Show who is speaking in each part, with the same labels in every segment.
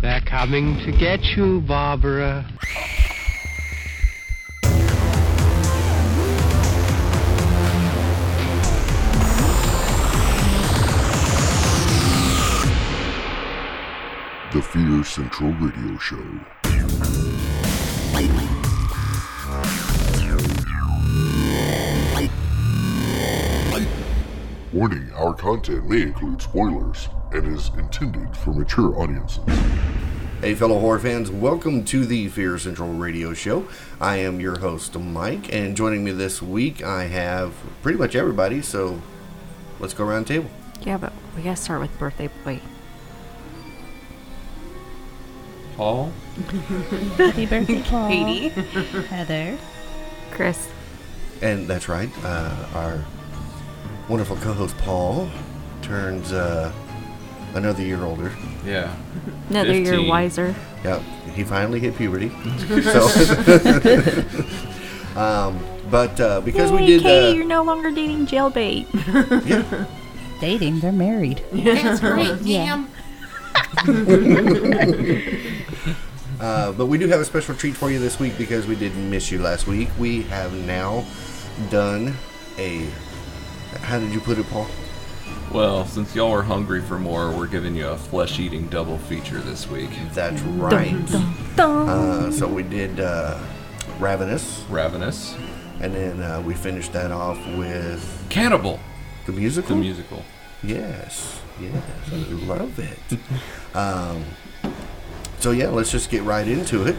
Speaker 1: They're coming to get you, Barbara.
Speaker 2: The Fear Central Radio Show. Warning our content may include spoilers and is intended for mature audiences.
Speaker 3: Hey, fellow horror fans, welcome to the Fear Central Radio Show. I am your host, Mike, and joining me this week, I have pretty much everybody, so let's go around the table.
Speaker 4: Yeah, but we gotta start with birthday boy.
Speaker 5: Paul.
Speaker 6: Happy birthday, Paul.
Speaker 4: Katie.
Speaker 6: Heather.
Speaker 4: Chris.
Speaker 3: And that's right, uh, our wonderful co host, Paul, turns uh, another year older.
Speaker 5: Yeah.
Speaker 4: Another year
Speaker 5: 15.
Speaker 4: wiser.
Speaker 3: Yep, he finally hit puberty. so, um, but uh, because we
Speaker 4: Yay,
Speaker 3: did.
Speaker 4: Katie,
Speaker 3: Uh,
Speaker 4: you're no longer dating jailbait.
Speaker 6: Dating, they're married.
Speaker 7: That's great,
Speaker 6: Yeah.
Speaker 7: ma'am.
Speaker 3: Uh, but we do have a special treat for you this week because we didn't miss you last week. We have now done a. How did you put it, Paul?
Speaker 5: Well, since y'all are hungry for more, we're giving you a flesh eating double feature this week.
Speaker 3: That's right.
Speaker 4: Dun.
Speaker 3: Uh, so we did uh, Ravenous,
Speaker 5: Ravenous.
Speaker 3: and then uh, we finished that off with
Speaker 5: Cannibal.
Speaker 3: the musical.
Speaker 5: The musical.
Speaker 3: Yes, yes, I love it. um, so yeah, let's just get right into it.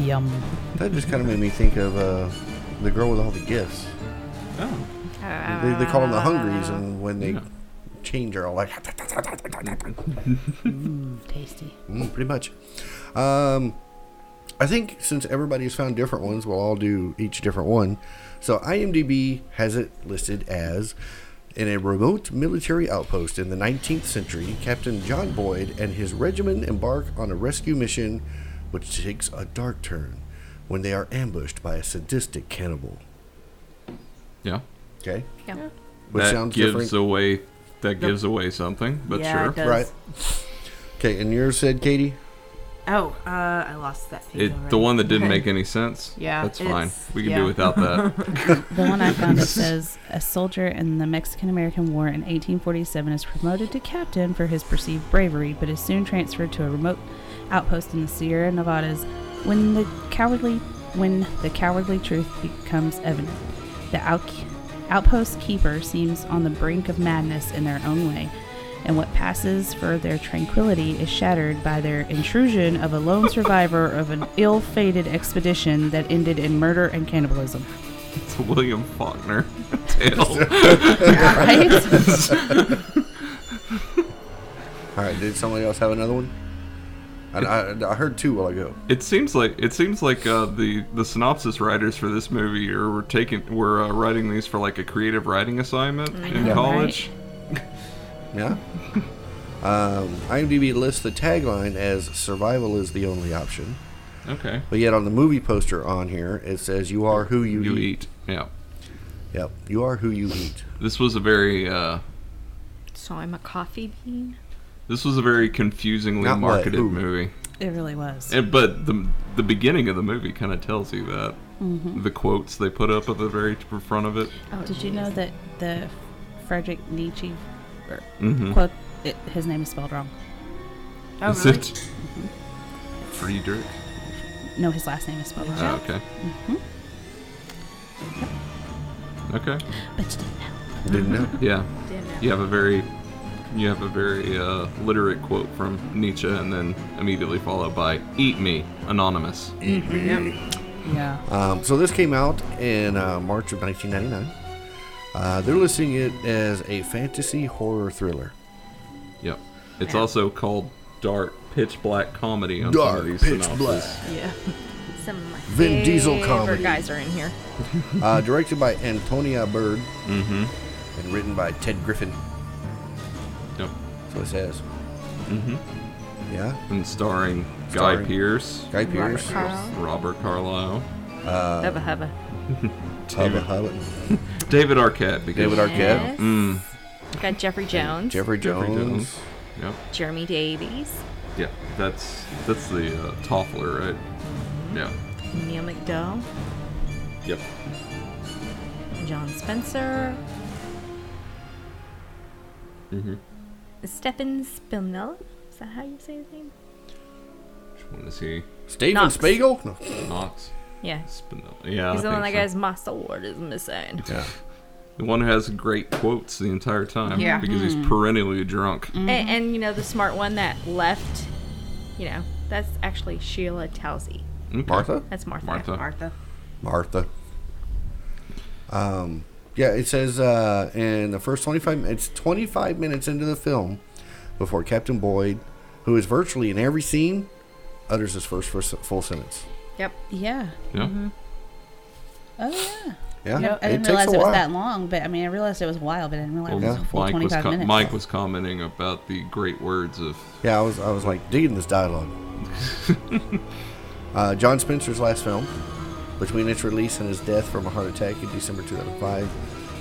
Speaker 6: Yum.
Speaker 3: That just kind of made me think of uh, the girl with all the gifts.
Speaker 5: Oh.
Speaker 3: They, they call them the Hungries, and when they change, they're all like,
Speaker 6: Tasty.
Speaker 3: Mm-hmm. Mm, pretty much. Um, I think since everybody's found different ones, we'll all do each different one. So IMDb has it listed as in a remote military outpost in the 19th century, Captain John Boyd and his regiment embark on a rescue mission which takes a dark turn when they are ambushed by a sadistic cannibal.
Speaker 5: Yeah.
Speaker 3: Okay?
Speaker 4: Yeah.
Speaker 3: Which
Speaker 5: that
Speaker 3: sounds
Speaker 5: gives
Speaker 3: different.
Speaker 5: away that gives away something, but
Speaker 7: Yeah,
Speaker 5: sure.
Speaker 7: it does.
Speaker 3: right. Okay, and yours said, Katie?
Speaker 7: Oh, uh, I lost that. page
Speaker 5: It, the
Speaker 7: already.
Speaker 5: one that didn't make any sense.
Speaker 7: Yeah,
Speaker 5: That's fine.
Speaker 7: it's-
Speaker 5: We can
Speaker 7: yeah.
Speaker 5: do without that.
Speaker 6: The one I found it says a soldier in the Mexican American War in 1847 is promoted to captain for his perceived bravery, but is soon transferred to a remote outpost in the Sierra Nevadas when the cowardly when the cowardly truth becomes evident. The out, outpost keeper seems on the brink of madness in their own way, and what passes for their tranquility is shattered by their intrusion of a lone survivor of an ill-fated expedition that ended in murder and cannibalism.
Speaker 5: It's a William Faulkner tale.
Speaker 6: Right?
Speaker 3: All right, did somebody else have another one? I, I, I heard two while ago.
Speaker 5: It seems like it seems like uh, the the synopsis writers for this movie are were taking were uh, writing these for like a creative writing assignment
Speaker 7: Mm,
Speaker 5: in
Speaker 6: know,
Speaker 5: college.
Speaker 3: Yeah. Um, IMDb lists the tagline as "Survival is the only option,"
Speaker 5: Okay.
Speaker 3: but yet on the movie poster on here it says "You are who you,
Speaker 5: You
Speaker 3: eat.
Speaker 5: eat. Yeah.
Speaker 3: Yep, you are who you eat.
Speaker 5: This was a very uh,
Speaker 4: So I'm a coffee bean.
Speaker 5: This was a very confusingly
Speaker 3: Not what,
Speaker 5: marketed
Speaker 3: who?
Speaker 5: movie.
Speaker 6: It really was.
Speaker 5: And- but the the beginning of the movie kind of tells you that.
Speaker 4: Mm-hmm.
Speaker 5: The quotes they put up at the very t- front of it.
Speaker 4: Oh,
Speaker 6: Did you know that the Frederick Nietzsche or
Speaker 5: Mhm.
Speaker 6: quote? It, his name is spelled wrong.
Speaker 7: Oh,
Speaker 5: Is
Speaker 7: really?
Speaker 5: it Friedrich?
Speaker 6: No, his last name is spelled wrong.
Speaker 5: Oh, okay.
Speaker 4: Mm-hmm.
Speaker 5: Okay.
Speaker 6: But you didn't know.
Speaker 3: Didn't know.
Speaker 5: Yeah.
Speaker 7: Damn it.
Speaker 5: You have a very you have a very uh, literate quote from Nietzsche, and then immediately followed by "Eat me, anonymous."
Speaker 6: Yeah.
Speaker 3: Um, so this came out in uh, March of 1999. Uh, they're listing it as a fantasy horror thriller.
Speaker 5: Yep. It's also called dark, pitch black comedy on some
Speaker 3: Dark,
Speaker 5: of these
Speaker 3: pitch
Speaker 5: synopses.
Speaker 3: black.
Speaker 7: Yeah.
Speaker 4: Some of my
Speaker 3: Vin Diesel
Speaker 4: favorite
Speaker 3: comedy.
Speaker 4: guys are in here.
Speaker 3: Uh, directed by Antonia Bird and written by Ted Griffin.
Speaker 5: Yep.
Speaker 3: So it says. Yeah,
Speaker 5: and starring
Speaker 3: Starring
Speaker 5: Guy Pearce,
Speaker 3: Guy Pearce.
Speaker 4: Carl.
Speaker 5: Robert Carlyle,
Speaker 4: hubba hubba.
Speaker 3: Hubba Hubba.
Speaker 5: David Arquette. Because
Speaker 3: David Arquette.
Speaker 4: Got Jeffrey Jones.
Speaker 3: Jeffrey Jones.
Speaker 5: Jones. Yep.
Speaker 4: Jeremy Davies,
Speaker 5: Yeah. That's that's the uh, Toffler, right? Yeah.
Speaker 4: Neil McDowell,
Speaker 5: Yep.
Speaker 4: John Spencer,
Speaker 5: Mm-hmm.
Speaker 4: Stefan Spinella. Is that how you say his name?
Speaker 5: Which one is he?
Speaker 3: Steven
Speaker 4: Knox.
Speaker 3: Spiegel? No.
Speaker 5: Knox
Speaker 4: Yeah.
Speaker 5: Spinell. Yeah.
Speaker 4: He's
Speaker 5: I
Speaker 4: the one that
Speaker 5: think
Speaker 4: got
Speaker 5: so.
Speaker 4: his Master Award is missing.
Speaker 3: Yeah.
Speaker 5: The one who has great quotes the entire time.
Speaker 7: Yeah.
Speaker 5: Because he's perennially drunk.
Speaker 4: A- And, you know, the smart one that left, you know, that's actually Sheila Towsey.
Speaker 5: Okay.
Speaker 3: Martha?
Speaker 4: That's Martha.
Speaker 5: Martha.
Speaker 7: Martha.
Speaker 3: Martha. Um, yeah, it says uh, in the first 25 it's 25 minutes into the film before Captain Boyd, who is virtually in every scene, utters his first first full sentence.
Speaker 4: Yep.
Speaker 6: Yeah.
Speaker 5: Yeah.
Speaker 6: Oh yeah.
Speaker 3: Yeah,
Speaker 6: You know, I didn't realize it was that long, but I mean, I realized it was wild, but I didn't realize
Speaker 5: Well,
Speaker 6: it was a full
Speaker 5: Mike was
Speaker 6: 25
Speaker 5: com-
Speaker 6: minutes.
Speaker 5: Mike was commenting about the great words of
Speaker 3: Yeah, I was I was like digging this dialogue. uh, John Spencer's last film, between its release and his death from a heart attack in December 2005,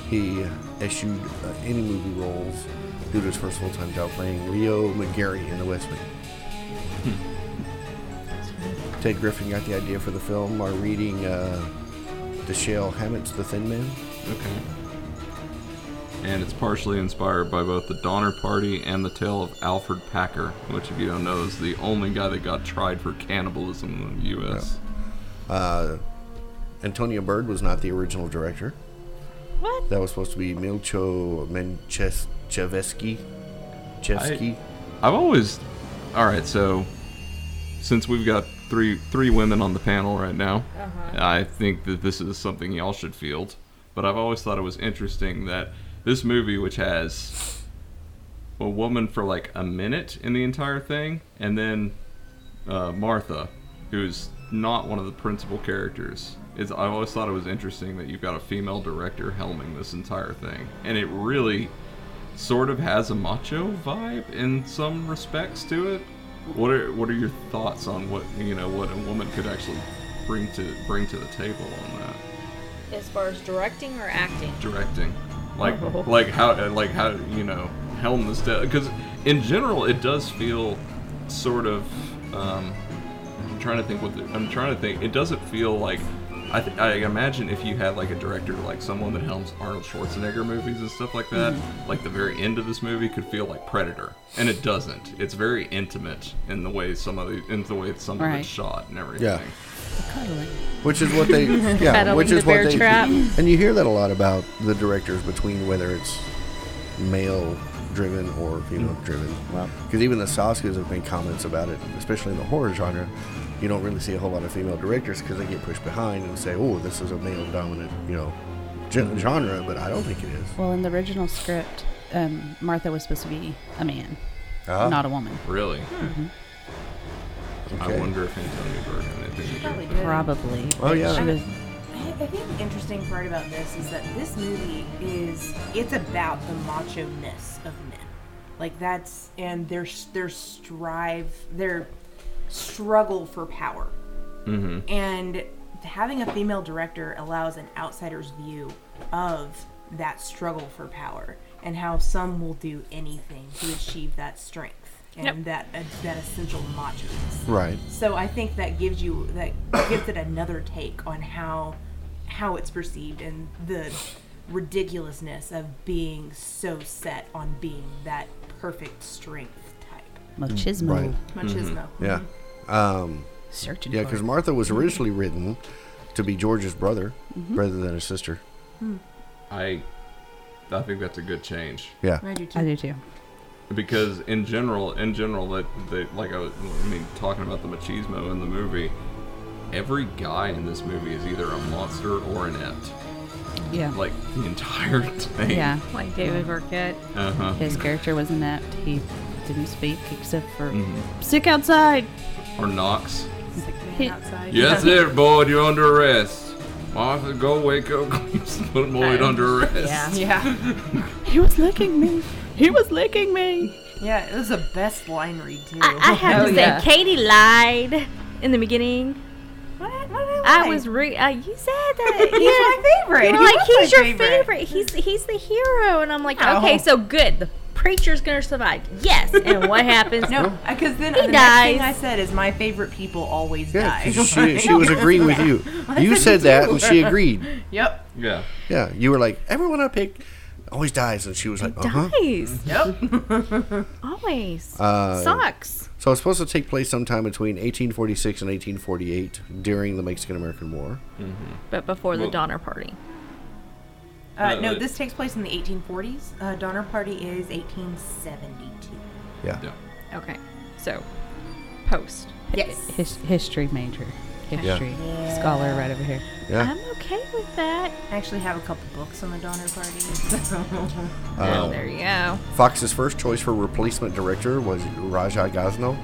Speaker 3: he eschewed uh, any movie roles due to his first full-time job playing Leo McGarry in The West Wing. Ted Griffin got the idea for the film by reading uh, Dashiell Hammett's The Thin Man.
Speaker 5: Okay. And it's partially inspired by both the Donner Party and the tale of Alfred Packer, which, if you don't know, is the only guy that got tried for cannibalism in the U.S.
Speaker 3: Antonia Bird was not the original director.
Speaker 4: What?
Speaker 3: That was supposed to be Milcho Manchevsky. Chevsky.
Speaker 5: I've always, all right. So, since we've got three three women on the panel right now, I think that this is something y'all should field. But I've always thought it was interesting that this movie, which has a woman for like a minute in the entire thing, and then uh, Martha, who's not one of the principal characters. It's, I always thought it was interesting that you've got a female director helming this entire thing, and it really sort of has a macho vibe in some respects to it. What are what are your thoughts on what you know what a woman could actually bring to bring to the table on that
Speaker 4: As far as directing or acting?
Speaker 5: directing? Like like how like how you know helm this because in general it does feel sort of um, I'm trying to think what the, I'm trying to think it doesn't feel like. I, th- I imagine if you had like a director like someone that helms Arnold Schwarzenegger movies and stuff like that, like the very end of this movie could feel like Predator, and it doesn't. It's very intimate in the way some of the in the way some of
Speaker 6: Right.
Speaker 5: it's shot and everything.
Speaker 6: Cuddling.
Speaker 3: Which is what they, yeah,
Speaker 4: Peddling
Speaker 3: which is
Speaker 4: the
Speaker 3: what
Speaker 4: bear
Speaker 3: they,
Speaker 4: trap.
Speaker 3: and you hear that a lot about the directors between whether it's male driven or female driven. Because even the Saskas have made comments about it, especially in the horror genre. You don't really see a whole lot of female directors because they get pushed behind and say, "Oh, this is a male dominant, you know, gen- genre," but I don't think it is.
Speaker 6: Well, in the original script, um, Martha was supposed to be a man,
Speaker 3: Ah.
Speaker 6: not a woman.
Speaker 5: Really,
Speaker 3: Okay.
Speaker 5: I wonder if Antonio Bird had anything to do with
Speaker 7: Probably
Speaker 5: it.
Speaker 7: did.
Speaker 6: Probably.
Speaker 3: Oh, yeah.
Speaker 6: She was,
Speaker 7: I I think the interesting part about this is that this movie is it's about the macho ness of men, like that's and their their strive their struggle for power, and having a female director allows an outsider's view of that struggle for power and how some will do anything to achieve that strength and that uh, that essential macho ness.
Speaker 3: Right.
Speaker 7: So I think that gives you that gives it another take on how how it's perceived and the ridiculousness of being so set on being that perfect strength type.
Speaker 6: machismo.
Speaker 4: Hmm.
Speaker 3: Right.
Speaker 7: Machismo.
Speaker 3: Mm-hmm. Yeah. Um,
Speaker 6: Searching
Speaker 3: yeah,
Speaker 6: for
Speaker 3: because
Speaker 6: it.
Speaker 3: Martha was originally written to be George's brother rather than his sister.
Speaker 5: I I think that's a good change
Speaker 3: Yeah.
Speaker 7: I do
Speaker 6: I
Speaker 7: too.
Speaker 6: do too.
Speaker 5: because in general, in general, that they like I, was, I mean, talking about the machismo in the movie, every guy in this movie is either a monster or inept.
Speaker 6: Yeah.
Speaker 5: Like the entire thing.
Speaker 6: yeah.
Speaker 4: Like David Burkett.
Speaker 5: Uh huh.
Speaker 6: His character was inept. He didn't speak except for sick outside.
Speaker 5: Or Knox.
Speaker 7: Sick man
Speaker 6: Hit-
Speaker 7: outside.
Speaker 5: Yes, there, boy, you're under arrest. Martha, go wake up, put Lloyd under arrest.
Speaker 4: Yeah.
Speaker 7: Yeah.
Speaker 6: He was licking me. He was licking me.
Speaker 7: Yeah, it was the best line read too.
Speaker 4: I have to
Speaker 7: Oh,
Speaker 4: say,
Speaker 7: yeah.
Speaker 4: Katie lied in the beginning.
Speaker 7: What? What did
Speaker 4: I
Speaker 7: like?
Speaker 4: was re. Uh, you said that.
Speaker 7: He's my favorite.
Speaker 4: You're
Speaker 7: He
Speaker 4: like
Speaker 7: was
Speaker 4: he's
Speaker 7: my
Speaker 4: your
Speaker 7: favorite."
Speaker 4: favorite. He's he's the hero, and I'm like,
Speaker 7: No.
Speaker 4: okay, so good. The creature's gonna survive. Yes. And what happens?
Speaker 7: No, because then
Speaker 4: He
Speaker 7: the next
Speaker 4: dies.
Speaker 7: thing I said is my favorite people always
Speaker 3: Yeah,
Speaker 7: die.
Speaker 3: 'cause she, she was agreeing with you. You said that, and she agreed.
Speaker 7: Yep.
Speaker 5: Yeah.
Speaker 3: Yeah, you were like, everyone I pick always dies, and she was like, uh huh.
Speaker 4: Nice.
Speaker 7: Yep. Uh,
Speaker 4: Always.
Speaker 3: Uh,
Speaker 4: Sucks.
Speaker 3: So it's supposed to take place sometime between 1846 and 1848 during the Mexican American War.
Speaker 4: But before the
Speaker 5: well-
Speaker 4: Donner Party.
Speaker 7: Uh,
Speaker 5: No,
Speaker 7: no,
Speaker 5: it-
Speaker 7: this takes place in the 1840s. Uh, Donner Party is 1872.
Speaker 5: Yeah.
Speaker 4: Okay. So, post.
Speaker 7: Yes.
Speaker 6: His, history major, history scholar, right over here.
Speaker 3: Yeah.
Speaker 4: I'm okay with that.
Speaker 7: I actually have a couple books on the Donner Party. So.
Speaker 4: Oh, there you go.
Speaker 3: Fox's first choice for replacement director was Raja Gosnell,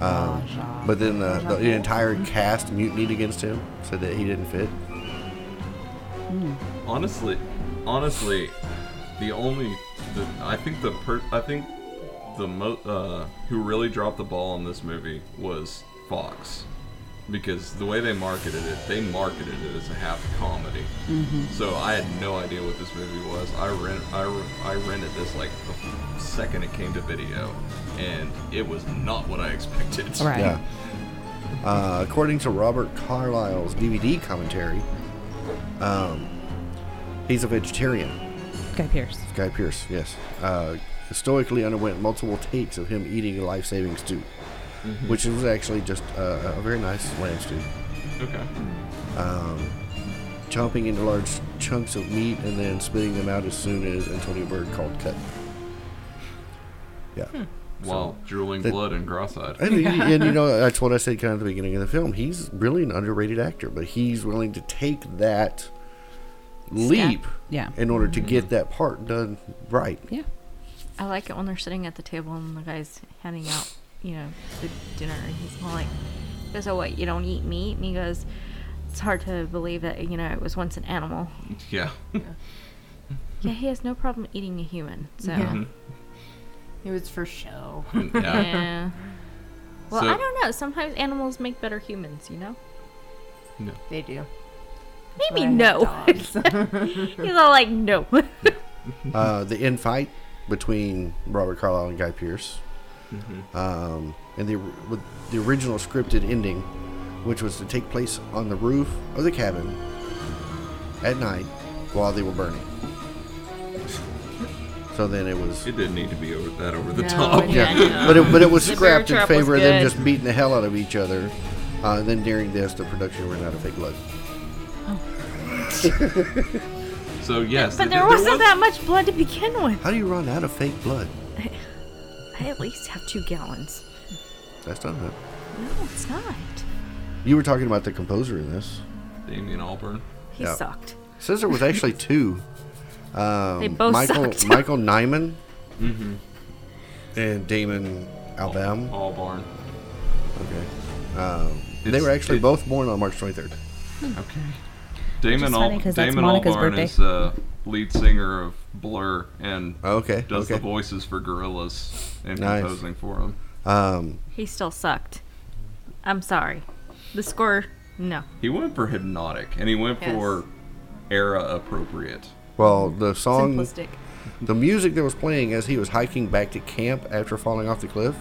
Speaker 3: Um, but then the, the, the entire cast mutinied against him, said that he didn't fit.
Speaker 5: Honestly, honestly, the only, the, I think the per, I think the mo, uh, who really dropped the ball on this movie was Fox, because the way they marketed it, they marketed it as a half comedy. So I had no idea what this movie was. I rent, I, re- I rented this like the second it came to video, and it was not what I expected.
Speaker 6: Right.
Speaker 3: Yeah. Uh, according to Robert Carlyle's DVD commentary, um, he's a vegetarian.
Speaker 6: Guy Pierce.
Speaker 3: Guy Pierce, yes. Uh, stoically underwent multiple takes of him eating a life saving stew, which was actually just uh, a very nice lamb stew.
Speaker 5: Okay.
Speaker 3: Chomping into large chunks of meat and then spitting them out as soon as Antonio Bird called cut. Yeah.
Speaker 5: Wow. Drooling
Speaker 3: That-
Speaker 5: blood and cross-eyed.
Speaker 3: And, you- and you know that's what I said kind of at the beginning of the film. He's really an underrated actor, but he's willing to take that leap
Speaker 6: Yeah.
Speaker 3: in order to get that part done right.
Speaker 6: Yeah.
Speaker 4: I like it when they're sitting at the table and the guy's handing out, you know, the dinner. And he's all like, he goes, oh, what, you don't eat meat? And he goes, it's hard to believe that, you know, it was once an animal.
Speaker 5: Yeah.
Speaker 4: Yeah, he has no problem eating a human. So, yeah.
Speaker 7: It was for show.
Speaker 5: yeah.
Speaker 4: Uh-huh. Well,
Speaker 5: So-
Speaker 4: I don't know. Sometimes animals make better humans, you know?
Speaker 7: They do.
Speaker 4: Maybe no. He's all like, no.
Speaker 3: Uh, the end fight between Robert Carlyle and Guy Pearce, um, and the with the original scripted ending, which was to take place on the roof of the cabin at night while they were burning. So then it was
Speaker 5: It didn't need to be over that over the
Speaker 4: No,
Speaker 5: top.
Speaker 4: it
Speaker 3: Yeah,
Speaker 4: Yeah, I know.
Speaker 3: but it, but it was
Speaker 4: The bear
Speaker 3: scrapped in
Speaker 4: trap was
Speaker 3: favor of them
Speaker 4: good.
Speaker 3: just beating the hell out of each other. Uh, and then during this, the production ran out of fake blood.
Speaker 5: So yes,
Speaker 4: but
Speaker 5: th-
Speaker 4: there
Speaker 5: th-
Speaker 4: wasn't
Speaker 5: was-
Speaker 4: that much blood to begin with.
Speaker 3: How do you run out of fake blood?
Speaker 4: I at least have two gallons.
Speaker 3: That's not it.
Speaker 4: No, it's not.
Speaker 3: You were talking about the composer in this.
Speaker 5: Damien Alburn.
Speaker 4: He
Speaker 3: Yeah.
Speaker 4: sucked.
Speaker 3: Says there was actually two. Um,
Speaker 4: They both
Speaker 3: Michael
Speaker 4: sucked.
Speaker 3: Michael Nyman
Speaker 5: Mm-hmm.
Speaker 3: and Damon Albarn.
Speaker 5: Albarn.
Speaker 3: Okay. Um, they
Speaker 5: Oh. It's-
Speaker 3: were actually
Speaker 5: it-
Speaker 3: both born on March 23rd.
Speaker 5: Okay. Damon,
Speaker 6: is
Speaker 5: Al-
Speaker 6: funny 'cause that's
Speaker 5: Damon
Speaker 6: Monica's
Speaker 5: Albarn
Speaker 6: birthday.
Speaker 5: is uh, lead singer of Blur and
Speaker 3: Okay.
Speaker 5: does the
Speaker 3: okay.
Speaker 5: voices for Gorillaz and
Speaker 3: Nice.
Speaker 5: composing for them.
Speaker 3: Um,
Speaker 4: He still sucked. I'm sorry. The score, no.
Speaker 5: He went for hypnotic and he went
Speaker 7: Yes.
Speaker 5: for era appropriate.
Speaker 3: well, the song.
Speaker 4: Simplistic.
Speaker 3: the music that was playing as he was hiking back to camp after falling off the cliff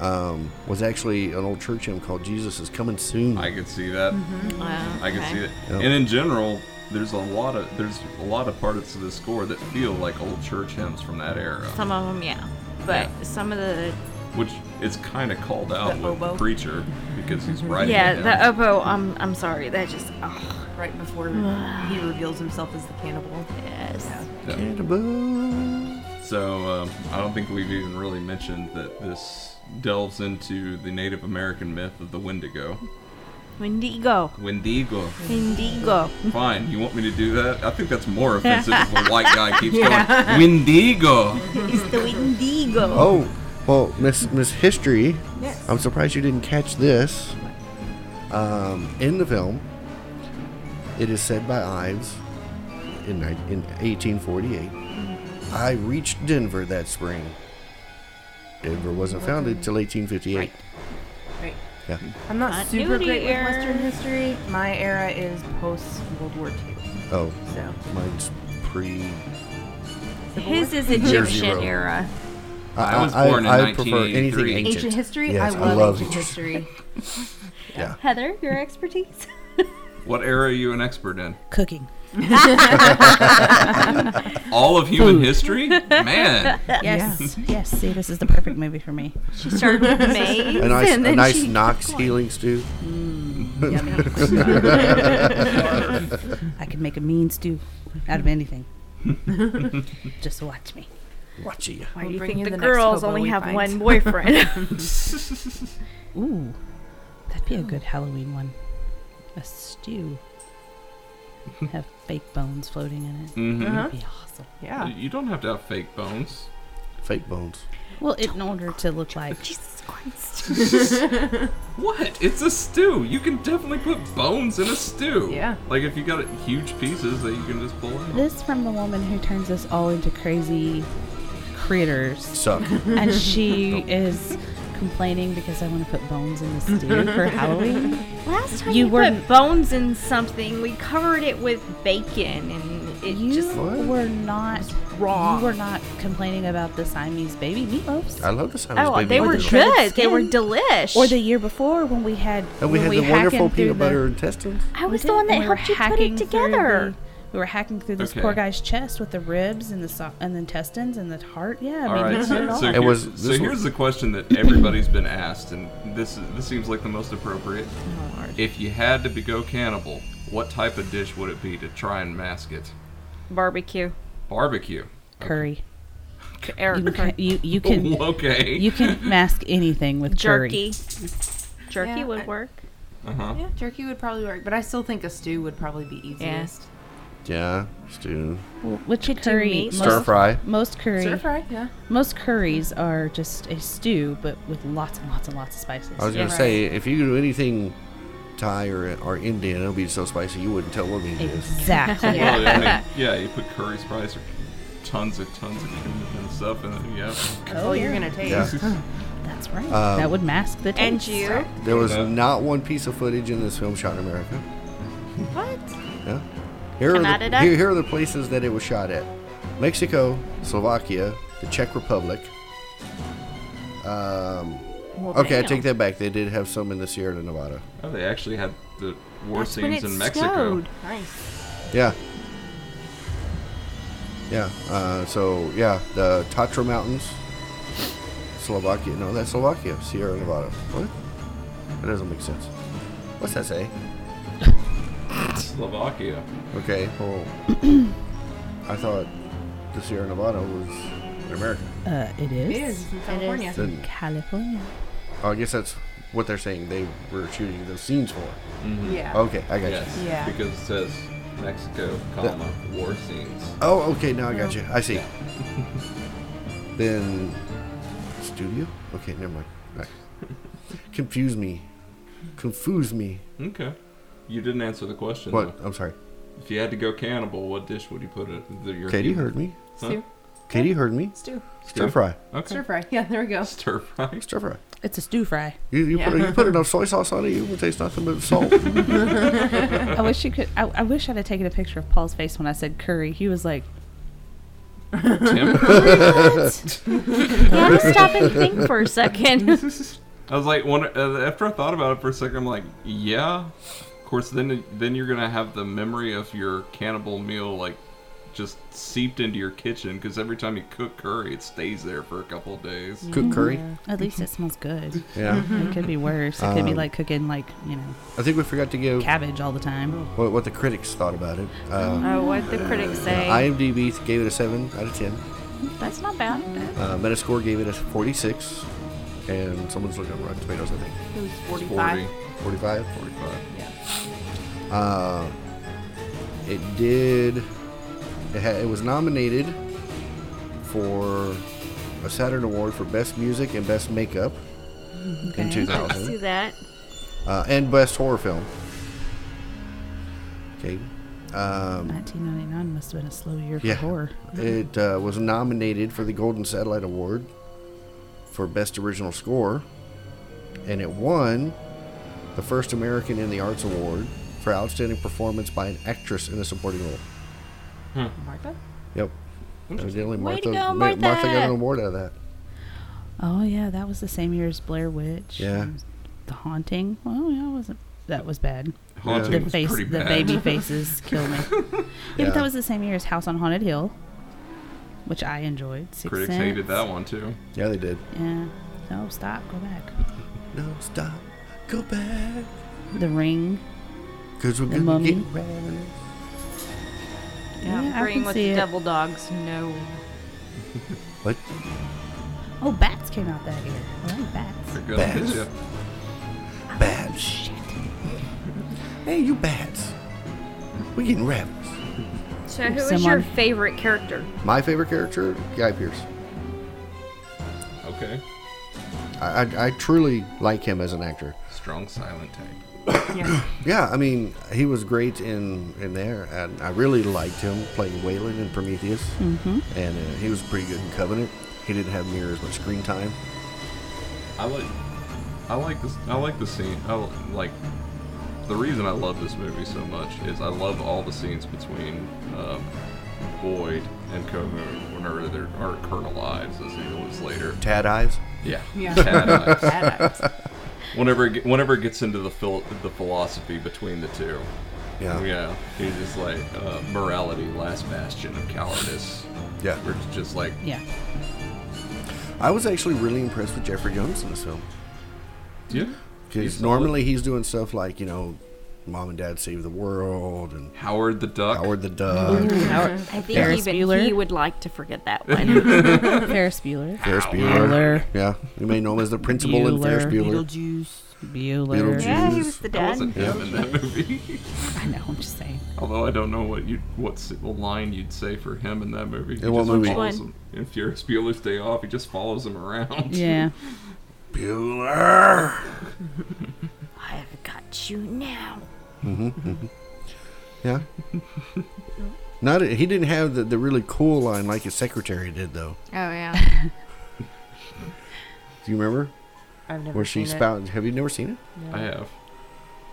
Speaker 3: um, was actually an old church hymn called Jesus is Coming Soon.
Speaker 5: I could see that.
Speaker 4: Wow,
Speaker 5: I could
Speaker 4: okay.
Speaker 5: see it.
Speaker 3: Yep.
Speaker 5: And in general, there's a lot of there's a lot of parts of the score that feel like old church hymns from that era,
Speaker 4: Some of them, yeah. But some of the
Speaker 5: which it's kind of called out
Speaker 7: The
Speaker 5: with
Speaker 7: oboe.
Speaker 5: Preacher because he's writing.
Speaker 4: yeah,
Speaker 5: it
Speaker 4: the
Speaker 5: down.
Speaker 4: oboe. I'm I'm sorry. That just oh
Speaker 7: Right before he reveals himself as the cannibal.
Speaker 4: yes.
Speaker 5: Yeah.
Speaker 3: Cannibal.
Speaker 5: So um, I don't think we've even really mentioned that this delves into the Native American myth of the Wendigo.
Speaker 4: Wendigo,
Speaker 5: Wendigo.
Speaker 4: Wendigo.
Speaker 5: Fine, you want me to do that? I think that's more offensive if a white guy keeps going. Wendigo.
Speaker 4: It's the Wendigo.
Speaker 3: Oh, well, Miss Miss History,
Speaker 7: Yes.
Speaker 3: I'm surprised you didn't catch this. Um, in the film, it is said by Ives in, ni- in 1848, I reached Denver that spring. Denver wasn't founded till 1858.
Speaker 7: Right.
Speaker 3: Yeah.
Speaker 7: I'm not super
Speaker 4: Continuity
Speaker 7: great
Speaker 4: error.
Speaker 7: with Western history. My era is post World War II.
Speaker 3: Oh,
Speaker 7: So
Speaker 3: mine's pre
Speaker 7: Civil
Speaker 4: His
Speaker 7: War?
Speaker 4: is
Speaker 3: Year
Speaker 4: Egyptian
Speaker 3: zero.
Speaker 4: era.
Speaker 5: I was born in
Speaker 3: I prefer anything
Speaker 5: 1983.
Speaker 3: ancient.
Speaker 4: Ancient history?
Speaker 3: Yes,
Speaker 4: I
Speaker 3: I
Speaker 4: love,
Speaker 3: love
Speaker 4: ancient history.
Speaker 3: Yeah.
Speaker 4: Heather, your expertise?
Speaker 5: What era are you an expert in?
Speaker 8: Cooking.
Speaker 5: All of human history? Man.
Speaker 6: Yes. yes. See, this is the perfect movie for me.
Speaker 4: she started with maize.
Speaker 3: A nice,
Speaker 4: and
Speaker 3: a
Speaker 4: then
Speaker 3: nice
Speaker 4: she
Speaker 3: Knox healing stew.
Speaker 6: I could make a mean stew out of anything. Just watch me.
Speaker 3: Watch ya.
Speaker 4: Why do
Speaker 7: We'll
Speaker 4: you
Speaker 7: bring
Speaker 4: think
Speaker 7: you
Speaker 4: the,
Speaker 7: the next
Speaker 4: girls
Speaker 7: hobo
Speaker 4: only
Speaker 7: we
Speaker 4: have
Speaker 7: find.
Speaker 4: one boyfriend?
Speaker 6: Ooh, that'd be a good Halloween one. A stew. Have fake bones floating in it.
Speaker 5: Mhm.
Speaker 6: That'd be awesome.
Speaker 7: Yeah.
Speaker 5: You don't have to have fake bones.
Speaker 3: Fake bones.
Speaker 6: Well, in order to look like
Speaker 4: Jesus Christ.
Speaker 5: What? It's a stew. You can definitely put bones in a stew.
Speaker 7: Yeah.
Speaker 5: Like if you got huge pieces that you can just pull out.
Speaker 6: this from the woman who turns us all into crazy critters.
Speaker 3: Suck.
Speaker 6: and she is complaining because I want to put bones in the stew for Halloween.
Speaker 4: Last time
Speaker 6: You
Speaker 4: you we
Speaker 6: were-
Speaker 4: put bones in something, we covered it with bacon, and it
Speaker 6: You
Speaker 4: just
Speaker 3: What?
Speaker 6: were not
Speaker 4: wrong.
Speaker 6: You were not complaining about the Siamese baby meatloaves.
Speaker 3: I love the sound of
Speaker 4: oh,
Speaker 3: this baby.
Speaker 4: they were
Speaker 3: Yoda.
Speaker 6: shredded
Speaker 4: good. They were
Speaker 6: skin.
Speaker 4: delish.
Speaker 6: or the year before when we had
Speaker 3: And we
Speaker 6: when
Speaker 3: had the
Speaker 6: hacking
Speaker 3: wonderful
Speaker 6: through
Speaker 3: peanut
Speaker 6: the-
Speaker 3: butter intestines.
Speaker 4: I was
Speaker 6: we
Speaker 4: the
Speaker 6: did,
Speaker 4: one that
Speaker 6: and we were
Speaker 4: helped you put
Speaker 6: hacking
Speaker 4: it
Speaker 6: through
Speaker 4: together.
Speaker 6: the- we were hacking through this
Speaker 5: Okay.
Speaker 6: poor guy's chest with the ribs and the so- and the intestines and the heart. Yeah, I
Speaker 5: All
Speaker 6: mean,
Speaker 5: right.
Speaker 6: we did it
Speaker 5: So,
Speaker 6: all.
Speaker 5: so
Speaker 3: It
Speaker 5: here-
Speaker 3: was-
Speaker 5: so
Speaker 3: this
Speaker 5: here's
Speaker 3: was-
Speaker 5: the question that everybody's been asked, and this is, this seems like the most appropriate.
Speaker 4: Oh, Lord.
Speaker 5: If you had to be go cannibal, what type of dish would it be to try and mask it?
Speaker 4: Barbecue.
Speaker 5: Barbecue.
Speaker 6: curry.
Speaker 4: Eric,
Speaker 6: You can, you, you can
Speaker 5: Oh, okay.
Speaker 6: you can mask anything with
Speaker 4: jerky.
Speaker 6: curry.
Speaker 4: Jerky
Speaker 7: Yeah,
Speaker 4: would
Speaker 7: I-
Speaker 4: work.
Speaker 5: uh-huh.
Speaker 7: Yeah, turkey would probably work, but I still think a stew would probably be easiest.
Speaker 3: Yeah, stew.
Speaker 6: Which
Speaker 4: do
Speaker 6: curry?
Speaker 4: meat.
Speaker 6: most-
Speaker 3: Stir fry.
Speaker 6: Most curry.
Speaker 7: Stir fry, yeah.
Speaker 6: Most curries are just a stew, but with lots and lots and lots of spices.
Speaker 3: I was
Speaker 4: Yeah,
Speaker 3: gonna say if you do anything Thai or, or Indian, it'll be so spicy you wouldn't tell what it is.
Speaker 6: Exactly.
Speaker 5: Well, yeah, I mean, yeah, you put curry spice or tons of tons of cumin and stuff in it. Yeah.
Speaker 7: That's all Oh, you're gonna taste.
Speaker 3: Yeah.
Speaker 6: That's right.
Speaker 3: Um,
Speaker 6: that would mask the taste.
Speaker 4: And you?
Speaker 3: There was
Speaker 5: Yeah.
Speaker 3: not one piece of footage in this film shot in America.
Speaker 4: What?
Speaker 3: Yeah. Here are, the,
Speaker 4: Canada?
Speaker 3: here, here are the places that it was shot at Mexico, Slovakia, the Czech Republic. Um,
Speaker 4: Well,
Speaker 3: okay, I
Speaker 4: damn.
Speaker 3: take that back. They did have some in the Sierra Nevada.
Speaker 5: Oh, they actually had the war
Speaker 4: That's when
Speaker 5: scenes
Speaker 4: it
Speaker 5: in Mexico.
Speaker 4: snowed.
Speaker 7: Nice.
Speaker 3: Yeah. Yeah. Uh, so, yeah, the Tatra Mountains, Slovakia. No, that's Slovakia, Sierra Nevada. What? That doesn't make sense. What's that say?
Speaker 5: Slovakia.
Speaker 3: Okay, well, I thought the Sierra Nevada was in America.
Speaker 6: Uh, it is.
Speaker 7: It is from California.
Speaker 3: Then
Speaker 6: California.
Speaker 3: Oh, I guess that's what they're saying they were shooting those scenes for.
Speaker 7: Yeah.
Speaker 3: Okay, I got
Speaker 5: Yes.
Speaker 3: you.
Speaker 7: Yeah.
Speaker 5: Because it says Mexico, comma, war scenes.
Speaker 3: Oh, okay, now I got you. I see. then studio? Okay, never mind. All right. Confuse me. Confuse me.
Speaker 5: Okay. You didn't answer the question.
Speaker 3: What?
Speaker 5: though.
Speaker 3: I'm sorry.
Speaker 5: If you had to go cannibal, what dish would you put it? The, your
Speaker 3: Katie heard me.
Speaker 5: Huh?
Speaker 7: Stew.
Speaker 3: Katie heard me.
Speaker 7: Stew.
Speaker 3: Stir fry.
Speaker 5: Okay.
Speaker 7: Stir fry. Yeah, there we go.
Speaker 5: Stir fry.
Speaker 3: Stir fry.
Speaker 6: It's a stew fry.
Speaker 3: You, you, put,
Speaker 7: Yeah.
Speaker 3: you put enough soy sauce on it, you will taste nothing but salt.
Speaker 6: I wish you could. I, I wish I'd have taken a picture of Paul's face when I said curry. He was like,
Speaker 5: Tim?
Speaker 4: You had to stop and think for a second.
Speaker 5: I was like, wonder, uh, after I thought about it for a second, I'm like, yeah. Of course, then then you're gonna have the memory of your cannibal meal like just seeped into your kitchen because every time you cook curry, it stays there for a couple of days.
Speaker 3: Cook curry.
Speaker 6: at least it smells good.
Speaker 3: Yeah. Um,
Speaker 6: It could be worse. It could be like cooking like you know
Speaker 3: I think we forgot to give
Speaker 6: cabbage all the time.
Speaker 3: what, what the critics thought about it. Um,
Speaker 4: oh, what the critics say.
Speaker 3: IMDb gave it a 7 out of 10.
Speaker 4: That's not bad.
Speaker 3: Uh, Metascore gave it a 46, and someone's looking at Rotten Tomatoes, I think.
Speaker 7: It was
Speaker 5: It's
Speaker 7: 45.
Speaker 3: 45.
Speaker 5: 45.
Speaker 3: Uh, it did. It, ha- it was nominated for a Saturn Award for Best Music and Best Makeup in
Speaker 6: Okay.
Speaker 4: I see
Speaker 3: 2000,
Speaker 4: that.
Speaker 3: uh, and Best Horror Film. Okay. Um,
Speaker 6: 1999 must have been a slow year for
Speaker 3: Yeah.
Speaker 6: horror.
Speaker 3: It uh, was nominated for the Golden Satellite Award for Best Original Score, and it won the First American in the Arts Award for Outstanding Performance by an Actress in a Supporting Role.
Speaker 7: Martha?
Speaker 3: Yep. Evidently,
Speaker 4: Way
Speaker 3: Martha,
Speaker 4: to go,
Speaker 3: Ma- Martha got
Speaker 4: Martha!
Speaker 3: an award out of that.
Speaker 6: Oh yeah, that was the same year as Blair Witch.
Speaker 3: Yeah.
Speaker 6: and The Haunting. Well, yeah, wasn't that was bad.
Speaker 5: Haunting
Speaker 6: The
Speaker 5: was
Speaker 6: face,
Speaker 5: pretty
Speaker 6: the
Speaker 5: bad.
Speaker 6: baby faces kill me. yeah,
Speaker 3: Yeah.
Speaker 6: but that was the same year as House on Haunted Hill, which I enjoyed. Sixth
Speaker 5: Critics
Speaker 6: Sense.
Speaker 5: hated that one too.
Speaker 3: Yeah, they did.
Speaker 6: Yeah. No, stop. Go back.
Speaker 3: No, stop. Go back.
Speaker 6: The Ring.
Speaker 3: Because we're going
Speaker 6: The
Speaker 3: to
Speaker 6: Mummy.
Speaker 3: get ravenous.
Speaker 4: Yeah,
Speaker 6: Yeah, I
Speaker 4: agreeing
Speaker 6: can
Speaker 4: with
Speaker 6: see
Speaker 4: the
Speaker 6: it.
Speaker 4: devil dogs. No.
Speaker 3: What?
Speaker 6: Oh, Bats came out that year. I like Bats.
Speaker 5: They're good.
Speaker 3: Bats.
Speaker 5: Yeah.
Speaker 3: Bats.
Speaker 6: Shit.
Speaker 3: Hey, you bats. We're getting ravenous.
Speaker 4: So, who is your
Speaker 6: Someone-
Speaker 4: favorite character?
Speaker 3: My favorite character, Guy Pierce.
Speaker 5: Okay.
Speaker 3: I, I, I truly like him as an actor.
Speaker 5: Strong silent type.
Speaker 7: Yeah.
Speaker 3: Yeah, I mean, he was great in in there, and I really liked him playing Wayland in Prometheus. Mm-hmm. And uh, he was pretty good in Covenant. He didn't have near as much screen time.
Speaker 5: I like. I like this. I like the scene. I li- like. The reason I love this movie so much is I love all the scenes between um, Boyd and Calhoun when they're their or Colonel Ives as he lives later.
Speaker 3: Tad eyes.
Speaker 5: Yeah.
Speaker 7: Yeah.
Speaker 5: Tad Ives.
Speaker 7: Bad eyes.
Speaker 5: Whenever it, ge- whenever it gets into the phil- the philosophy between the two,
Speaker 3: Oh, Yeah.
Speaker 5: yeah, he's just like uh, morality, last bastion of cowardice.
Speaker 3: Yeah.
Speaker 5: We're just like
Speaker 6: Yeah.
Speaker 3: I was actually really impressed with Jeffrey Jones in this film.
Speaker 5: yeah.
Speaker 3: Because
Speaker 5: He's
Speaker 3: normally he's doing stuff like, you know, Mom and Dad Save the World and
Speaker 5: Howard the Duck.
Speaker 3: Howard the Duck,
Speaker 6: Howard-
Speaker 4: I think
Speaker 6: Ferris
Speaker 4: even
Speaker 6: Bueller.
Speaker 4: he would like to forget that one.
Speaker 6: Ferris Bueller.
Speaker 3: Ferris Bueller.
Speaker 6: Bueller.
Speaker 3: Yeah, you may know him as the principal in Ferris Bueller.
Speaker 6: Bueller.
Speaker 7: Beetlejuice.
Speaker 6: Bueller.
Speaker 3: Beetlejuice.
Speaker 4: yeah, he was the
Speaker 5: That wasn't
Speaker 4: dad.
Speaker 5: him in that movie.
Speaker 6: I know. I'm just saying.
Speaker 5: Although I don't know what you what s- line you'd say for him in that movie. He
Speaker 3: In what
Speaker 5: just
Speaker 3: movie?
Speaker 5: follows
Speaker 4: Which one?
Speaker 5: him. In Furious Bueller's Day Off, he just follows him around.
Speaker 6: Yeah.
Speaker 3: Bueller.
Speaker 4: I've got you now.
Speaker 3: Yeah. Not he didn't have the, the really cool line like his secretary did though.
Speaker 4: Oh yeah.
Speaker 3: Do you remember
Speaker 7: I've never
Speaker 3: where she
Speaker 7: seen it.
Speaker 3: spouts? Have you never seen
Speaker 5: I have.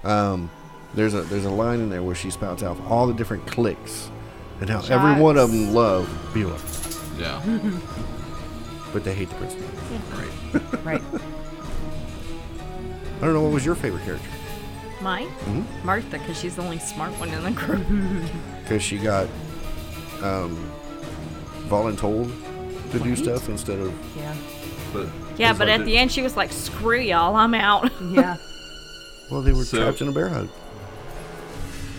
Speaker 3: it? Um, there's a there's a line in there where she spouts out all the different cliques and how every one of them love Bueller,
Speaker 5: Yeah.
Speaker 3: but they hate the principal.
Speaker 5: right.
Speaker 7: Right.
Speaker 3: I don't know what was your favorite character
Speaker 4: Mine, Martha, because she's the only smart one in the group.
Speaker 3: because she got um voluntold to do stuff instead of
Speaker 7: Yeah.
Speaker 5: But
Speaker 4: Yeah,
Speaker 5: it's
Speaker 4: but
Speaker 5: like
Speaker 4: at the end she was like, "Screw y'all, I'm out."
Speaker 7: Yeah.
Speaker 3: well they were
Speaker 5: So-
Speaker 3: trapped in a bear hug.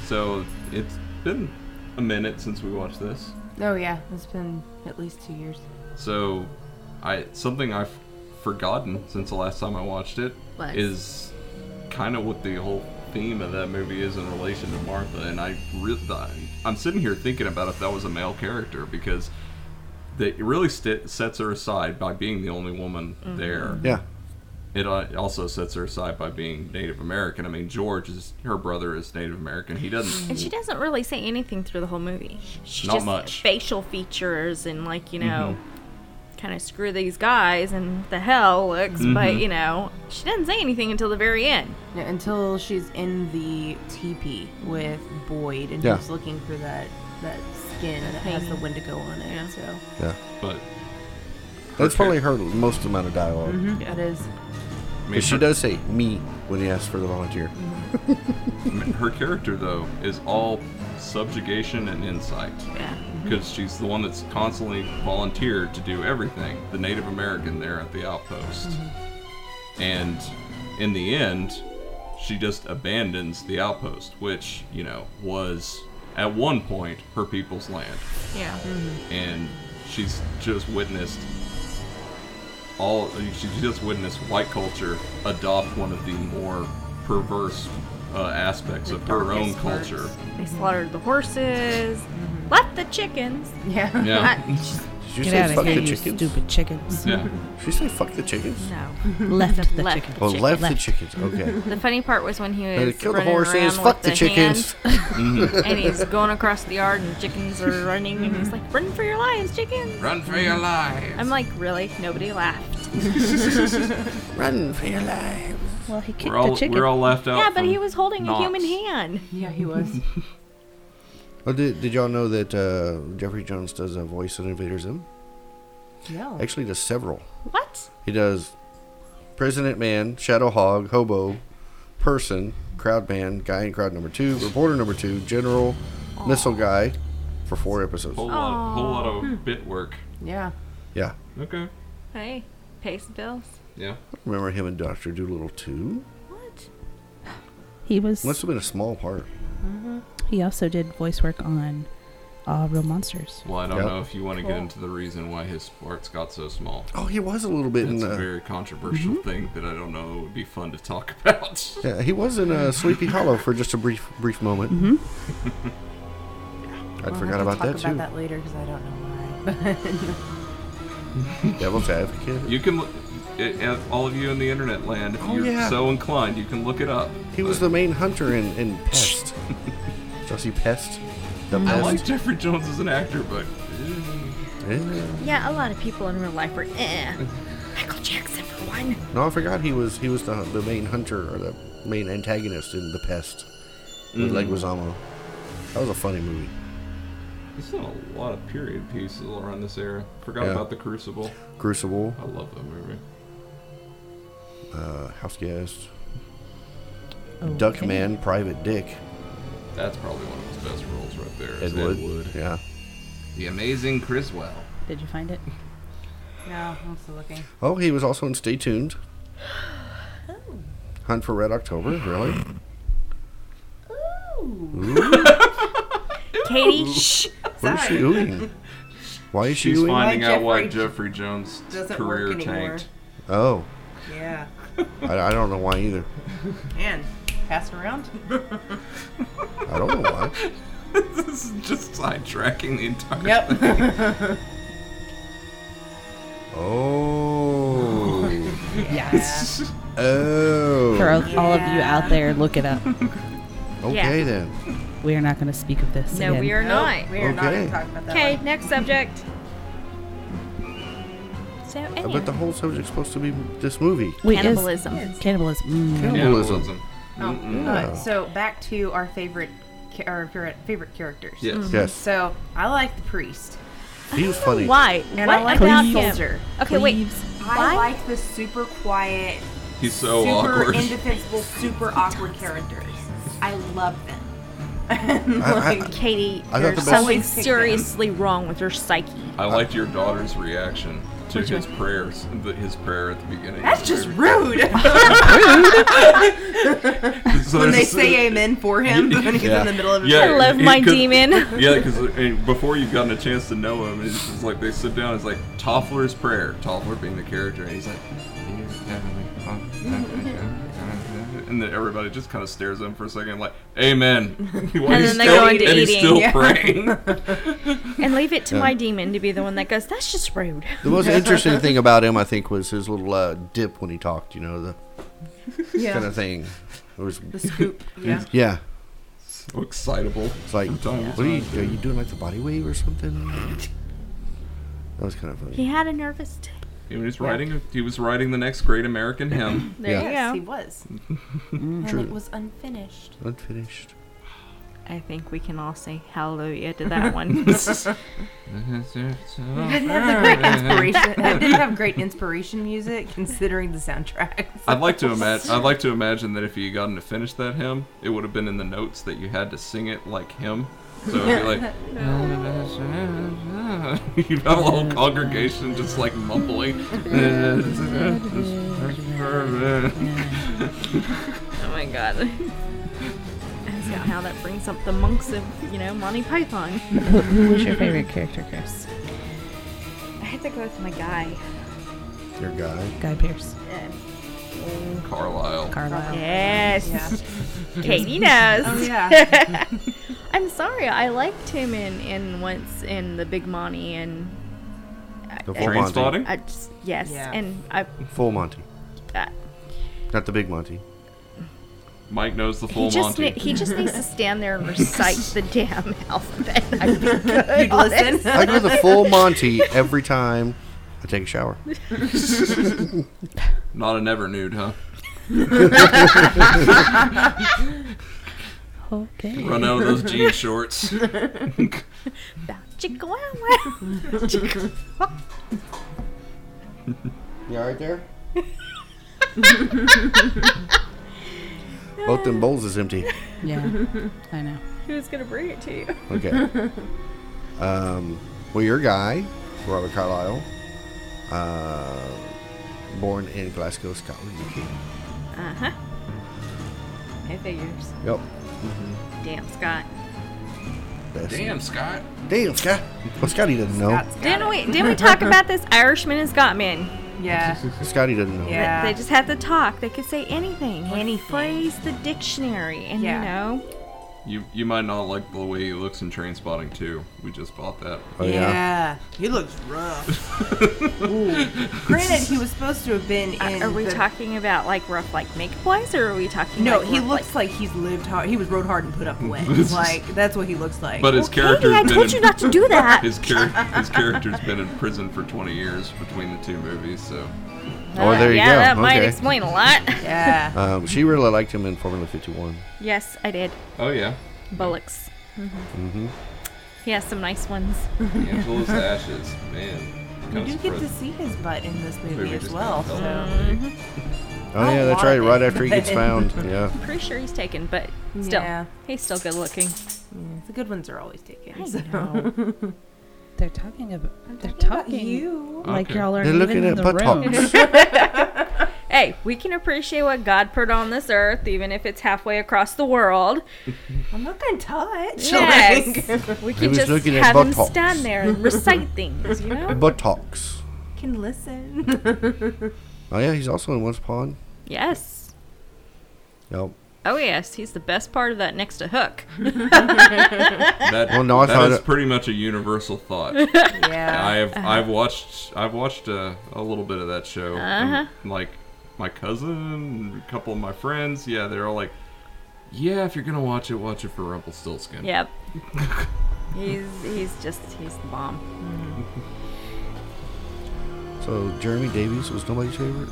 Speaker 5: So it's been a minute since we watched this.
Speaker 7: Oh yeah. It's been at least two years.
Speaker 5: So, I something I've forgotten since the last time I watched it is
Speaker 4: What?
Speaker 5: kind of what the whole theme of that movie is in relation to Martha. And I really, I'm sitting here thinking about if that was a male character because they, it really st- sets her aside by being the only woman there.
Speaker 3: Yeah,
Speaker 5: It uh, also sets her aside by being Native American. I mean, George is her brother is Native American. He doesn't.
Speaker 4: And she doesn't really say anything through the whole movie. She
Speaker 5: Not
Speaker 4: just
Speaker 5: much.
Speaker 4: facial features and like you know,
Speaker 3: Mm-hmm.
Speaker 4: kind of screw these guys and the hell looks. But
Speaker 3: Mm-hmm.
Speaker 4: you know, she doesn't say anything until the very end.
Speaker 7: Yeah, until she's in the teepee with Boyd and
Speaker 3: Yeah.
Speaker 7: he's looking for that that skin that has the Wendigo on it. So
Speaker 3: yeah.
Speaker 5: But
Speaker 3: That's
Speaker 5: Okay.
Speaker 3: probably her most amount of dialogue.
Speaker 7: that
Speaker 5: I
Speaker 7: is
Speaker 5: mean,
Speaker 3: Because she
Speaker 5: her-
Speaker 3: does say me when he asks for the volunteer.
Speaker 5: Her character, though, is all subjugation and insight.
Speaker 4: Yeah.
Speaker 5: Because she's the one that's constantly volunteered to do everything, the Native American there at the outpost. And in the end, she just abandons the outpost, which, you know, was at one point her people's land.
Speaker 4: Yeah.
Speaker 5: And she's just witnessed all, she's just witnessed white culture adopt one of the more perverse uh, aspects of her own
Speaker 7: darkest parts.
Speaker 5: culture.
Speaker 4: They slaughtered the horses, left the chickens.
Speaker 7: yeah.
Speaker 5: Yeah.
Speaker 3: Did you
Speaker 6: Get
Speaker 3: say
Speaker 6: out
Speaker 3: fuck
Speaker 6: of here,
Speaker 3: the
Speaker 6: you
Speaker 3: chickens?
Speaker 6: stupid chickens.
Speaker 5: yeah.
Speaker 3: Did you say fuck the chickens?
Speaker 4: No.
Speaker 6: Left the
Speaker 4: Left.
Speaker 6: chickens.
Speaker 3: Oh,
Speaker 4: Chicken-
Speaker 3: left, the
Speaker 6: left.
Speaker 3: chickens. Okay.
Speaker 4: The funny part was when he
Speaker 3: They
Speaker 4: was
Speaker 3: killed the
Speaker 4: running around
Speaker 3: horses.
Speaker 4: with
Speaker 3: Fuck the,
Speaker 4: the
Speaker 3: chickens.
Speaker 4: hand, and he's going across the yard, and chickens are running, and he's like, "Run for your lives, chickens!"
Speaker 5: Run for your lives.
Speaker 4: I'm like, really? Nobody laughed.
Speaker 3: Run for your lives.
Speaker 6: Well, he kicked
Speaker 5: we're all
Speaker 3: Oh,
Speaker 6: the chicken.
Speaker 3: um,
Speaker 5: we're all left out.
Speaker 4: yeah, but
Speaker 5: from
Speaker 4: he was holding a human
Speaker 5: knots.
Speaker 4: hand.
Speaker 7: Yeah, he was.
Speaker 3: Oh, did, did y'all know that uh, Jeffrey Jones does a voice in Invader Zim?
Speaker 7: No.
Speaker 3: Actually, does several.
Speaker 7: What?
Speaker 3: He does President Man, Shadow Hog, Hobo, Person, Crowd Man, Guy in Crowd Number Two, Reporter Number Two, General, Missile Guy, for four episodes.
Speaker 5: Whole lot, whole lot of bit work.
Speaker 7: Yeah.
Speaker 3: Yeah,
Speaker 5: Okay.
Speaker 4: Hey, pays the bills.
Speaker 5: Yeah.
Speaker 3: remember him in Doctor Doolittle Two?
Speaker 4: What?
Speaker 6: He was.
Speaker 3: Must have been a small part.
Speaker 6: He also did voice work on uh, Real Monsters.
Speaker 5: Well, I don't
Speaker 3: Yep.
Speaker 5: know if you want to get
Speaker 4: Cool.
Speaker 5: into the reason why his parts got so small.
Speaker 3: Oh, he was a little bit
Speaker 5: It's
Speaker 3: in.
Speaker 5: a
Speaker 3: Uh,
Speaker 5: very controversial thing that I don't know would be fun to talk about.
Speaker 3: yeah, he was in uh, Sleepy Hollow for just a brief brief moment. Mm-hmm. I would forgot about that
Speaker 7: Talk
Speaker 3: too.
Speaker 7: about that later because I don't know why.
Speaker 3: Devil's Advocate.
Speaker 5: You can look, it, it- all of you in the internet land, if
Speaker 3: Oh,
Speaker 5: you're
Speaker 3: yeah.
Speaker 5: so inclined, you can look it up.
Speaker 3: He was the main hunter in, in Pest. Chelsea Pest. The
Speaker 5: I
Speaker 3: Pest.
Speaker 5: like Jeffrey Jones as an actor, but eh,
Speaker 3: Yeah.
Speaker 4: Yeah, a lot of people in real life were eh. Michael Jackson for one.
Speaker 3: No, I forgot he was he was the the main hunter or the main antagonist in The Pest with
Speaker 5: Mm.
Speaker 3: Leguizamo. That was a funny movie.
Speaker 5: there's not a lot of period pieces around this era. Forgot
Speaker 3: Yeah.
Speaker 5: about The Crucible.
Speaker 3: Crucible,
Speaker 5: I love that movie.
Speaker 3: uh, House Guest,
Speaker 6: Oh,
Speaker 3: Duckman, Private Dick,
Speaker 5: That's probably one of his best roles right there.
Speaker 3: Ed
Speaker 5: is
Speaker 3: Wood. Yeah.
Speaker 5: The amazing Criswell.
Speaker 6: Did you find it?
Speaker 7: no, I'm still looking.
Speaker 3: Oh, he was also in Stay Tuned. Hunt for Red October, really?
Speaker 4: Katie, shh.
Speaker 3: What is she
Speaker 7: Sorry.
Speaker 3: doing? Why is she
Speaker 5: She's
Speaker 3: doing?
Speaker 5: finding out why
Speaker 7: Jeffrey
Speaker 5: Jeffrey Jones'
Speaker 7: doesn't work
Speaker 5: career
Speaker 7: anymore.
Speaker 5: tanked.
Speaker 3: Oh,
Speaker 7: Yeah.
Speaker 3: I, I don't know why either.
Speaker 7: And pass around.
Speaker 3: I don't know why.
Speaker 5: this is just sidetracking the entire
Speaker 7: Yep.
Speaker 5: thing.
Speaker 3: Oh.
Speaker 6: Yes.
Speaker 3: Oh.
Speaker 6: For all all of you out there, look it up.
Speaker 3: Okay
Speaker 4: Yeah.
Speaker 3: then.
Speaker 6: We are not going to speak of this.
Speaker 4: No,
Speaker 6: again.
Speaker 4: we are not.
Speaker 7: Nope, we are not going
Speaker 3: Okay.
Speaker 7: to talk about that.
Speaker 4: Okay,
Speaker 7: one.
Speaker 4: next subject. So,
Speaker 3: I
Speaker 4: anyway.
Speaker 3: bet the whole subject's supposed to be this movie.
Speaker 6: Wait, is-
Speaker 4: cannibalism.
Speaker 6: cannibalism. mm.
Speaker 3: Cannibalism.
Speaker 5: Cannibalism.
Speaker 3: Mm.
Speaker 7: Oh, uh, so back to our favorite, ca- our favorite favorite characters.
Speaker 5: Yes.
Speaker 3: Yes.
Speaker 7: So I like the priest.
Speaker 3: He was funny.
Speaker 4: Why?
Speaker 7: And
Speaker 4: what
Speaker 7: I like
Speaker 4: about
Speaker 7: the
Speaker 4: him?
Speaker 7: soldier.
Speaker 4: Okay, wait.
Speaker 6: Leaves.
Speaker 7: I like the super quiet,
Speaker 5: He's so
Speaker 7: super
Speaker 5: awkward.
Speaker 7: indefensible, super awkward characters. I love them. like,
Speaker 4: Katie,
Speaker 3: I thought
Speaker 4: there's
Speaker 3: the best-
Speaker 4: something
Speaker 7: Always pick them.
Speaker 4: seriously wrong with your psyche.
Speaker 5: I liked your daughter's reaction to his prayers, the, his prayer at the beginning.
Speaker 7: that's just rude.
Speaker 5: So
Speaker 7: when they
Speaker 5: there's-
Speaker 7: say amen for him when he's
Speaker 5: Yeah.
Speaker 7: in the middle of his
Speaker 5: Yeah,
Speaker 4: I love
Speaker 5: he
Speaker 4: my
Speaker 5: could-
Speaker 4: demon.
Speaker 5: Yeah, because before you've gotten a chance to know him, it's just like they sit down. It's like Toffler's prayer. Toffler being the character, and he's like, "Dear Heavenly Father," and then everybody just kind of stares at him for a second, like, "Amen." and
Speaker 4: then they go into
Speaker 5: and he's
Speaker 4: eating,
Speaker 5: still
Speaker 4: yeah.
Speaker 5: praying.
Speaker 4: And leave it to my demon to be the one that goes, that's just rude.
Speaker 3: The most interesting thing about him, I think, was his little uh, dip when he talked. You know, the
Speaker 7: Yeah.
Speaker 3: kind of thing. It was.
Speaker 7: the scoop. Yeah.
Speaker 3: Yeah.
Speaker 5: so excitable.
Speaker 3: It's like,
Speaker 5: From
Speaker 3: what
Speaker 5: time to
Speaker 3: are you,
Speaker 5: time,
Speaker 3: are you
Speaker 5: too.
Speaker 3: doing? Like the body wave or something? That was kind of funny.
Speaker 4: He had a nervous tick.
Speaker 5: He was writing. He was writing the next great American hymn.
Speaker 4: There
Speaker 3: Yeah.
Speaker 4: you
Speaker 7: Yes, he
Speaker 4: go.
Speaker 7: was.
Speaker 5: Mm,
Speaker 7: and
Speaker 3: True.
Speaker 7: it was unfinished.
Speaker 3: Unfinished.
Speaker 4: I think we can all say hallelujah to that one.
Speaker 7: I didn't have the great inspiration. I didn't have great inspiration music considering the soundtracks.
Speaker 5: I'd like to imagine. I'd like to imagine that if you gotten to finish that hymn, it would have been in the notes that you had to sing it like him. So it'd be like you'd have a whole congregation just like mumbling.
Speaker 4: oh my god. That's not how that brings up the monks of, you know, Monty Python.
Speaker 6: Who was your favorite character, Chris?
Speaker 4: I had to go with my guy.
Speaker 3: Your guy.
Speaker 6: Guy Pierce.
Speaker 5: Carlisle.
Speaker 6: Carlisle.
Speaker 4: Yes.
Speaker 7: Yeah.
Speaker 4: Katie knows.
Speaker 7: Oh yeah.
Speaker 4: Um, I'm sorry. I liked him in, in once in the Big Monty and
Speaker 3: The full
Speaker 5: Train
Speaker 3: Monty.
Speaker 5: spotting.
Speaker 4: I just yes
Speaker 7: Yeah.
Speaker 4: and I
Speaker 3: Full Monty.
Speaker 4: uh,
Speaker 3: Not the big Monty.
Speaker 5: Mike knows the
Speaker 4: he
Speaker 5: full
Speaker 4: just
Speaker 5: Monty.
Speaker 4: ne- he just needs to stand there and recite the damn alphabet. I'd be
Speaker 7: You'd
Speaker 4: good on
Speaker 7: listen.
Speaker 4: this.
Speaker 3: I go the full Monty every time I take a shower.
Speaker 5: Not a never nude, huh?
Speaker 6: whole day.
Speaker 5: Run out of those jean shorts.
Speaker 4: Chicka wow wow.
Speaker 3: You alright there? Both them bowls is empty.
Speaker 6: Yeah, I know.
Speaker 4: Who's gonna bring it to you?
Speaker 3: Okay. um, well, your guy, Robert Carlyle, uh, born in Glasgow, Scotland, UK.
Speaker 4: Uh huh. It figures.
Speaker 3: Yep.
Speaker 4: Damn, Scott.
Speaker 3: That's
Speaker 5: Damn, Scott.
Speaker 3: Damn, Scott. Well, Scotty doesn't know.
Speaker 7: Scott's got
Speaker 4: Didn't
Speaker 7: it.
Speaker 4: we? Didn't we talk about this Irishman and Scotsman?
Speaker 7: Yeah.
Speaker 3: Scotty doesn't know.
Speaker 4: They-
Speaker 7: Yeah.
Speaker 4: They just had to talk. They could say anything. Any
Speaker 7: Anything.
Speaker 4: phrase, the dictionary, and
Speaker 7: Yeah.
Speaker 4: you know,
Speaker 5: You you might not like the way he looks in Train Spotting too. We just bought that.
Speaker 3: Oh,
Speaker 7: He looks rough. Ooh. Granted, he was supposed to have been in.
Speaker 4: are we
Speaker 7: the-
Speaker 4: talking about like rough, like makeup wise, or are we talking?
Speaker 7: No,
Speaker 4: like,
Speaker 7: he
Speaker 4: rough,
Speaker 7: looks like he's lived hard. He was rode hard and put up with. like that's what he looks like.
Speaker 5: But his
Speaker 4: Like,
Speaker 5: character.
Speaker 4: Katie, I told you not to do that.
Speaker 5: His, char- his character's been in prison for 20 years between the two movies, so
Speaker 3: Oh, there you
Speaker 4: yeah,
Speaker 3: go.
Speaker 4: that might
Speaker 3: Okay.
Speaker 4: explain a lot.
Speaker 7: yeah.
Speaker 3: Um, she really liked him in Formula 51.
Speaker 4: yes, I did.
Speaker 5: oh yeah,
Speaker 4: Bullocks. Mm-hmm. He has some nice ones.
Speaker 5: Angela's Ashes, man.
Speaker 7: We
Speaker 5: Comes
Speaker 7: do get to
Speaker 5: prison.
Speaker 7: see his butt in this
Speaker 5: Maybe
Speaker 7: movie as
Speaker 5: just
Speaker 7: well.
Speaker 5: kinda
Speaker 7: So
Speaker 5: fell away.
Speaker 3: Oh, yeah, that's
Speaker 7: lot
Speaker 3: right.
Speaker 7: of
Speaker 3: Right
Speaker 7: it,
Speaker 3: after he gets
Speaker 7: but-
Speaker 3: found. Yeah.
Speaker 4: Pretty sure he's taken, but still,
Speaker 7: Yeah.
Speaker 4: he's still good looking.
Speaker 7: the good ones are always taken.
Speaker 6: I
Speaker 7: so.
Speaker 6: know. They're talking about. They're
Speaker 7: Talking about
Speaker 6: talking
Speaker 7: you.
Speaker 6: like
Speaker 5: Okay.
Speaker 6: y'all are
Speaker 3: They're looking
Speaker 6: even
Speaker 3: at
Speaker 6: in the
Speaker 3: butt
Speaker 6: room.
Speaker 3: talks.
Speaker 4: Hey, we can appreciate what God put on this earth, even if it's halfway across the world.
Speaker 7: I'm not gonna touch. Like,
Speaker 4: Yes, we can
Speaker 3: was
Speaker 4: just
Speaker 3: looking at
Speaker 4: have him
Speaker 3: buttocks.
Speaker 4: stand there and recite things, you know?
Speaker 3: Buttocks.
Speaker 7: can listen.
Speaker 3: Oh, yeah, he's also in Once Upon.
Speaker 4: Yes.
Speaker 3: Yep.
Speaker 4: Oh yes, he's the best part of that next to Hook.
Speaker 5: That,
Speaker 3: Well, no, I
Speaker 5: that
Speaker 3: thought
Speaker 5: is
Speaker 3: it-
Speaker 5: pretty much a universal thought. I
Speaker 7: yeah.
Speaker 5: have I've watched I've watched a, a little bit of that show. and,
Speaker 7: Uh-huh.
Speaker 5: Like my cousin, a couple of my friends, yeah, they're all like, yeah, if you're gonna watch it, watch it for Rumpelstiltskin.
Speaker 4: Yep. he's he's just he's the bomb.
Speaker 3: So, Jeremy Davies was nobody's favorite?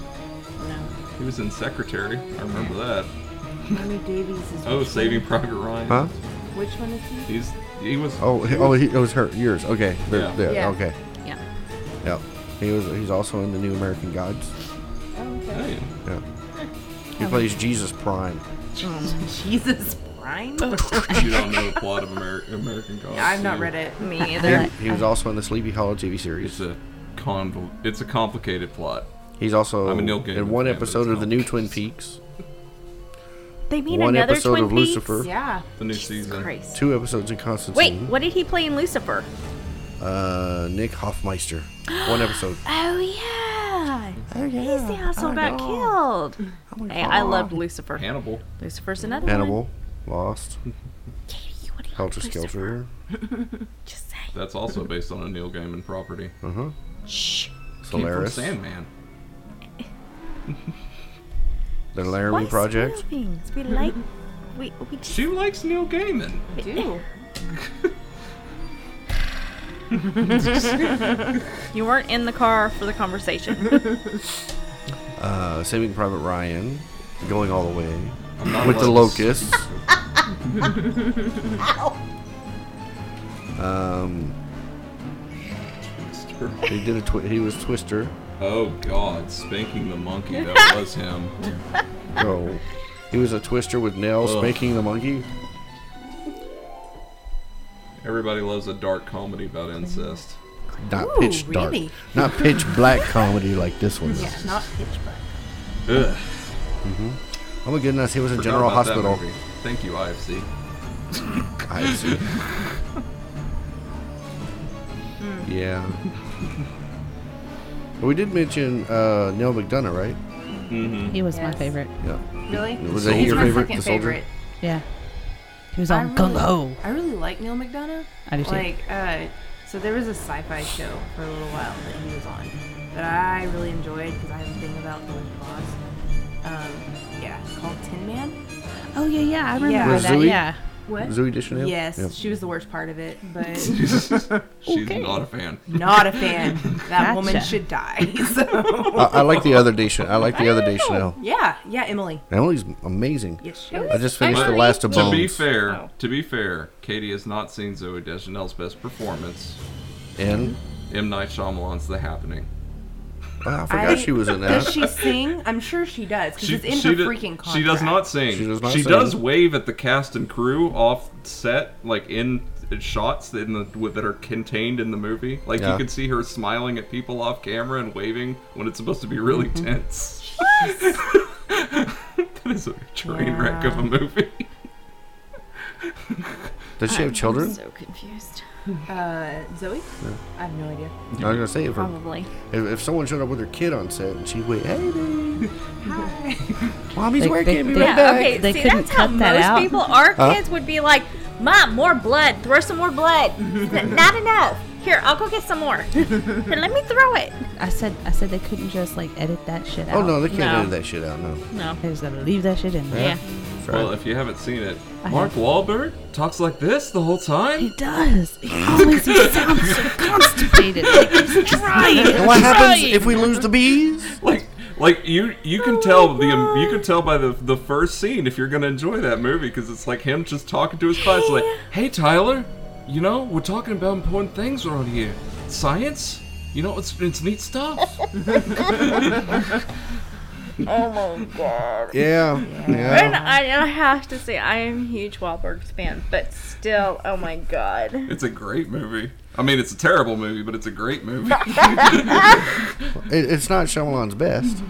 Speaker 5: He was in Secretary. I remember that.
Speaker 7: Jeremy Davies is.
Speaker 5: Oh,
Speaker 7: which
Speaker 5: Saving Private Ryan.
Speaker 3: Huh?
Speaker 7: One? Which one is he?
Speaker 5: He's he was.
Speaker 3: Oh, he- oh, he, it was her. Yours. Okay. Yeah.
Speaker 5: Yeah.
Speaker 7: Yeah.
Speaker 3: Okay.
Speaker 4: Yeah.
Speaker 3: Yep. He was. He's also in the New American Gods.
Speaker 5: Hey,
Speaker 3: Yeah. He
Speaker 4: Oh.
Speaker 3: plays Jesus Prime.
Speaker 7: Jesus Prime.
Speaker 5: you don't know the plot of Ameri- American Gods.
Speaker 7: I've not
Speaker 5: you-
Speaker 7: read it.
Speaker 4: Me
Speaker 3: He,
Speaker 4: either.
Speaker 3: he was also in the Sleepy Hollow TV
Speaker 5: It's
Speaker 3: series.
Speaker 5: a conv- It's a complicated plot.
Speaker 3: He's also
Speaker 5: I'm a Neil Gaiman
Speaker 3: in one
Speaker 5: fan, but
Speaker 3: episode
Speaker 5: it's
Speaker 3: of the
Speaker 5: not-
Speaker 3: new Twin Peaks,
Speaker 4: They made
Speaker 3: one
Speaker 4: another
Speaker 3: episode
Speaker 4: Twin
Speaker 3: of
Speaker 4: Peaks?
Speaker 3: Lucifer,
Speaker 7: Yeah.
Speaker 5: The new
Speaker 4: Jesus
Speaker 5: season.
Speaker 4: Christ.
Speaker 3: two episodes in Constantine.
Speaker 4: Wait, what did he play in Lucifer?
Speaker 3: Uh, Nick Hoffmeister, one episode.
Speaker 4: Oh yeah.
Speaker 3: Oh,
Speaker 4: He's the asshole got killed. Hey, I loved Lucifer.
Speaker 5: Hannibal.
Speaker 4: Lucifer's another one.
Speaker 3: Animal, Lost,
Speaker 4: You would've loved
Speaker 3: Helter
Speaker 4: Lucifer.
Speaker 3: Skelter.
Speaker 4: Just saying.
Speaker 5: That's also based on a Neil Gaiman property.
Speaker 3: Uh huh.
Speaker 4: Shh.
Speaker 3: Solaris.
Speaker 5: Came from Sandman.
Speaker 3: The
Speaker 4: Why
Speaker 3: Laramie
Speaker 4: spoil
Speaker 3: Project.
Speaker 4: Things? We like. We we just.
Speaker 5: She likes Neil Gaiman.
Speaker 7: Do.
Speaker 4: You weren't in the car for the conversation.
Speaker 3: Uh, Saving Private Ryan, Going All the Way,
Speaker 5: I'm not
Speaker 3: with the
Speaker 5: allowed to
Speaker 3: locusts. um,
Speaker 5: s- her.
Speaker 3: he did a twi- he was Twister.
Speaker 5: Oh God, spanking the monkey. That was him.
Speaker 3: So he was a Twister with nails
Speaker 5: Oh. Ugh.
Speaker 3: spanking the monkey.
Speaker 5: Everybody loves a dark comedy about incest.
Speaker 3: Not
Speaker 7: Ooh,
Speaker 3: pitch dark,
Speaker 7: really?
Speaker 3: not pitch black comedy like this one.
Speaker 7: Yeah. Not pitch black.
Speaker 5: Ugh.
Speaker 3: Oh my goodness, he was in
Speaker 5: forgot
Speaker 3: General
Speaker 5: about that
Speaker 3: Hospital.
Speaker 5: movie. Thank you, IFC.
Speaker 3: I see.
Speaker 7: Hmm.
Speaker 3: yeah. But we did mention uh, Neil McDonough, right?
Speaker 6: He was my
Speaker 7: Yes.
Speaker 6: favorite.
Speaker 3: Yeah.
Speaker 7: Really?
Speaker 3: Was that
Speaker 7: He's
Speaker 3: your
Speaker 7: my
Speaker 3: favorite?
Speaker 7: second
Speaker 3: The soldier?
Speaker 7: favorite.
Speaker 6: Yeah. He was
Speaker 7: I
Speaker 6: all gung ho.
Speaker 7: I really like Neil McDonough.
Speaker 6: I do too.
Speaker 7: Like, uh, so there was a sci-fi show for a little while that he was on that I really enjoyed because I have a thing about Village of Oz. Um, yeah, it's called Tin Man.
Speaker 6: Oh yeah, yeah, I remember
Speaker 7: Yeah.
Speaker 6: that.
Speaker 3: Razuli?
Speaker 6: Yeah,
Speaker 4: What?
Speaker 3: Zooey Deschanel?
Speaker 7: Yes,
Speaker 3: Yep.
Speaker 7: she was the worst part of it, but
Speaker 5: She's
Speaker 6: Okay.
Speaker 5: not a fan.
Speaker 7: not a fan. That woman
Speaker 6: Gotcha.
Speaker 7: should die. So
Speaker 3: I, I like the other Deschanel. I like the other Deschanel.
Speaker 7: yeah, yeah, Emily.
Speaker 3: Emily's amazing.
Speaker 7: Yes, she
Speaker 4: Really?
Speaker 7: is.
Speaker 3: I just finished the
Speaker 4: Emily?
Speaker 3: last of
Speaker 5: To be
Speaker 3: Bones,
Speaker 5: fair,
Speaker 7: Oh.
Speaker 5: to be fair, Katie has not seen Zoe Deschanel's best performance.
Speaker 3: and
Speaker 5: M Night Shyamalan's The Happening.
Speaker 3: wow, I forgot
Speaker 7: I-
Speaker 3: she was in
Speaker 7: Does
Speaker 3: that.
Speaker 7: she sing? I'm sure she does because it's in her
Speaker 5: do-
Speaker 7: freaking contract.
Speaker 5: she does not sing.
Speaker 3: She does not sing.
Speaker 5: does wave at the cast and crew off set, like in shots in the with- that are contained in the movie. Like
Speaker 3: Yeah.
Speaker 5: you can see her smiling at people off camera and waving when it's supposed to be really
Speaker 7: Mm-hmm.
Speaker 5: tense. that is a train wreck of a movie.
Speaker 3: Does she have children?
Speaker 4: I'm so confused.
Speaker 7: Uh, Zoe? I have no idea.
Speaker 3: I was gonna say if, her,
Speaker 4: Probably.
Speaker 3: if if someone showed up with her kid on set and she went, "Hey, baby, mommy's
Speaker 6: They-
Speaker 3: working."
Speaker 6: they-
Speaker 3: be
Speaker 6: they-
Speaker 3: right
Speaker 4: Yeah,
Speaker 3: back."
Speaker 4: okay.
Speaker 6: They
Speaker 4: see,
Speaker 6: couldn't
Speaker 4: that's how
Speaker 6: cut
Speaker 4: most
Speaker 6: that out.
Speaker 4: people, our
Speaker 3: Huh?
Speaker 4: kids would be like, "Mom, more blood. Throw some more blood. N- Not enough. Here, I'll go get some more. Here, let me throw it."
Speaker 6: I said I said they couldn't just like edit that shit out.
Speaker 3: Oh no, they can't
Speaker 4: No.
Speaker 3: edit that shit out. No,
Speaker 4: No.
Speaker 6: They just gotta leave that shit in there.
Speaker 4: Yeah.
Speaker 3: That's
Speaker 5: Well,
Speaker 3: right.
Speaker 5: if you haven't seen it,
Speaker 6: I
Speaker 5: Mark
Speaker 6: have.
Speaker 5: Wahlberg talks like this the whole time.
Speaker 6: He does. He always sounds so constipated. Like, he's trying.
Speaker 3: And what happens if we lose the bees?
Speaker 5: like like you you can tell the um, you can tell by the the first scene if you're gonna enjoy that movie because it's like him just talking to his class like hey tyler you know we're talking about important things around here science you know it's it's neat stuff
Speaker 3: Yeah,
Speaker 4: And
Speaker 3: yeah.
Speaker 4: I, and I have to say, I am a huge Wahlberg's fan, but still, oh my god.
Speaker 5: it's a great movie i mean it's a terrible movie but it's a great movie
Speaker 3: It, it's not Shyamalan's best.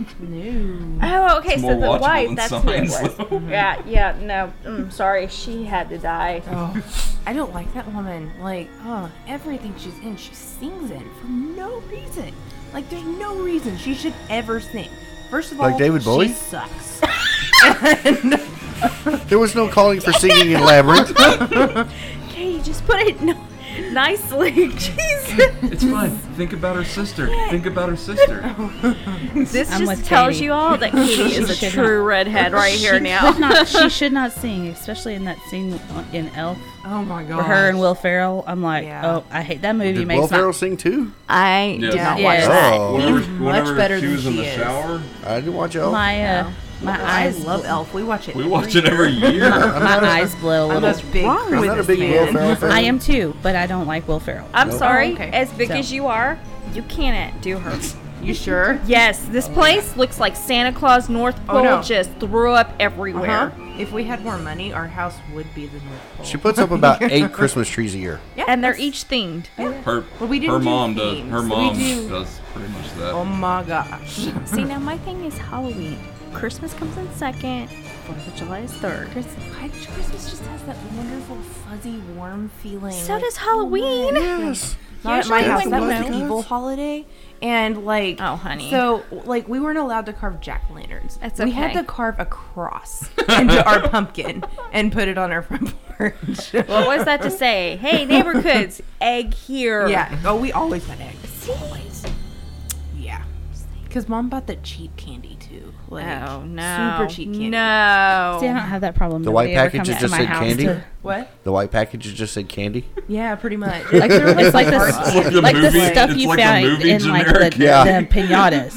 Speaker 4: Oh, okay,
Speaker 5: more
Speaker 4: so the
Speaker 5: watchable
Speaker 4: wife,
Speaker 5: than
Speaker 4: that's who it
Speaker 5: Signs, though.
Speaker 4: was. yeah, yeah, no, mm, sorry, she had to die.
Speaker 7: I don't like that woman. Like, oh, everything she's in, she sings in for no reason. Like, there's no reason she should ever sing. First of all,
Speaker 3: Like David Bowie?
Speaker 7: she sucks.
Speaker 3: There was no calling for singing in Labyrinth.
Speaker 4: Katie, just put it no- nicely. Jeez.
Speaker 5: it's fine think about her sister think about her sister
Speaker 4: This
Speaker 6: I'm
Speaker 4: just
Speaker 6: with
Speaker 4: tells
Speaker 6: Katie.
Speaker 4: you all that Katie is a
Speaker 6: She should
Speaker 4: true redhead right here
Speaker 6: she Could
Speaker 4: now.
Speaker 6: not, she should not sing, especially in that scene in Elf.
Speaker 7: oh my god.
Speaker 6: For her and Will Ferrell, I'm like,
Speaker 7: Yeah.
Speaker 6: oh, I hate that movie.
Speaker 3: Did
Speaker 6: makes
Speaker 3: Will
Speaker 6: my-
Speaker 3: Ferrell sing too?
Speaker 4: I
Speaker 5: Yeah.
Speaker 4: did not watch
Speaker 6: Yeah.
Speaker 4: that.
Speaker 3: Oh,
Speaker 5: whenever,
Speaker 7: He's much
Speaker 5: whenever
Speaker 7: better
Speaker 5: she
Speaker 7: than
Speaker 5: was in
Speaker 7: she
Speaker 5: the
Speaker 7: is.
Speaker 5: shower
Speaker 3: I didn't watch Elf.
Speaker 6: my uh, my
Speaker 7: I
Speaker 6: eyes
Speaker 7: love Elf. We watch it.
Speaker 5: we watch it every year
Speaker 6: my eyes blow a
Speaker 7: I'm
Speaker 6: little.
Speaker 7: a big
Speaker 4: wrong
Speaker 3: I'm
Speaker 7: with
Speaker 3: not a
Speaker 7: this
Speaker 3: big Will
Speaker 7: man.
Speaker 3: Ferrell fan.
Speaker 6: I am too, but I don't like Will Ferrell.
Speaker 4: I'm sorry,
Speaker 7: Oh, okay.
Speaker 4: as big
Speaker 6: So-
Speaker 4: as you are, you cannot do her.
Speaker 7: You sure?
Speaker 4: yes,
Speaker 5: Oh,
Speaker 4: this place looks like Santa Claus North Pole
Speaker 7: Oh, no.
Speaker 4: just threw up everywhere.
Speaker 7: Uh-huh. If we had more money, our house would be the North Pole.
Speaker 3: She puts up about eight Christmas trees a year.
Speaker 7: yeah,
Speaker 4: And they're
Speaker 7: that's-
Speaker 4: each themed.
Speaker 5: her,
Speaker 7: Well, we didn't
Speaker 5: her
Speaker 7: do
Speaker 5: mom does
Speaker 7: themes.
Speaker 5: her
Speaker 7: We
Speaker 5: mom
Speaker 7: do-
Speaker 5: does pretty much that
Speaker 7: Oh my gosh.
Speaker 4: See, now my thing is Halloween. Christmas comes in second, 4th of July is third.
Speaker 7: Chris, why does Christmas just has that wonderful fuzzy warm feeling?
Speaker 4: So
Speaker 7: like,
Speaker 4: does Halloween.
Speaker 3: Yes.
Speaker 7: Not at
Speaker 4: Usually
Speaker 7: my house.
Speaker 4: when
Speaker 7: That was
Speaker 3: nobody
Speaker 7: the
Speaker 3: does.
Speaker 7: evil holiday, and like
Speaker 4: Oh, honey.
Speaker 7: So like we weren't allowed to carve jack lanterns.
Speaker 4: That's
Speaker 7: We had
Speaker 4: okay.
Speaker 7: to carve a cross into our pumpkin and put it on our front porch.
Speaker 4: What was that to say? Hey, neighbor kids, egg here.
Speaker 7: Yeah. Oh, we always had eggs. Always. Yeah. Because mom bought the cheap candy too. Like
Speaker 4: Oh no.
Speaker 7: Super cheap candy.
Speaker 4: No.
Speaker 6: See, I don't have that problem.
Speaker 3: The white
Speaker 6: Nobody ever
Speaker 3: packages
Speaker 6: comes to
Speaker 3: just
Speaker 6: my
Speaker 3: said
Speaker 6: house
Speaker 3: candy?
Speaker 6: to-
Speaker 7: What?
Speaker 3: The white packages just said candy.
Speaker 7: Yeah, pretty much.
Speaker 6: like they're like, like the,
Speaker 5: the
Speaker 6: like the
Speaker 5: movie-
Speaker 6: stuff
Speaker 5: it's
Speaker 6: you
Speaker 5: like a
Speaker 6: found
Speaker 5: movie
Speaker 6: in like the,
Speaker 5: generic.
Speaker 3: Yeah.
Speaker 6: the pinatas.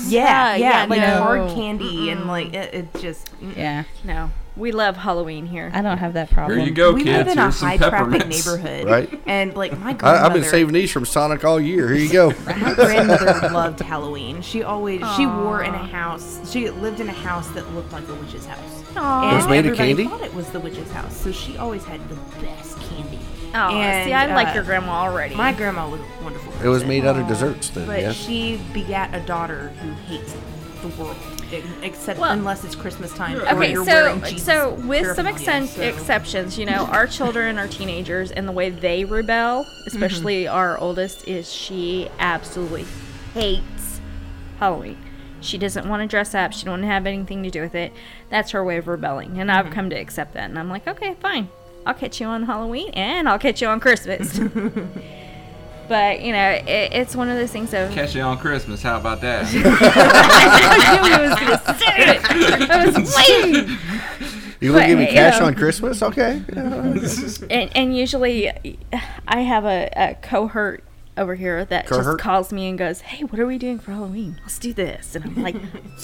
Speaker 4: Yeah,
Speaker 7: yeah, yeah,
Speaker 4: yeah,
Speaker 7: like
Speaker 4: no.
Speaker 7: hard candy and like it, it just. mm.
Speaker 6: Yeah,
Speaker 4: No. We love Halloween here.
Speaker 6: I don't have that problem.
Speaker 5: Here you go,
Speaker 7: we
Speaker 5: kids.
Speaker 7: live in a
Speaker 5: Here's some
Speaker 7: high traffic
Speaker 5: peppermints.
Speaker 7: neighborhood,
Speaker 3: Right.
Speaker 7: And like my grandmother,
Speaker 3: I, I've been saving these from Sonic all year. Here you go.
Speaker 7: my grandmother loved Halloween. She always she wore in a house. She lived in a house that looked like a witch's house.
Speaker 4: Aw.
Speaker 7: And
Speaker 3: was made of
Speaker 7: everybody
Speaker 3: candy?
Speaker 7: Thought it was the witch's house, so she always had the best candy.
Speaker 4: Oh, see, I
Speaker 7: And,
Speaker 4: like
Speaker 7: uh,
Speaker 4: your grandma already.
Speaker 7: My grandma was a wonderful.
Speaker 3: It was
Speaker 7: person,
Speaker 3: made out of desserts then,
Speaker 7: but
Speaker 3: yes.
Speaker 7: she begat a daughter who hates the world, e- except
Speaker 4: Well-
Speaker 7: unless it's Christmas time. or
Speaker 4: Okay,
Speaker 7: you're
Speaker 4: so
Speaker 7: wearing Jesus
Speaker 4: so with some
Speaker 7: paraphernalia,
Speaker 4: exen-
Speaker 7: so-
Speaker 4: exceptions, you know, our children are teenagers, and the way they rebel, especially
Speaker 7: Mm-hmm.
Speaker 4: our oldest, is she absolutely hates Halloween. She doesn't want to dress up. She don't want to have anything to do with it. That's her way of rebelling, and
Speaker 7: Mm-hmm.
Speaker 4: I've come to accept that. And I'm like, okay, fine. I'll catch you on Halloween, and I'll catch you on Christmas. but you know, it, it's one of those things of
Speaker 5: Catch you on Christmas. How about that?
Speaker 4: I knew he was gonna say it. I was waiting.
Speaker 3: You gonna give me
Speaker 4: But,
Speaker 3: cash
Speaker 4: yeah.
Speaker 3: on Christmas? Okay. Yeah.
Speaker 4: and, and usually I have a, a cohort over here that
Speaker 3: Cohort?
Speaker 4: just calls me and goes, "Hey, what are we doing for Halloween? Let's do this." And I'm like,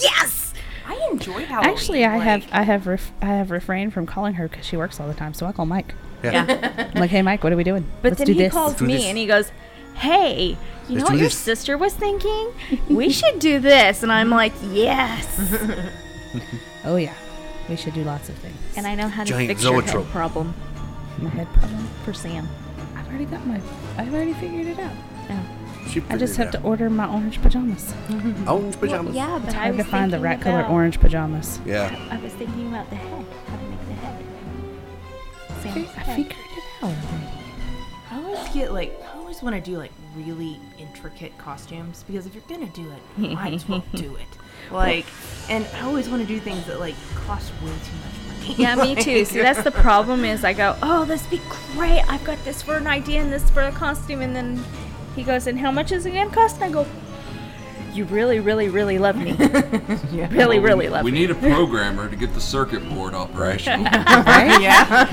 Speaker 4: "Yes!"
Speaker 7: I enjoy
Speaker 4: Oh,
Speaker 7: Halloween.
Speaker 6: Actually, I have
Speaker 7: like-
Speaker 6: I have ref- I have refrained from calling her because she works all the time. So I call Mike.
Speaker 4: Yeah.
Speaker 6: I'm like, hey, Mike, what are we doing?
Speaker 4: But
Speaker 6: Let's
Speaker 4: then
Speaker 6: do
Speaker 4: he
Speaker 6: this.
Speaker 4: calls
Speaker 3: do
Speaker 4: me
Speaker 3: this.
Speaker 4: and he goes, "Hey, you
Speaker 3: Let's
Speaker 4: know
Speaker 3: do
Speaker 4: what your
Speaker 3: this."
Speaker 4: sister was thinking? we should do this." And I'm like, "Yes."
Speaker 6: oh yeah, we should do lots of things.
Speaker 4: And I know how to
Speaker 3: Giant
Speaker 4: fix your
Speaker 3: zoetrope.
Speaker 4: head problem
Speaker 6: My head problem.
Speaker 4: for Sam.
Speaker 6: I've already got my. I've already figured it out.
Speaker 3: She
Speaker 6: I just have
Speaker 3: figured
Speaker 6: to
Speaker 3: it
Speaker 6: order my orange pajamas.
Speaker 3: out. orange pajamas.
Speaker 4: yeah, but
Speaker 6: It's
Speaker 4: I
Speaker 6: hard
Speaker 4: was
Speaker 6: to find the
Speaker 4: thinking
Speaker 6: right color
Speaker 4: about-
Speaker 6: orange pajamas.
Speaker 3: yeah.
Speaker 4: I was thinking about the head, how to make the head. Sam's
Speaker 6: I
Speaker 4: head.
Speaker 6: figured it out. already.
Speaker 7: I always get like I always want to do like really intricate costumes because if you're gonna do it, you might as well do it. Like, and I always want to do things that like cost way too much money.
Speaker 4: Yeah, me too. So that's the problem is I go, oh, this be great. I've got this for an idea and this for a costume. And then he goes, and how much is it going to cost? And I go, you really, really, really love me. Really, really love
Speaker 5: We
Speaker 4: me.
Speaker 5: need a programmer to get the circuit board operational.
Speaker 6: Right?
Speaker 7: yeah.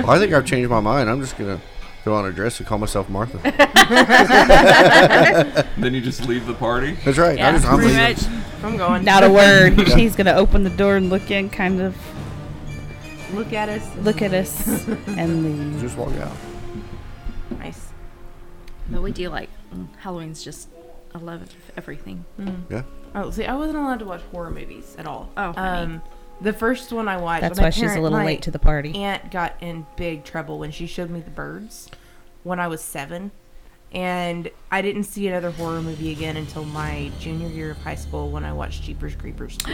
Speaker 3: Well, I think I've changed my mind. I'm just gonna throw on a dress and call myself Martha.
Speaker 5: then you just leave the party.
Speaker 3: That's right. I
Speaker 4: Yeah,
Speaker 3: just, I'm
Speaker 4: pretty
Speaker 3: leaving.
Speaker 4: much.
Speaker 7: I'm going.
Speaker 6: Not a word. He's gonna open the door and look in, kind of
Speaker 7: Look at us. and
Speaker 6: look at
Speaker 7: leave.
Speaker 6: us, and leave.
Speaker 3: Just walk out.
Speaker 7: Nice.
Speaker 4: But we do like mm, Halloween's just I love everything.
Speaker 3: Yeah.
Speaker 7: Oh, see, I wasn't allowed to watch horror movies at all.
Speaker 4: Oh, honey.
Speaker 7: um, the first one I watched.
Speaker 6: That's
Speaker 7: my
Speaker 6: why she's a
Speaker 7: parent-
Speaker 6: little
Speaker 7: my
Speaker 6: late to the party.
Speaker 7: Aunt got in big trouble when she showed me the birds when I was seven, and I didn't see another horror movie again until my junior year of high school when I watched Jeepers Creepers. two.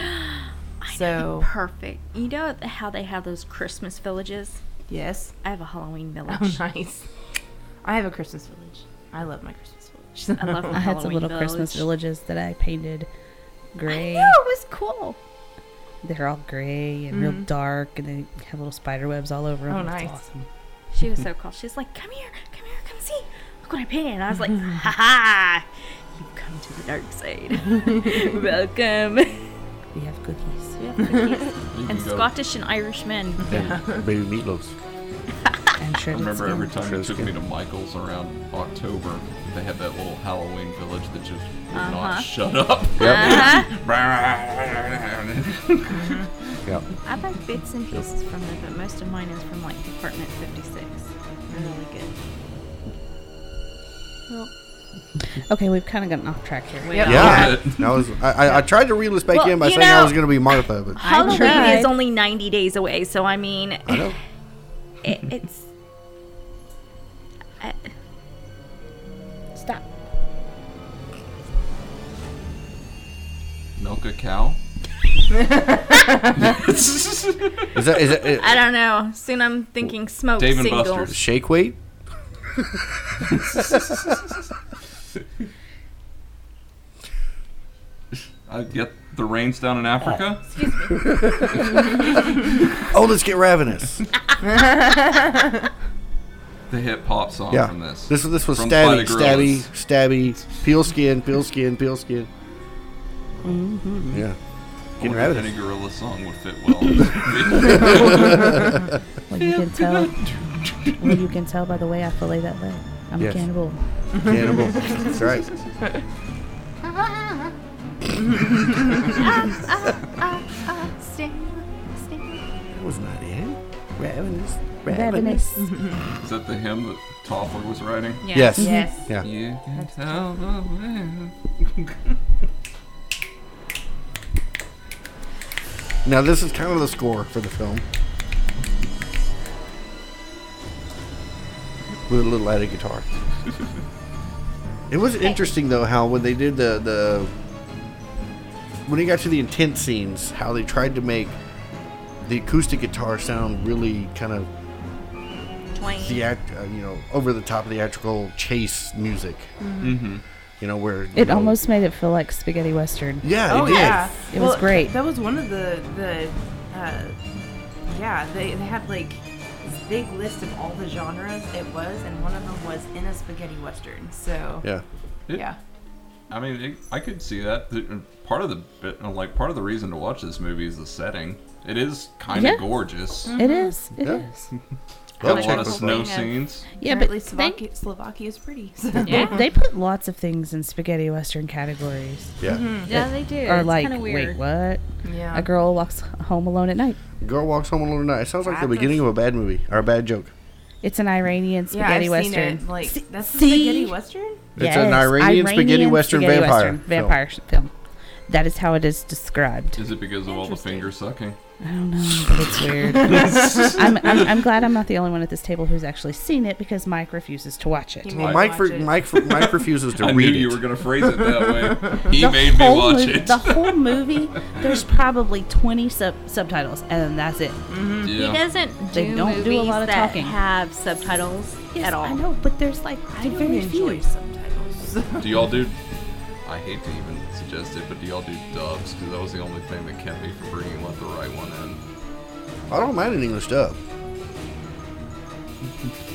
Speaker 7: so
Speaker 4: Perfect. You know how they have those Christmas villages?
Speaker 7: yes,
Speaker 4: I have a Halloween village.
Speaker 7: oh nice. I have a Christmas village. I love my Christmas village.
Speaker 4: I love my
Speaker 6: I had some
Speaker 4: Halloween
Speaker 6: little Christmas
Speaker 4: village.
Speaker 6: villages that I painted gray.
Speaker 4: No, it was cool.
Speaker 6: They're all gray and real dark, and they have little spider webs all over them.
Speaker 7: Oh,
Speaker 6: It's
Speaker 7: nice.
Speaker 6: awesome.
Speaker 4: She was so cool. She's like, "Come here, come here, come see. Look what I painted." And I was like, "Ha ha! You've come to the dark side. Welcome."
Speaker 6: We have cookies.
Speaker 5: You can
Speaker 4: and
Speaker 5: go.
Speaker 4: Scottish and Irish men.
Speaker 3: Baby meatloafs.
Speaker 6: I'm sure.
Speaker 5: I remember every time you took
Speaker 3: Sure.
Speaker 5: me to Michael's around October, they had that little Halloween village that just would
Speaker 7: Uh-huh.
Speaker 5: not shut up.
Speaker 7: Uh-huh.
Speaker 3: Yeah.
Speaker 4: I like bits and pieces from there, but most of mine is from like Department 56. They're really good.
Speaker 6: Okay, we've kind of gotten off track here.
Speaker 4: Yep.
Speaker 3: Yeah.
Speaker 5: Alright.
Speaker 3: I was. I, I, I tried to reel this back
Speaker 4: Well,
Speaker 3: in by
Speaker 4: you
Speaker 3: saying I
Speaker 4: know-
Speaker 3: was gonna be Martha, but
Speaker 4: Halloween
Speaker 6: tried.
Speaker 4: is only 90 days away, so I mean,
Speaker 3: I know.
Speaker 4: it, it's. I- Stop.
Speaker 5: Milk a cow?
Speaker 3: Is that is that it,
Speaker 4: I don't know. Soon I'm thinking
Speaker 7: Oh,
Speaker 4: smoke
Speaker 5: Dave and
Speaker 4: singles.
Speaker 5: Buster's.
Speaker 3: shake weight?
Speaker 5: I get the rains down in Africa.
Speaker 7: Uh,
Speaker 3: Oh, let's get ravenous.
Speaker 5: The hip hop song
Speaker 3: Yeah.
Speaker 5: from this.
Speaker 3: This this was
Speaker 5: From
Speaker 3: stabby,
Speaker 5: Planet
Speaker 3: stabby,
Speaker 5: Gorillas.
Speaker 3: stabby. Peel skin, peel skin, peel skin. Yeah.
Speaker 5: I
Speaker 3: Getting
Speaker 5: wonder if Any
Speaker 3: ravenous.
Speaker 5: gorilla song would fit well.
Speaker 6: Well, you can tell. well, you can tell by the way I fillet that leg. I'm
Speaker 3: Yes.
Speaker 6: a cannibal.
Speaker 3: Cannibal. That's right. That was not it. Ravenous.
Speaker 6: Ravenous.
Speaker 5: Is that the hymn that Toffler was writing?
Speaker 4: Yeah.
Speaker 3: Yes.
Speaker 7: yes.
Speaker 3: Yeah.
Speaker 5: You can tell the wind.
Speaker 3: Now this is kind of the score for the film. With a little added guitar. it was interesting though how when they did the the when it got to the intense scenes, how they tried to make the acoustic guitar sound really kind of
Speaker 4: Twain.
Speaker 3: theat- uh, you know, over the top theatrical chase music. Mm-hmm. You know where you
Speaker 6: It
Speaker 3: know-
Speaker 6: almost made it feel like spaghetti western.
Speaker 3: Oh. yeah,
Speaker 7: Oh
Speaker 3: it did.
Speaker 7: yeah,
Speaker 6: It was great.
Speaker 7: That was one of the the uh, yeah they, they had like this big list of all the genres it was, and one of them was in a spaghetti western. So
Speaker 3: Yeah.
Speaker 5: It-
Speaker 7: yeah,
Speaker 5: I uh, mean, it, I could see that. The- Part of the bit- like part of the reason to watch this movie is the setting. It is kind of
Speaker 6: Yeah. Mm-hmm.
Speaker 5: gorgeous.
Speaker 6: It is. It is.
Speaker 3: Yeah.
Speaker 5: Got a
Speaker 4: Like
Speaker 5: lot of
Speaker 4: the whole
Speaker 5: snow
Speaker 4: thing of-
Speaker 5: scenes.
Speaker 6: Yeah,
Speaker 4: Or at
Speaker 6: but
Speaker 4: least
Speaker 6: they,
Speaker 4: Slovakia, Slovakia is pretty.
Speaker 6: they, they put lots of things in spaghetti western categories.
Speaker 3: Yeah.
Speaker 7: Mm-hmm.
Speaker 4: yeah, they do.
Speaker 6: Or
Speaker 4: it's
Speaker 6: like,
Speaker 4: kind of
Speaker 6: wait,
Speaker 4: weird.
Speaker 6: what?
Speaker 7: Yeah.
Speaker 6: A girl walks home alone at night.
Speaker 3: Girl walks home alone tonight. It sounds like the
Speaker 7: Rappers.
Speaker 3: beginning of a bad movie or a bad joke.
Speaker 6: It's an Iranian
Speaker 7: yeah,
Speaker 6: spaghetti
Speaker 7: I've
Speaker 6: western.
Speaker 7: seen it. Like that's the
Speaker 6: See?
Speaker 7: spaghetti western.
Speaker 3: It's an Iranian spaghetti western vampire film.
Speaker 6: vampire sh- film. That is how it is described.
Speaker 5: Is it because of all the finger sucking?
Speaker 6: I don't know, but it's weird. I'm, I'm, I'm glad I'm not the only one at this table who's actually seen it because Mike refuses to watch it.
Speaker 7: He
Speaker 3: Well,
Speaker 7: made
Speaker 3: Mike,
Speaker 7: me
Speaker 3: for,
Speaker 7: watch it.
Speaker 3: Mike, for, Mike refuses to
Speaker 5: I knew
Speaker 3: read
Speaker 5: you
Speaker 3: it.
Speaker 5: were going to phrase it that way. He
Speaker 6: The
Speaker 5: made me
Speaker 6: whole
Speaker 5: watch
Speaker 6: mo-
Speaker 5: it.
Speaker 6: The whole movie, there's probably 20 sub- subtitles, and that's it.
Speaker 5: Yeah.
Speaker 4: He doesn't
Speaker 6: They
Speaker 4: do
Speaker 6: don't do a
Speaker 4: movies
Speaker 6: lot of
Speaker 4: that
Speaker 6: talking.
Speaker 4: have subtitles
Speaker 6: Yes,
Speaker 4: at all.
Speaker 6: I know, but there's like
Speaker 7: I don't
Speaker 6: very
Speaker 7: enjoy
Speaker 6: few.
Speaker 7: subtitles.
Speaker 5: Do y'all do? I hate to even suggest it, but do y'all do dubs? Because that was the only thing that kept me from bringing let the right one in.
Speaker 3: I don't mind an English dub.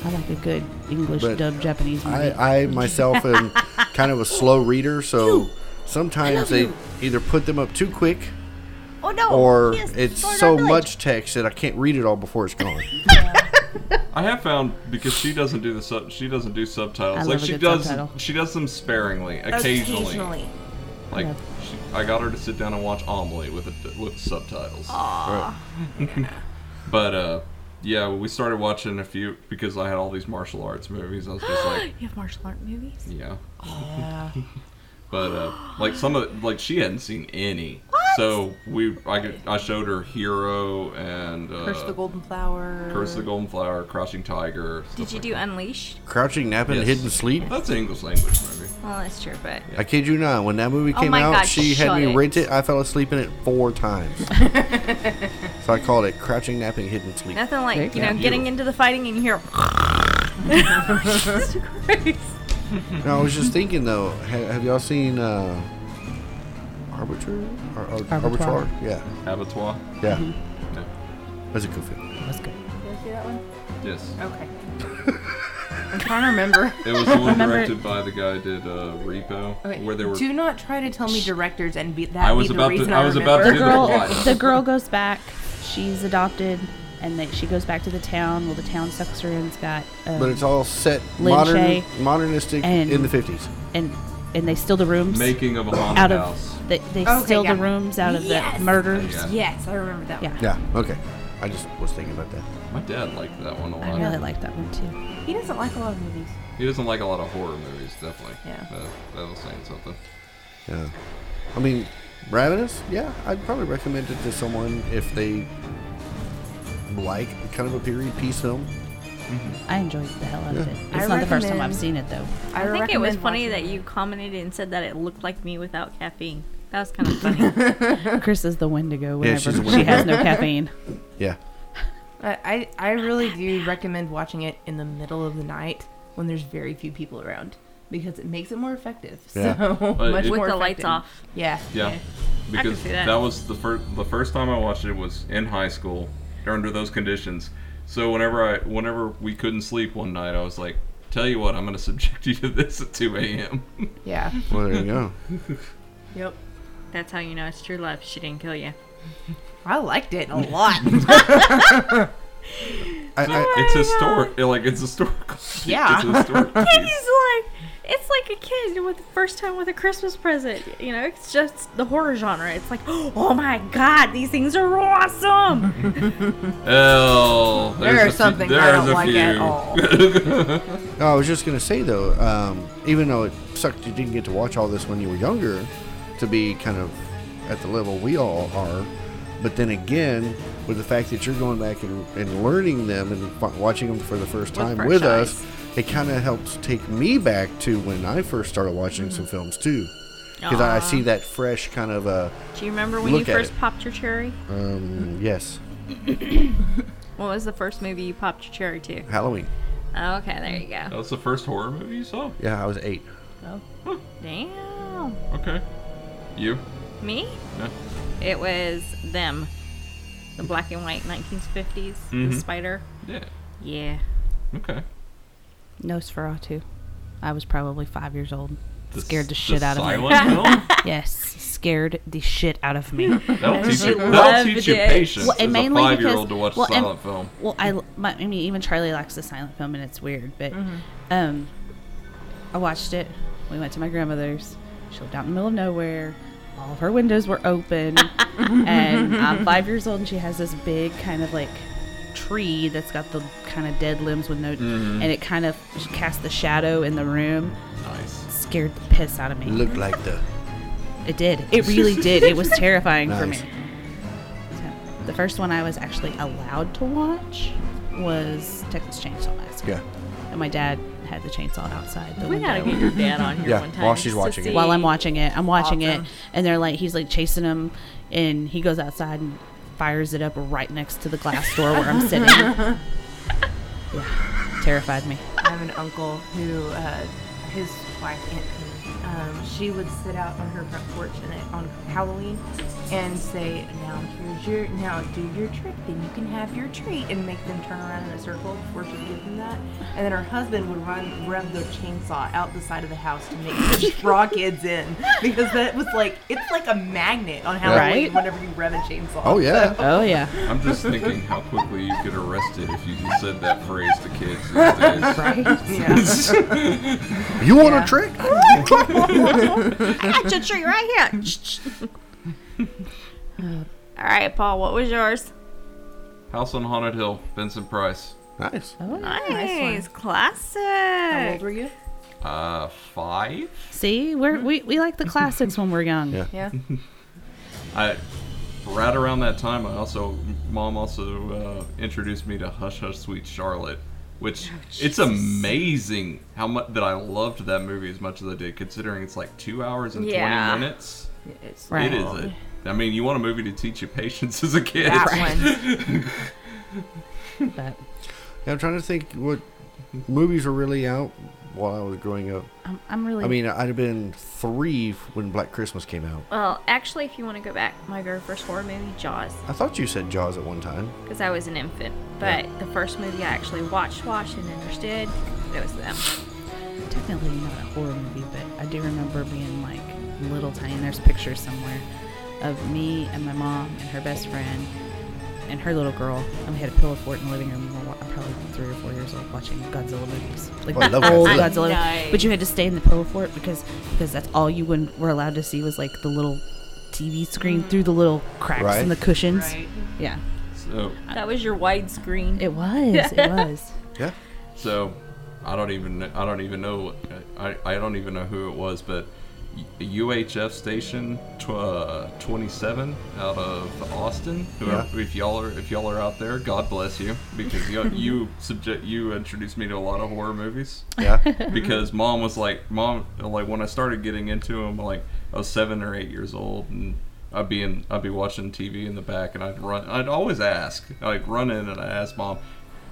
Speaker 6: I like a good English
Speaker 3: But
Speaker 6: dubbed Japanese movie.
Speaker 3: I, I myself am kind of a slow reader, so sometimes they either put them up too quick
Speaker 4: Oh no!
Speaker 3: or
Speaker 4: yes,
Speaker 3: it's
Speaker 4: Sword Art
Speaker 3: so
Speaker 4: Village.
Speaker 3: much text that I can't read it all before it's gone.
Speaker 5: I have found because she doesn't do the sub, she doesn't do subtitles.
Speaker 6: I
Speaker 5: like
Speaker 6: love a
Speaker 5: she
Speaker 6: good
Speaker 5: does,
Speaker 6: subtitle.
Speaker 5: she does them sparingly, occasionally.
Speaker 7: Occasionally.
Speaker 5: Like
Speaker 6: Yeah.
Speaker 5: she, I got her to sit down and watch Omelie with a, with subtitles.
Speaker 3: Right.
Speaker 5: But uh, yeah, we started watching a few because I had all these martial arts movies. I was just like,
Speaker 4: You have martial art movies?
Speaker 5: yeah. But uh, like some of like she hadn't seen any. So we I, could- I showed her Hero and uh,
Speaker 7: Curse the Golden Flower.
Speaker 5: Curse the Golden Flower, Crouching Tiger.
Speaker 4: Did
Speaker 5: stuff
Speaker 4: you
Speaker 5: like
Speaker 4: do Unleashed?
Speaker 3: Crouching, napping,
Speaker 5: Yes.
Speaker 3: hidden sleep.
Speaker 5: that. That's an English language movie.
Speaker 4: Well, that's true, but
Speaker 3: I kid you not. When that movie
Speaker 4: Oh
Speaker 3: came
Speaker 4: my
Speaker 3: out,
Speaker 4: God,
Speaker 3: she had
Speaker 4: shut
Speaker 3: me
Speaker 4: it.
Speaker 3: rent it. I fell asleep in it four times. so I called it Crouching, Napping, Hidden Sleep.
Speaker 4: nothing like you know
Speaker 5: Yeah.
Speaker 4: getting into the fighting and you hear. Jesus Christ.
Speaker 3: No, I was just thinking though. Have, have y'all seen uh, Arbiter? Ar- ar-
Speaker 6: Arbitrage.
Speaker 3: Arbitrage? Yeah,
Speaker 5: Abattoir.
Speaker 3: yeah.
Speaker 6: Mm-hmm.
Speaker 5: Yeah.
Speaker 3: That's a good film.
Speaker 6: That's good.
Speaker 5: Yes,
Speaker 7: Okay. I'm trying to remember.
Speaker 5: it was the one
Speaker 6: Remember-
Speaker 5: directed by the guy who did uh, Repo,
Speaker 7: Okay.
Speaker 5: where they were.
Speaker 7: Do not try to tell me directors and be that.
Speaker 5: I was
Speaker 7: be
Speaker 5: about to-
Speaker 7: the reason
Speaker 5: I was about to
Speaker 6: the
Speaker 7: remember.
Speaker 5: do
Speaker 6: girl
Speaker 5: plot.
Speaker 6: the girl goes back she's adopted and they, she goes back to the town well the town sucks her in it's got um,
Speaker 3: But it's all set
Speaker 6: Lin
Speaker 3: modern,
Speaker 6: Shaye
Speaker 3: modernistic
Speaker 6: and-
Speaker 3: in the fifties.
Speaker 6: and and they steal the rooms
Speaker 5: Making of a haunted
Speaker 6: out
Speaker 5: house.
Speaker 6: of they, they
Speaker 7: Okay,
Speaker 6: steal
Speaker 7: yeah.
Speaker 6: the rooms out of
Speaker 7: Yes!
Speaker 6: the murders
Speaker 5: Yeah.
Speaker 7: Yes, I remember that.
Speaker 6: yeah,
Speaker 3: Yeah. Okay. I just was thinking about that.
Speaker 5: My dad liked that one a lot.
Speaker 6: i really like that one too
Speaker 7: One. He doesn't like a lot of movies.
Speaker 5: He doesn't like a lot of horror movies, definitely.
Speaker 7: Yeah.
Speaker 5: That, that was saying something.
Speaker 3: Yeah. I mean, Ravenous. Yeah, I'd probably recommend it to someone if they like kind of a period piece film.
Speaker 6: i enjoyed the hell out of it it's
Speaker 7: I
Speaker 6: not the first time i've
Speaker 7: recommend-
Speaker 6: seen it though
Speaker 4: I think it was
Speaker 7: recommend
Speaker 4: funny
Speaker 7: watching
Speaker 4: that you commented and said that it looked like me without caffeine. That was kind of funny.
Speaker 6: chris is the wendigo
Speaker 3: Yeah,
Speaker 6: whenever
Speaker 3: she's the
Speaker 6: she
Speaker 3: Wendigo.
Speaker 6: has no caffeine
Speaker 3: Yeah.
Speaker 7: I, I I really do recommend watching it in the middle of the night when there's very few people around because it makes it more effective.
Speaker 3: Yeah.
Speaker 7: So
Speaker 5: But
Speaker 7: much
Speaker 5: it-
Speaker 7: more
Speaker 4: With the lights
Speaker 7: effective.
Speaker 4: off.
Speaker 7: Yeah.
Speaker 5: Yeah. Because
Speaker 4: see
Speaker 5: that.
Speaker 4: that.
Speaker 5: was the first the first time I watched it was in high school under those conditions. So whenever I whenever we couldn't sleep one night, I was like, "Tell you what, I'm going to subject you to this at 2 a.m."
Speaker 7: Yeah.
Speaker 3: Well, there you go.
Speaker 7: Yep.
Speaker 4: That's how you know it's true love. She didn't kill you.
Speaker 7: I liked it a lot.
Speaker 3: I, I,
Speaker 5: it's historic, like it's historical.
Speaker 7: Oh Yeah.
Speaker 5: It's a historical piece.
Speaker 4: He's like, it's like a kid with the first time with a Christmas present. You know, it's just the horror genre. It's like, oh my god, these things are awesome.
Speaker 5: Oh,
Speaker 7: There
Speaker 5: there's
Speaker 7: are
Speaker 5: a few-
Speaker 7: some things I
Speaker 5: there's
Speaker 7: don't
Speaker 5: a
Speaker 7: like at
Speaker 5: few.
Speaker 7: all.
Speaker 3: No, I was just gonna say though, um, even though it sucked you didn't get to watch all this when you were younger, to be kind of at the level we all are, but then again, with the fact that you're going back and, and learning them and fi- watching them for the first time
Speaker 4: fresh
Speaker 3: with us, it kind of helps take me back to when I first started watching
Speaker 4: Mm-hmm.
Speaker 3: some films too, because I, I see that fresh kind of uh,
Speaker 4: Do you remember when
Speaker 3: Look
Speaker 4: you
Speaker 3: at
Speaker 4: first
Speaker 3: it.
Speaker 4: popped your cherry?
Speaker 3: um, yes,
Speaker 4: What was the first movie you popped your cherry to?
Speaker 3: Halloween.
Speaker 4: Oh, okay, there you go.
Speaker 5: That was the first horror movie you saw.
Speaker 3: Yeah, I was eight.
Speaker 4: Damn.
Speaker 5: Okay. You?
Speaker 4: Me?
Speaker 5: Yeah.
Speaker 4: It was them. The black and white 1950s.
Speaker 5: Mhm.
Speaker 4: The spider.
Speaker 5: Yeah.
Speaker 4: Yeah.
Speaker 5: Okay.
Speaker 6: nosferatu i was probably five years old
Speaker 5: The
Speaker 6: scared the
Speaker 5: s-
Speaker 6: shit
Speaker 5: the
Speaker 6: out of me
Speaker 5: silent film?
Speaker 6: yes scared the shit out of me.
Speaker 5: That'll teach you.
Speaker 4: Loved
Speaker 5: That'll teach you
Speaker 4: it.
Speaker 5: patience
Speaker 6: Well, and
Speaker 5: as a
Speaker 6: mainly
Speaker 5: five-year-old
Speaker 6: because-
Speaker 5: to watch
Speaker 6: well, and-
Speaker 5: silent film.
Speaker 6: Well, I, my, I mean, even Charlie likes the silent film, and it's weird, but um, I watched it. We went to my grandmother's. She lived out in the middle of nowhere. All of her windows were open, and I'm five years old, and she has this big kind of like tree that's got the kind of dead limbs with no, and it kind of cast the shadow in the room.
Speaker 5: Nice.
Speaker 6: Scared the piss out of me.
Speaker 3: Looked like the
Speaker 6: It did. It really did. It was terrifying for me.
Speaker 3: Nice.
Speaker 6: So, the first one I was actually allowed to watch was Texas Chainsaw Massacre.
Speaker 3: yeah.
Speaker 6: And my dad had the chainsaw outside the
Speaker 4: We
Speaker 6: window.
Speaker 4: gotta get your dad on here
Speaker 3: Yeah,
Speaker 4: one time.
Speaker 3: while she's
Speaker 4: to
Speaker 3: watching it.
Speaker 4: see-
Speaker 6: While I'm watching it, I'm watching
Speaker 4: Awesome.
Speaker 6: it, and they're like, he's like chasing him, and he goes outside and fires it up right next to the glass door where I'm sitting. yeah, terrified me.
Speaker 7: I have an uncle who, uh, his wife Anthony, um, she would sit out on her front porch and it, on Halloween and say, "Now here's your, now do your trick, then you can have your treat," and make them turn around in a circle before she would give them that. And then her husband would run rub the chainsaw out the side of the house to make the straw kids in because that was like it's like a magnet on Halloween
Speaker 6: Right?
Speaker 7: whenever you rub a chainsaw.
Speaker 3: Oh yeah.
Speaker 6: Oh yeah,
Speaker 5: I'm just thinking how quickly you get arrested if you just said that phrase to kids these days.
Speaker 6: right?
Speaker 7: Yeah.
Speaker 3: You want a trick?
Speaker 4: I got your tree right here. All right, Paul. What was yours?
Speaker 5: House on Haunted Hill, Benson Price.
Speaker 3: Nice.
Speaker 4: Nice,
Speaker 7: Nice
Speaker 4: classic.
Speaker 7: How old were you?
Speaker 5: Uh, five?
Speaker 6: See, we're, we we like the classics when we're young.
Speaker 3: Yeah.
Speaker 7: Yeah.
Speaker 5: I right around that time. I also mom also uh, introduced me to Hush Hush Sweet Charlotte, which it's amazing how much that I loved that movie as much as I did, considering it's like two hours and
Speaker 4: Yeah.
Speaker 5: twenty minutes.
Speaker 7: It's
Speaker 6: Right.
Speaker 5: It is. A, I mean, you want a movie to teach you patience as a kid.
Speaker 7: that one.
Speaker 6: But
Speaker 3: Yeah, I'm trying to think what movies were really out while I was growing up.
Speaker 6: I'm, I'm really.
Speaker 3: I mean, I'd have been three when Black Christmas came out.
Speaker 4: Well, actually, if you want to go back, my very first horror movie, Jaws,
Speaker 3: I thought you said Jaws at one time.
Speaker 4: because I was an infant. But the first movie I actually watched, watched, and understood, it was them.
Speaker 6: technically not a horror movie, but I do remember being like little tiny. There's pictures somewhere of me and my mom and her best friend and her little girl, and we had a pillow fort in the living room. And we're wa- I'm probably three or four years old watching Godzilla movies, like
Speaker 3: Oh, I love
Speaker 6: the old
Speaker 3: Godzilla.
Speaker 6: Godzilla.
Speaker 4: Nice.
Speaker 6: But you had to stay in the pillow fort because because that's all you wouldn't- were allowed to see was like the little TV screen through the little cracks
Speaker 3: Right.
Speaker 6: in the cushions.
Speaker 7: Right.
Speaker 6: Yeah,
Speaker 5: So,
Speaker 4: That was your widescreen.
Speaker 6: it was. It was.
Speaker 3: Yeah.
Speaker 5: so I don't even I don't even know I, I don't even know who it was, but UHF station tw- uh, 27 out of Austin. Whoever, If y'all are if y'all are out there, God bless you because you you subject you introduced me to a lot of horror movies
Speaker 3: Yeah.
Speaker 5: because mom was like mom like when I started getting into them like I was seven or eight years old and I'd be in I'd be watching TV in the back and I'd run I'd always ask I'd run in and I ask mom,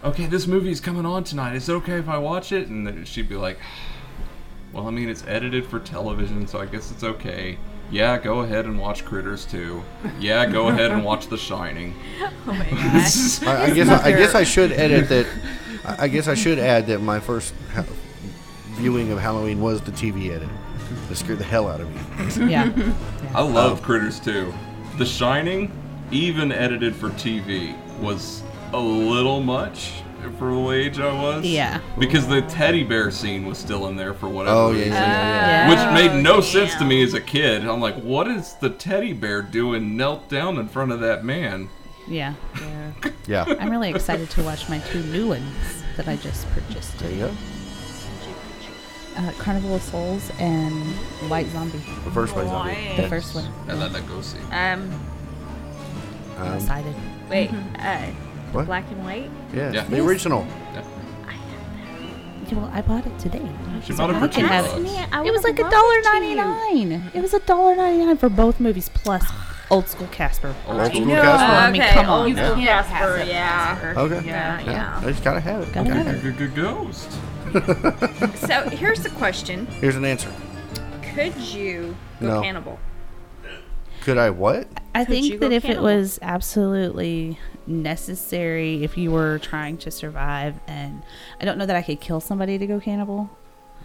Speaker 5: okay this movie's coming on tonight is it okay if I watch it and then she'd be like, well I mean it's edited for television so I guess it's okay yeah go ahead and watch Critters too yeah go ahead and watch The Shining
Speaker 4: Oh my gosh.
Speaker 3: I, I guess I, I guess I should edit that. I I guess I should add that my first ha- viewing of Halloween was the TV edit. It scared the hell out of me.
Speaker 6: Yeah.
Speaker 5: I love Critters 2. The Shining, even edited for TV, was a little much for the age I was.
Speaker 6: Yeah.
Speaker 5: Because the teddy bear scene was still in there for whatever
Speaker 3: Oh yeah,
Speaker 5: reason.
Speaker 6: yeah.
Speaker 4: yeah.
Speaker 5: Which
Speaker 4: Oh,
Speaker 5: made no
Speaker 4: damn.
Speaker 5: sense to me as a kid. I'm like, what is the teddy bear doing knelt down in front of that man?
Speaker 6: Yeah.
Speaker 3: yeah, yeah.
Speaker 6: I'm really excited to watch my two new ones that I just purchased.
Speaker 3: There you go.
Speaker 6: Uh, Carnival of Souls and White Zombie,
Speaker 3: The first place I'll be.
Speaker 6: the first one.
Speaker 5: And then I go see.
Speaker 4: Um,
Speaker 6: I'm
Speaker 3: Um,
Speaker 6: excited.
Speaker 4: wait. Uh,
Speaker 3: What?
Speaker 4: black and white.
Speaker 3: yeah,
Speaker 5: Yeah.
Speaker 3: the original.
Speaker 6: Yeah, Well, I bought it today.
Speaker 5: She bought it for two
Speaker 6: can have-
Speaker 5: bucks.
Speaker 4: I
Speaker 6: It was like
Speaker 4: would've
Speaker 6: a
Speaker 4: loved
Speaker 6: dollar
Speaker 4: to.
Speaker 6: ninety nine. It was a dollar ninety nine for both movies plus old school Casper.
Speaker 3: Old school
Speaker 7: know.
Speaker 3: Casper.
Speaker 6: I mean, come on.
Speaker 4: old
Speaker 7: Yeah.
Speaker 4: school
Speaker 7: Yeah.
Speaker 4: Casper, oh, yeah.
Speaker 3: Okay.
Speaker 4: Yeah,
Speaker 3: Yeah,
Speaker 4: yeah.
Speaker 3: I just gotta have it.
Speaker 6: Gotta
Speaker 3: Okay.
Speaker 6: have it.
Speaker 5: Ghost.
Speaker 4: So here's the question:
Speaker 3: Here's an answer.
Speaker 4: Could you go
Speaker 3: No.
Speaker 4: cannibal?
Speaker 3: Could I what?
Speaker 6: I
Speaker 4: Could you
Speaker 6: think
Speaker 4: go
Speaker 6: that if
Speaker 4: cannibal?
Speaker 6: it was absolutely necessary, if you were trying to survive, and I don't know that I could kill somebody to go cannibal.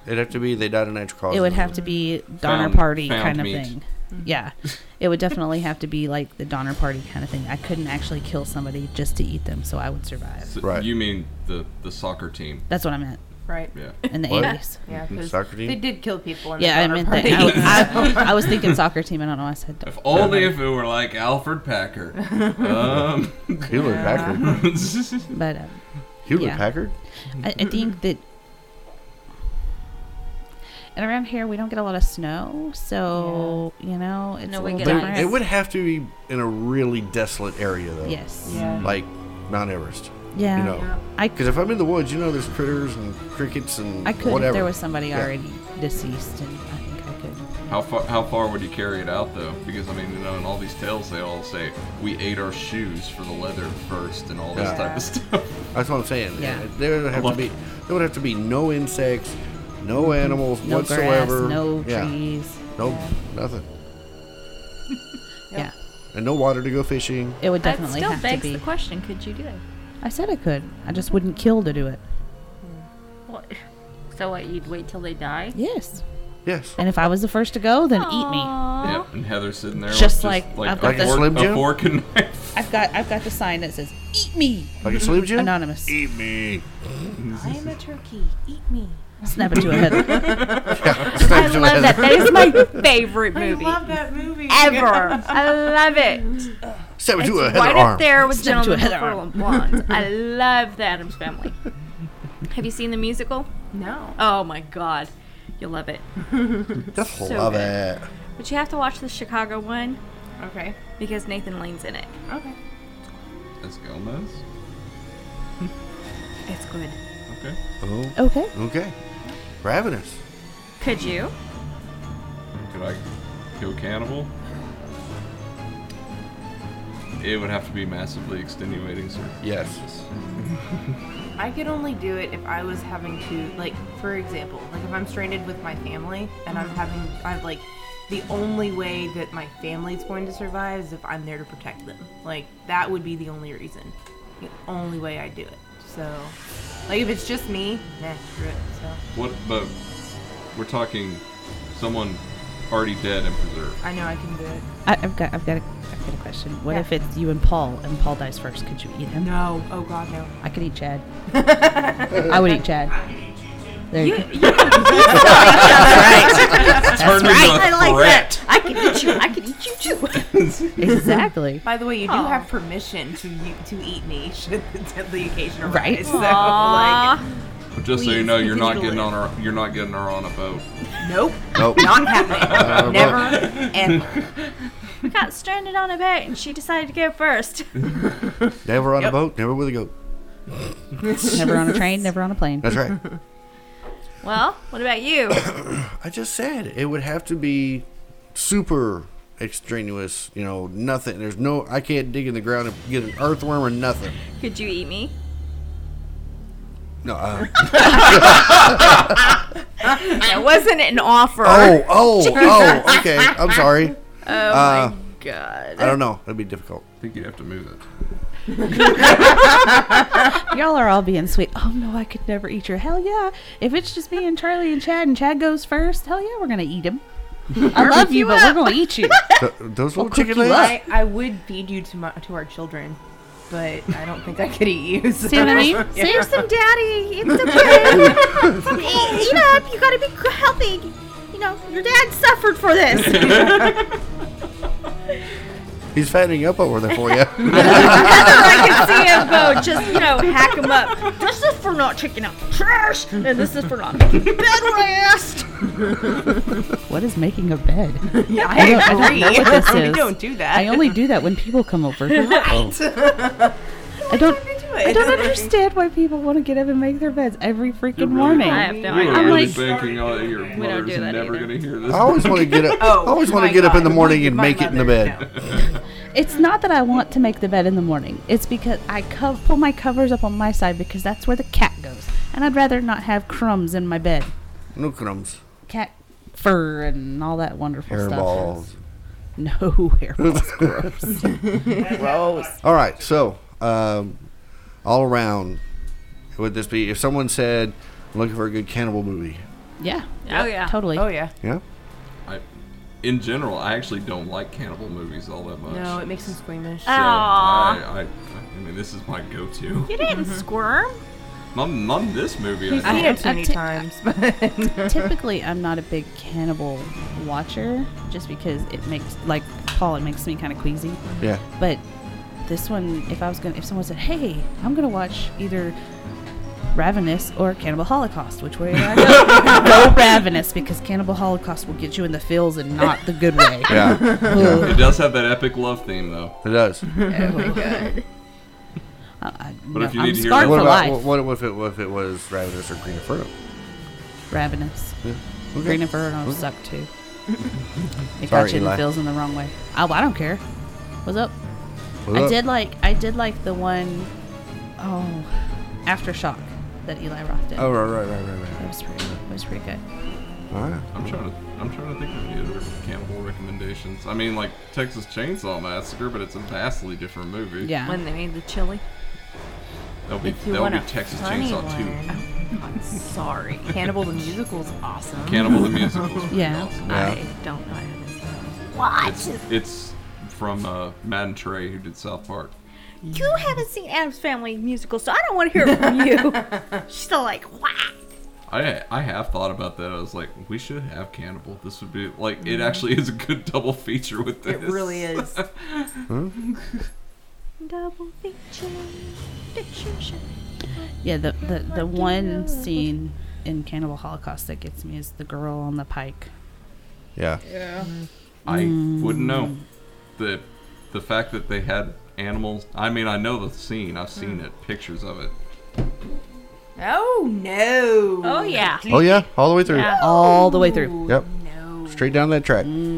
Speaker 3: It'd have to be they died of natural causes.
Speaker 6: It would have to be Donner
Speaker 5: Found-
Speaker 6: Party
Speaker 5: found
Speaker 6: kind of
Speaker 5: meat.
Speaker 6: thing. Yeah, it would definitely have to be like the Donner Party kind of thing. I couldn't actually kill somebody just to eat them, so I would survive.
Speaker 5: So
Speaker 3: Right.
Speaker 5: You mean the the soccer team?
Speaker 6: That's what I meant
Speaker 7: right?
Speaker 5: Yeah.
Speaker 6: in the
Speaker 3: What?
Speaker 6: eighties.
Speaker 7: Yeah, 'cause
Speaker 3: Soccer team?
Speaker 7: They did kill people. In
Speaker 6: Yeah, I
Speaker 7: the
Speaker 6: meant
Speaker 7: Donner
Speaker 6: that.
Speaker 7: Party.
Speaker 6: I, I- I was thinking soccer team. I don't know. why I said
Speaker 5: If only if it were like Alfred Packer. um,
Speaker 3: Hewlett Packard.
Speaker 6: but um,
Speaker 3: Hewlett
Speaker 6: Yeah.
Speaker 3: Packard?
Speaker 6: I, I think that. And around here, we don't get a lot of snow, so you know it's
Speaker 4: No,
Speaker 6: a
Speaker 4: we
Speaker 6: little
Speaker 4: get
Speaker 3: But
Speaker 6: different.
Speaker 4: ice.
Speaker 3: it would have to be in a really desolate area, though.
Speaker 6: Yes.
Speaker 7: Yeah.
Speaker 3: Like Mount Everest.
Speaker 6: Yeah.
Speaker 3: You know.
Speaker 6: I
Speaker 3: Because if I'm in the woods, you know there's critters and crickets and
Speaker 6: I could if
Speaker 3: whatever.
Speaker 6: there was somebody
Speaker 3: Yeah.
Speaker 6: already deceased, and I think I could.
Speaker 5: how far how far would you carry it out though? Because I mean, you know, in all these tales, they all say we ate our shoes for the leather first and all this
Speaker 3: Yeah.
Speaker 5: type of stuff.
Speaker 3: That's what I'm saying.
Speaker 6: Yeah.
Speaker 3: There would have to
Speaker 5: Look.
Speaker 3: be there would have to be no insects, no animals
Speaker 6: Mm-hmm. No
Speaker 3: whatsoever.
Speaker 6: grass, no
Speaker 3: yeah.
Speaker 6: trees.
Speaker 3: No nothing.
Speaker 6: Yeah.
Speaker 3: And no water to go fishing.
Speaker 6: It would
Speaker 4: That
Speaker 6: definitely
Speaker 4: still
Speaker 6: have to
Speaker 4: begs
Speaker 6: be.
Speaker 4: the question: Could you do that?
Speaker 6: I said I could. I just wouldn't kill to do it.
Speaker 4: What? So what? You'd wait till they die?
Speaker 6: Yes.
Speaker 3: Yes.
Speaker 6: And if I was the first to go, then eat me.
Speaker 4: Aw.
Speaker 5: Yep. And Heather's sitting there
Speaker 6: Just
Speaker 5: with
Speaker 6: like- I've
Speaker 5: a,
Speaker 6: got this-
Speaker 5: fork,
Speaker 3: Slim Jim?
Speaker 5: a fork and knife.
Speaker 6: I've got I've got the sign that says "Eat me."
Speaker 3: Like a sleep gym?
Speaker 6: Anonymous.
Speaker 3: Eat me.
Speaker 7: I am a turkey. Eat me.
Speaker 6: Snap it to a head.
Speaker 4: I love that. That is my favorite movie
Speaker 7: I love that movie.
Speaker 4: ever. I love it.
Speaker 3: Stab it to a
Speaker 4: It's
Speaker 3: heather
Speaker 4: right
Speaker 3: arm.
Speaker 4: up there with
Speaker 6: Snap to a
Speaker 4: Gentlemen
Speaker 6: Heather
Speaker 4: with Blondes. I love the Adams Family. Have you seen the musical?
Speaker 7: No.
Speaker 4: Oh my God, you'll love it.
Speaker 3: Just
Speaker 4: So
Speaker 3: love it.
Speaker 4: good. But you have to watch the Chicago one
Speaker 7: Okay.
Speaker 4: because Nathan Lane's in it.
Speaker 7: Okay.
Speaker 5: That's Gomez.
Speaker 4: It's good.
Speaker 5: Okay.
Speaker 3: Oh,
Speaker 6: Okay.
Speaker 3: okay. Ravenous.
Speaker 4: Could you?
Speaker 5: Could I go cannibal? It would have to be massively extenuating, sir.
Speaker 3: Yes.
Speaker 7: I could only do it if I was having to, like, for example, like if I'm stranded with my family and I'm having, I'm like, the only way that my family's going to survive is if I'm there to protect them. Like, that would be the only reason. The only way I do it. So, like, if it's just me, nah, screw it. So,
Speaker 5: What? But we're talking someone already dead and preserved.
Speaker 7: I know I can do it.
Speaker 6: I, I've got I've got a, I've got a question. What
Speaker 7: Yeah.
Speaker 6: if it's you and Paul and Paul dies first? Could you eat him?
Speaker 7: No. Oh, God, no.
Speaker 6: I could eat Chad. I would eat Chad. There you, go.
Speaker 5: Turned into a threat.
Speaker 4: I can eat you. I can eat you too.
Speaker 6: exactly.
Speaker 7: By the way, you do
Speaker 4: Aw.
Speaker 7: have permission to you, to eat me should the, the occasion arise.
Speaker 6: Right.
Speaker 7: So,
Speaker 5: But just so you
Speaker 7: Please,
Speaker 5: know, you're not
Speaker 7: digitally.
Speaker 5: getting on her. You're not getting her on a boat.
Speaker 7: like, nope,
Speaker 3: Nope.
Speaker 7: not
Speaker 3: Uh,
Speaker 7: happening. Never, ever.
Speaker 4: We got stranded on a boat, and she decided to go first.
Speaker 3: Never on
Speaker 7: Yep.
Speaker 3: a boat, never with a goat.
Speaker 6: Never on a train. Never on a plane.
Speaker 3: That's right.
Speaker 4: Well, what about you?
Speaker 3: I just said it would have to be super extraneous, you know, nothing. There's no I can't dig in the ground and get an earthworm or nothing.
Speaker 4: Could you eat me?
Speaker 3: No. Uh,
Speaker 4: That wasn't an offer.
Speaker 3: oh, oh, oh, okay. I'm sorry.
Speaker 4: Oh
Speaker 3: Uh,
Speaker 4: my god.
Speaker 3: I don't know. That'd be difficult.
Speaker 5: I think you'd have to move it.
Speaker 6: Y'all are all being sweet. Oh no, I could never eat your. Hell yeah! If it's just me and Charlie and Chad, and Chad goes first, hell yeah, we're gonna eat him. I love you,
Speaker 4: you
Speaker 6: but
Speaker 4: up.
Speaker 6: we're gonna eat you.
Speaker 3: Th- those little
Speaker 6: cook
Speaker 3: chicken
Speaker 6: you
Speaker 3: legs.
Speaker 6: up.
Speaker 7: I, I would feed you to my, to our children, but I don't think I could eat you. So.
Speaker 6: See what I mean?
Speaker 4: Save some daddy. It's okay. eat, eat up. You gotta be c- healthy. You know, your dad suffered for this.
Speaker 3: He's fattening up over there for you.
Speaker 4: I can see him go just, you know, hack him up. This is for not taking out the trash, and this is for not making bed rest.
Speaker 6: What is making a bed?
Speaker 7: Yeah, I,
Speaker 6: I don't, I don't
Speaker 7: agree.
Speaker 6: know what this is.
Speaker 7: we don't do that.
Speaker 6: I only do that when people come over. I don't.
Speaker 7: We do it.
Speaker 6: I don't understand why people want to get up and make their beds every freaking morning.
Speaker 4: I have no
Speaker 5: You
Speaker 4: idea.
Speaker 5: are really
Speaker 6: like-
Speaker 5: banking on that your
Speaker 4: don't
Speaker 5: mother's
Speaker 4: do that
Speaker 5: never
Speaker 4: either.
Speaker 5: gonna hear this.
Speaker 3: I always want to get up.
Speaker 7: Oh,
Speaker 3: I always want
Speaker 7: my
Speaker 3: to get up in the
Speaker 7: God.
Speaker 3: morning and
Speaker 7: My
Speaker 3: make it in the
Speaker 7: mother,
Speaker 3: bed.
Speaker 7: no.
Speaker 6: It's not that I want to make the bed in the morning. It's because I co- pull my covers up on my side because that's where the cat goes, and I'd rather not have crumbs in my bed.
Speaker 3: No, crumbs,
Speaker 6: Cat fur and all that wonderful stuff.
Speaker 3: hairballs.
Speaker 6: No hairballs. Gross.
Speaker 3: All right, so um, all around, would this be if someone said, "I'm looking for a good cannibal movie"?
Speaker 6: Yeah.
Speaker 4: Oh yeah.
Speaker 6: Totally.
Speaker 7: Oh yeah.
Speaker 3: Yeah.
Speaker 5: I, in general, I actually don't like cannibal movies all that much.
Speaker 7: No, it makes them squeamish.
Speaker 5: So,
Speaker 4: Aw.
Speaker 5: I, I, I mean, this is my go-to.
Speaker 4: You didn't squirm.
Speaker 5: Not, not in this movie. I
Speaker 7: I've seen
Speaker 5: think.
Speaker 7: it too
Speaker 6: I've ta-
Speaker 7: many times, but
Speaker 6: Typically, I'm not a big cannibal watcher, just because it makes like Paul, it makes me kind of queasy.
Speaker 3: Yeah.
Speaker 6: But this one, if I was gonna, if someone said, "Hey, I'm gonna watch either Ravenous or Cannibal Holocaust," which way do I go? go Ravenous because Cannibal Holocaust will get you in the feels and not the good way.
Speaker 3: Yeah.
Speaker 5: It does have that epic love theme, though.
Speaker 3: It does.
Speaker 6: Oh my god. I,
Speaker 5: But
Speaker 6: no,
Speaker 5: if you
Speaker 6: I'm
Speaker 5: need to hear that-
Speaker 6: scarred for
Speaker 3: What about
Speaker 6: life.
Speaker 3: what, what if it what if it was Ravenous or Green Inferno?
Speaker 6: Ravenous.
Speaker 3: Okay.
Speaker 6: Green Inferno sucked too.
Speaker 3: Sorry,
Speaker 6: it got you in the
Speaker 3: Eli.
Speaker 6: feels in the wrong way. Oh, I don't care. What's up?
Speaker 3: What's
Speaker 6: I
Speaker 3: up?
Speaker 6: did like I did like the one oh aftershock that Eli Roth did.
Speaker 3: Oh right right right right
Speaker 6: That
Speaker 3: right.
Speaker 6: was pretty that was pretty good.
Speaker 3: All right.
Speaker 5: I'm trying to. I'm trying to think of any other cannibal recommendations. I mean, like Texas Chainsaw Massacre, but it's a vastly different movie.
Speaker 6: Yeah.
Speaker 4: When they made the chili.
Speaker 5: That'll be
Speaker 7: If you
Speaker 5: that'll
Speaker 7: want
Speaker 5: be
Speaker 7: a
Speaker 5: Texas
Speaker 7: funny
Speaker 5: Chainsaw Two.
Speaker 7: one,
Speaker 4: I'm sorry.
Speaker 7: Cannibal the musical's awesome.
Speaker 5: Cannibal the musical.
Speaker 6: Yeah.
Speaker 4: I don't know. I haven't seen it.
Speaker 5: It's, it's from uh, Matt and Trey who did South Park.
Speaker 4: You haven't seen Adam's Family musical, so I don't want to hear it from you. She's still like, what?
Speaker 5: I I have thought about that. I was like, we should have Cannibal. This would be like it actually is a good double feature with this.
Speaker 7: Mm. It really is.
Speaker 4: Double feature. feature.
Speaker 6: Yeah, the, the, the one scene in Cannibal Holocaust that gets me is the girl on the pike.
Speaker 3: Yeah.
Speaker 5: I
Speaker 4: Mm.
Speaker 5: wouldn't know. The the fact that they had animals. I mean, I know the scene. I've seen
Speaker 7: Mm.
Speaker 5: it. Pictures of it.
Speaker 7: Oh no!
Speaker 4: Oh, yeah.
Speaker 3: Oh yeah, all the way through. Oh,
Speaker 4: Yeah.
Speaker 6: All the way through.
Speaker 3: Yep.
Speaker 7: No.
Speaker 3: Straight down that track.
Speaker 6: Mm.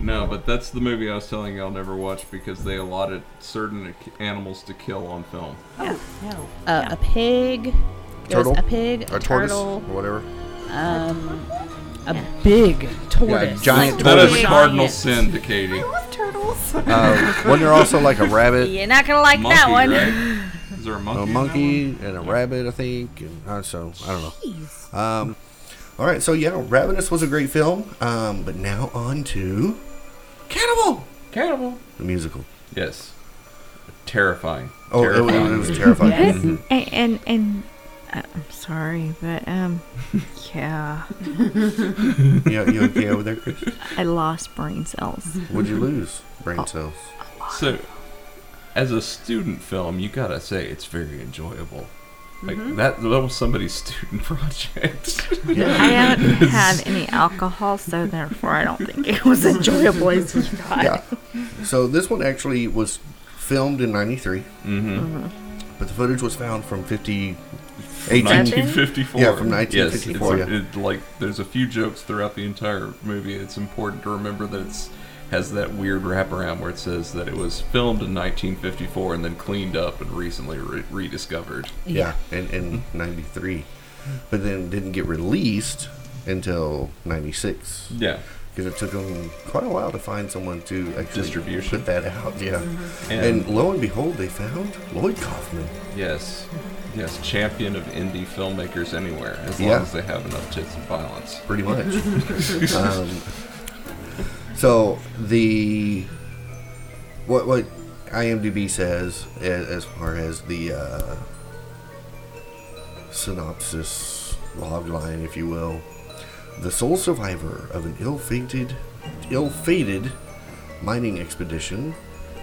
Speaker 5: No, but that's the movie I was telling you I'll never watch because they allotted certain ac- animals to kill on film.
Speaker 7: Oh, no.
Speaker 6: Uh, a pig. There was
Speaker 3: Turtle.
Speaker 6: A pig. A,
Speaker 3: A tortoise or
Speaker 6: turtle.
Speaker 3: whatever.
Speaker 6: Um, a big tortoise.
Speaker 3: Yeah, a giant
Speaker 5: That
Speaker 3: tortoise.
Speaker 5: is a cardinal sin to Katie.
Speaker 7: turtles.
Speaker 3: Uh, wasn't there also like a rabbit,
Speaker 4: You're not going to like
Speaker 5: Monkey,
Speaker 4: that one.
Speaker 5: right? Is there a monkey?
Speaker 3: a
Speaker 5: in that one?
Speaker 3: monkey, and a rabbit? I think. And uh, so I don't know. Um, all right, so yeah, Ravenous was a great film. Um, but now on to Cannibal,
Speaker 5: Cannibal.
Speaker 3: the musical.
Speaker 5: Yes. Terrifying.
Speaker 3: Oh, it, was- it was terrifying.
Speaker 4: And, and, and uh, I'm sorry, but, um, yeah.
Speaker 3: you, you okay over there, Chris?
Speaker 4: I lost brain cells.
Speaker 3: Would you lose brain cells?
Speaker 5: So, as a student film, you gotta say it's very enjoyable. Like that, that was somebody's student project.
Speaker 4: I don't have any alcohol, so therefore I don't think it was enjoyable as you thought.
Speaker 3: Yeah. So this one actually was filmed in '93, mm-hmm. but the footage was found from 50, 18,
Speaker 5: 1954.
Speaker 3: Yeah, from
Speaker 5: Yes, it's
Speaker 3: 1954,
Speaker 5: a-
Speaker 3: yeah.
Speaker 5: it- like there's a few jokes throughout the entire movie. It's important to remember that it's has that weird wraparound where it says that it was filmed in 1954 and then cleaned up and recently re- rediscovered.
Speaker 3: Yeah, in, in 93. But then didn't get released until 96.
Speaker 5: Yeah,
Speaker 3: Because it took them quite a while to find someone to actually
Speaker 5: Distribution.
Speaker 3: put that out. Yeah.
Speaker 5: And-
Speaker 3: And, lo and behold, they found Lloyd Kaufman.
Speaker 5: yes, yes. Champion of indie filmmakers anywhere, as
Speaker 3: Yeah.
Speaker 5: long as they have enough tits and violence.
Speaker 3: pretty much. um, so the what what IMDb says as, as far as the uh, synopsis log line, if you will, the sole survivor of an ill-fated, ill-fated mining expedition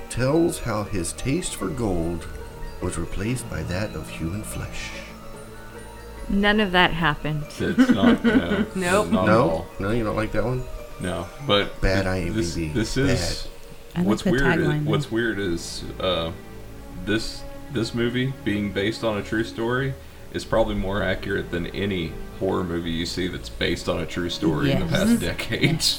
Speaker 3: tells how his taste for gold was replaced by that of human flesh.
Speaker 4: None of that happened.
Speaker 5: It's not. No.
Speaker 7: Nope.
Speaker 5: Not at
Speaker 3: No,
Speaker 5: all.
Speaker 3: no, you don't like that one.
Speaker 5: No. But
Speaker 3: Bad
Speaker 5: th- This,
Speaker 3: IMDb.
Speaker 5: this is
Speaker 6: I like
Speaker 5: what's
Speaker 6: the
Speaker 5: weird. Is,
Speaker 6: tagline, though.
Speaker 5: what's weird is uh, this this movie being based on a true story is probably more accurate than any horror movie you see that's based on a true story in the
Speaker 6: Yes.
Speaker 5: past decade.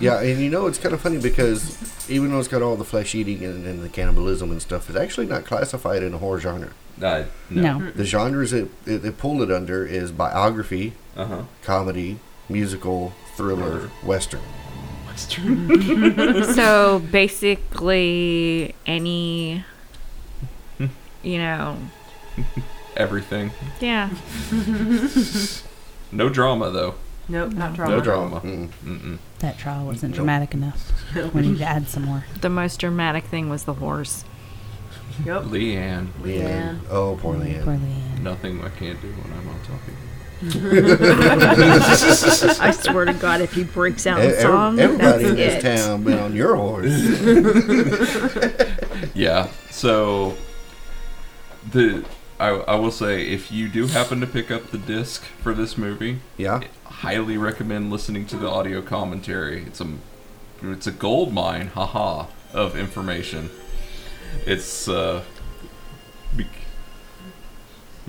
Speaker 3: Yeah, and you know it's kind of funny because even though it's got all the flesh eating and, and the cannibalism and stuff, it's actually not classified in a horror genre.
Speaker 5: Uh,
Speaker 6: No.
Speaker 5: no.
Speaker 3: The genres it, it, it pulled it under is biography,
Speaker 5: Uh huh.
Speaker 3: comedy, musical, thriller, western.
Speaker 5: That's true.
Speaker 4: so basically, any, you know,
Speaker 5: Everything.
Speaker 4: yeah.
Speaker 5: No drama though.
Speaker 7: Nope, not drama.
Speaker 4: Uh-huh.
Speaker 5: No drama.
Speaker 6: That trial wasn't dramatic enough. We need to add some more.
Speaker 4: The most dramatic thing was the horse.
Speaker 7: Yep.
Speaker 5: Leanne,
Speaker 3: Leanne. Oh, poor Leanne.
Speaker 6: Poor Leanne.
Speaker 5: nothing I can't do when I'm on top of you.
Speaker 4: I swear to God, if he breaks out
Speaker 3: E-
Speaker 4: in
Speaker 3: ev-
Speaker 4: song,
Speaker 3: everybody
Speaker 4: that's
Speaker 3: in this
Speaker 4: it.
Speaker 3: town been on your horse.
Speaker 5: Yeah. So the I, I will say if you do happen to pick up the disc for this movie,
Speaker 3: Yeah.
Speaker 5: highly recommend listening to the audio commentary. It's a it's a gold mine, haha, of information. It's uh, bec-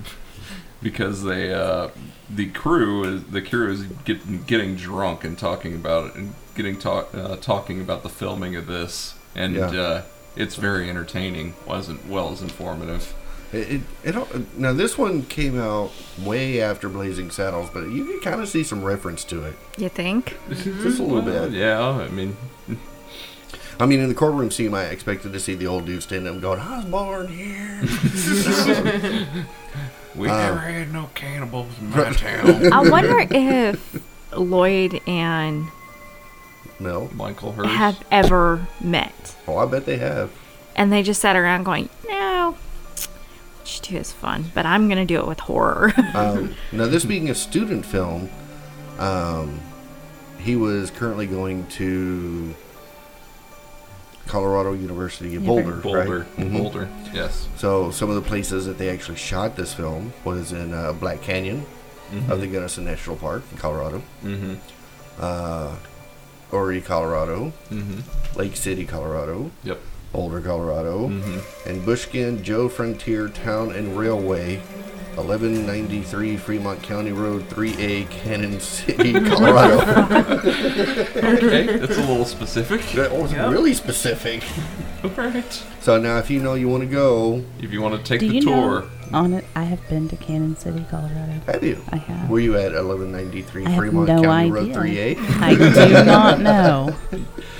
Speaker 5: because they uh, the crew is the crew is getting getting drunk and talking about it and getting talk uh, talking about the filming of this and
Speaker 3: Yeah.
Speaker 5: uh, it's very entertaining. Wasn't well as informative.
Speaker 3: It, it, it, all- now this one came out way after Blazing Saddles, but you can kind of see some reference to it,
Speaker 4: You think?
Speaker 3: just a little bit.
Speaker 5: Yeah, I mean,
Speaker 3: I mean, in the courtroom scene, I expected to see the old dude standing up and going, "I was born here."
Speaker 5: we
Speaker 3: Um,
Speaker 5: never had no cannibals in my town.
Speaker 4: I wonder if Lloyd and
Speaker 3: no,
Speaker 5: Michael Hurst.
Speaker 4: have ever met,
Speaker 3: oh, I bet they have.
Speaker 4: and they just sat around going, "No, what you do is fun, but I'm gonna do it with horror."
Speaker 3: Um, now, this being a student film, um, he was currently going to Colorado University of Boulder.
Speaker 5: Boulder.
Speaker 3: Right? Mhm.
Speaker 5: Boulder. Yes.
Speaker 3: So, some of the places that they actually shot this film was in uh, Black Canyon of the Gunnison National Park in Colorado,
Speaker 5: Mm-hmm.
Speaker 3: uh, Ori, Colorado,
Speaker 5: Mm-hmm.
Speaker 3: Lake City, Colorado,
Speaker 5: Yep.
Speaker 3: Boulder, Colorado, and Bushkin Joe Frontier Town and Railway, 1193 Fremont County Road 3A, Cannon City, Colorado.
Speaker 5: Okay, that's a little specific.
Speaker 3: that was
Speaker 7: Yep.
Speaker 3: really specific.
Speaker 5: All right.
Speaker 3: So now, if you know you want to go,
Speaker 5: If you want to take
Speaker 6: Do
Speaker 5: the
Speaker 6: you
Speaker 5: tour,
Speaker 6: know? On it, I have been to Cannon City, Colorado.
Speaker 3: have you?
Speaker 6: I have.
Speaker 3: Were you at 1193
Speaker 6: I have
Speaker 3: Fremont
Speaker 6: no
Speaker 3: County
Speaker 6: idea.
Speaker 3: Road 3A?
Speaker 6: I do not know.